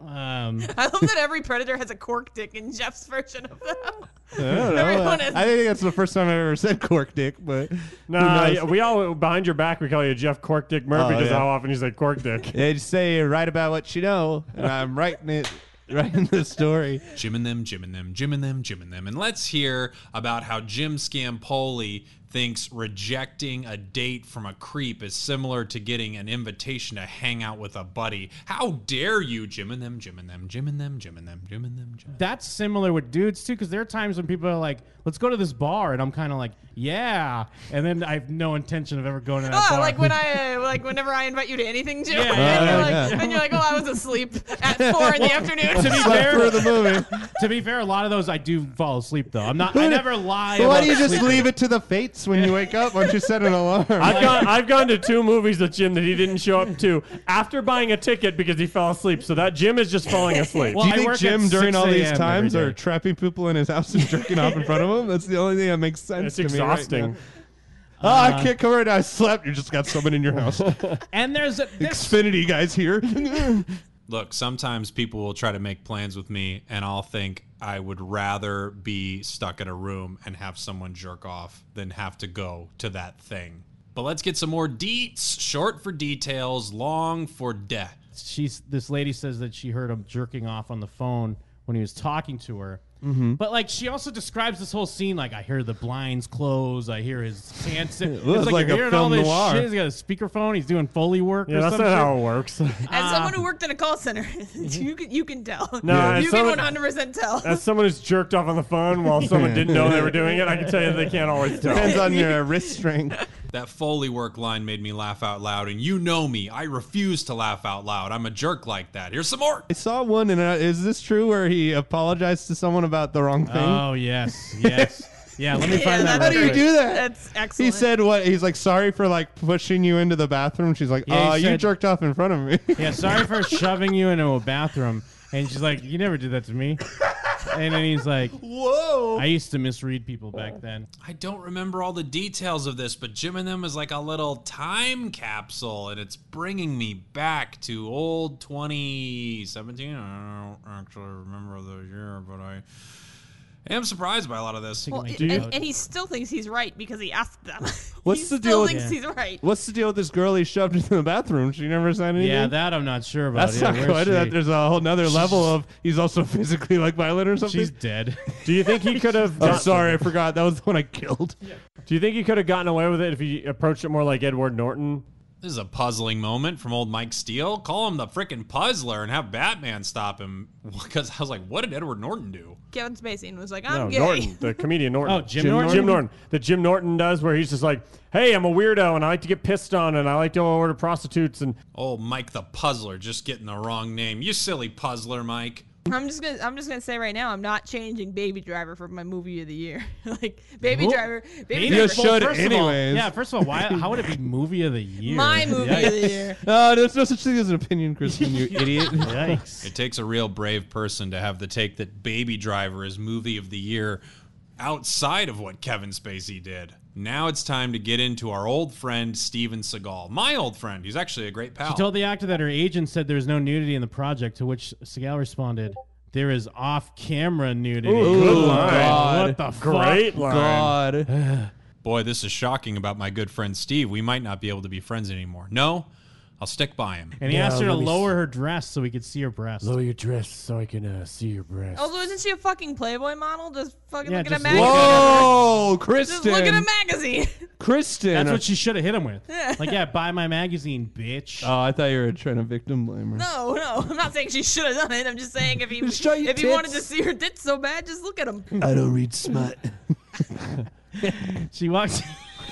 S10: um,
S22: I love that every predator has a cork dick in Jeff's version of them.
S2: I don't know.
S22: Everyone
S2: I,
S22: is-
S2: I think that's the first time I've ever said cork dick, but
S11: No, yeah, we all behind your back. We call you Jeff Cork Dick Murphy
S2: Oh,
S10: Uh,
S11: because
S2: yeah.
S11: how often you say Cork Dick?
S2: They just say write about what you know, and I'm writing it, writing the story.
S1: Jim and them, Jim and them, Jim and them, Jim and them. And let's hear about how Jim Scampoli thinks rejecting a date from a creep is similar to getting an invitation to hang out with a buddy. How dare you, Jim and them, Jim and them, Jim and them, Jim and them, Jim and them, Jim.
S10: That's similar with dudes too, because there are times when people are like, "Let's go to this bar," and I'm kind of like, "Yeah," and then I have no intention of ever going to that
S22: Oh,
S10: bar.
S22: like when I uh, like whenever I invite you to anything, Jim,
S10: Yeah,
S22: and,
S10: yeah,
S22: you're like,
S10: yeah.
S22: and you're like, oh, I was asleep at four in the afternoon.
S10: to be fair, to be fair, a lot of those I do fall asleep though. I'm not. I never lie.
S5: So why
S10: about
S5: do you just
S10: sleeping.
S5: leave it to the fates when you wake up? Why don't you set an alarm?
S11: I've gone. I've gone to two movies with Jim that he didn't show up to after buying a ticket because he fell asleep. So that Jim is just falling asleep.
S5: do you think Jim, during all these times, are trapping people in his house and jerking off in front of him? That's the only thing that makes sense.
S11: It's
S5: to me right
S11: exhausting.
S5: now. Ah,
S10: Uh,
S5: I can't come right now. I slept. You just got someone in your house.
S10: And there's a,
S5: Xfinity guys here.
S1: Look, sometimes people will try to make plans with me, and I'll think I would rather be stuck in a room and have someone jerk off than have to go to that thing. But let's get some more deets. Short for details, long for death.
S10: she's this lady says that she heard him jerking off on the phone when he was talking to her.
S5: Mhm.
S10: But like she also describes this whole scene like I hear the blinds close, I hear his pants. it's
S5: looks
S10: like,
S5: like
S10: you're
S5: a
S10: hearing all
S5: film
S10: this
S5: noir.
S10: shit. He's got a speakerphone. He's doing foley work.
S11: Yeah,
S10: or
S11: that's
S10: some
S11: not
S10: shit.
S11: how it works.
S22: As
S10: uh,
S22: someone who worked in a call center,
S5: Mm-hmm.
S22: you can you can tell.
S11: No, as
S10: Uh,
S22: you can
S11: someone-
S22: one hundred percent tell.
S11: As someone who's jerked off on the phone while someone didn't know they were doing it, I can tell you they can't always tell.
S5: Depends on your wrist strength.
S1: That Foley work line made me laugh out loud, and you know me. I refuse to laugh out loud. I'm a jerk like that. Here's some more.
S5: I saw one, and uh, is this true? Where he apologized to someone about the wrong thing?
S10: Oh yes, yes, yeah. Let me
S5: Yeah,
S10: find that.
S5: that's How do you
S10: real quick.
S5: do that?
S22: That's excellent.
S5: He said what? He's like sorry for like pushing you into the bathroom. She's like,
S10: Yeah,
S5: oh,
S10: he
S5: you
S10: said-
S5: jerked off in front of me.
S10: Yeah, sorry for shoving you into a bathroom. And she's like, "You never did that to me." And then he's like,
S5: "Whoa!"
S10: I used to misread people back then.
S1: I don't remember all the details of this, but Jim and them is like a little time capsule, and it's bringing me back to old 2017. I don't actually remember the year, but I am surprised by a lot of this.
S22: Well, and, and he still thinks he's right because he asked them.
S5: What's
S22: he
S5: the
S22: still
S5: deal?
S22: Thinks
S5: with,
S22: he's right.
S5: What's the deal with this girl he shoved into the bathroom? She never signed anything.
S10: Yeah, that I'm not sure about.
S5: That's
S10: Yeah,
S5: not
S10: where's
S5: good.
S10: she?
S5: That there's a whole nother level of he's also physically like violent or something.
S10: She's dead.
S11: Do you think he could have?
S5: I'm sorry, I forgot. That was the one I killed.
S11: Do you think he could have gotten away with it if he approached it more like Edward Norton?
S1: This is a puzzling moment from old Mike Steele. Call him the frickin' puzzler and have Batman stop him. Because I was like, what did Edward Norton do?
S22: Kevin Spacey and was like, I'm
S11: no,
S22: gay.
S11: Norton, the comedian Norton.
S1: Oh, Jim Norton?
S11: Jim Norton. That Jim Norton does where he's just like, hey, I'm a weirdo and I like to get pissed on and I like to order prostitutes and
S1: Oh, Mike the puzzler, just getting the wrong name. You silly puzzler, Mike.
S22: I'm just gonna I'm just gonna say right now I'm not changing Baby Driver for my movie of the year. like Baby
S10: Well,
S22: Driver, Baby
S10: maybe-
S22: Driver.
S10: Well,
S5: should
S10: first of all-
S5: anyways.
S10: yeah, first of all, why? How would it be movie of the year?
S22: My movie of the
S10: Yikes.
S22: year.
S5: No, Uh, there's no such thing as an opinion, Kristen. You idiot.
S1: It takes a real brave person to have the take that Baby Driver is movie of the year outside of what Kevin Spacey did. Now it's time to get into our old friend Steven Seagal. My old friend. He's actually a great pal.
S10: She told the actor that her agent said there was no nudity in the project, to which Seagal responded, "There is off-camera nudity."
S1: Ooh, good line.
S10: What the
S1: Great
S10: fuck?
S1: line. God. Boy, this is shocking about my good friend Steve. We might not be able to be friends anymore. No, I'll stick by him.
S10: And he asked her to lower her dress so we could see her breast.
S11: Lower your dress so I can uh, see your breast.
S22: Also, isn't she a fucking Playboy model? Just fucking
S10: Yeah,
S22: look at a
S10: just
S22: magazine.
S10: look
S5: Whoa,
S22: Just look at
S5: Kristen.
S22: a magazine.
S5: Kristen.
S10: That's what she should have hit him with.
S22: Yeah.
S10: Like, yeah, buy my magazine, bitch.
S5: Oh, I thought you were trying to victim blame her.
S22: No, no, I'm not saying she should have done it. I'm just saying if he
S5: Just show
S22: if
S5: your
S22: he wanted to
S5: tits.
S22: see her tits so bad, just look at him.
S5: I don't read smut.
S10: she walks.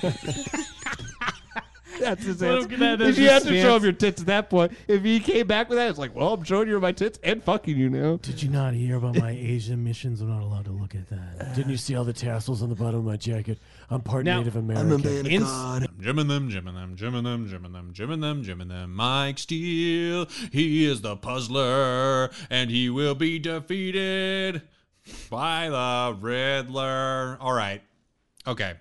S5: That's his
S10: Well,
S5: answer.
S10: that- that's
S5: If you
S10: his
S5: have to show
S10: stance.
S5: him your tits at that point, if he came back with that, it's like, well, I'm showing you my tits and fucking you now.
S10: Did you not hear about my Asian missions? I'm not allowed to look at that.
S11: Didn't you see all the tassels on the bottom of my jacket? I'm part
S10: Now-
S11: Native
S10: I'm a
S11: American.
S10: man of Ins- God.
S1: Jim and them, Jim and them, Jim and them, Jim and them, Jim and them, Jim and them. Mike Steele, he is the puzzler, and he will be defeated by the Riddler. All right. Okay.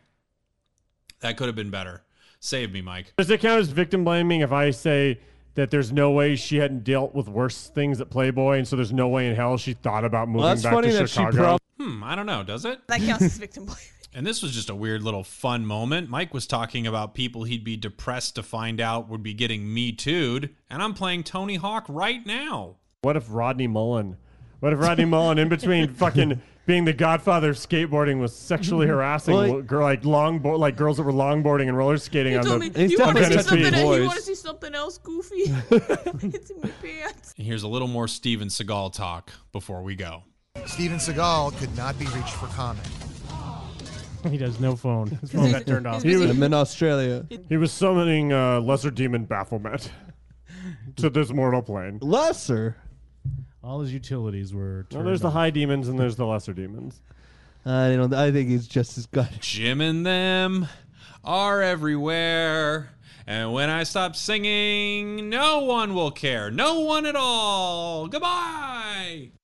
S1: That could have been better. Save me, Mike.
S11: Does it count as victim blaming if I say that there's no way she hadn't dealt with worse things at Playboy, and so there's no way in hell she thought about moving back to Chicago?
S1: hmm, I don't know, does it?
S22: That counts as victim blaming.
S1: And this was just a weird little fun moment. Mike was talking about people he'd be depressed to find out would be getting Me Too'd, and I'm playing Tony Hawk right now.
S11: What if Rodney Mullen? What if Rodney Mullen, in between fucking being the godfather of skateboarding was sexually harassing
S2: Well,
S11: well, girl, like longboard like girls that were longboarding and roller skating on the
S2: He's
S11: on
S2: definitely
S11: Venice
S2: touching
S11: Beach.
S2: boys.
S22: You want to see something else goofy? it's in my pants.
S1: Here's a little more Steven Seagal talk before we go.
S7: Steven Seagal could not be reached for comment.
S11: He does no phone. His
S7: phone got turned off.
S11: He was
S2: I'm in Australia.
S11: He was summoning uh, lesser demon Baphomet to this mortal plane.
S2: Lesser.
S11: All his utilities were. Well,
S1: turned
S11: there's the
S1: on.
S11: high demons and there's the lesser demons.
S2: I don't. Uh, I think he's just as good.
S1: Jim and them are everywhere. And when I stop singing, no one will care. No one at all. Goodbye.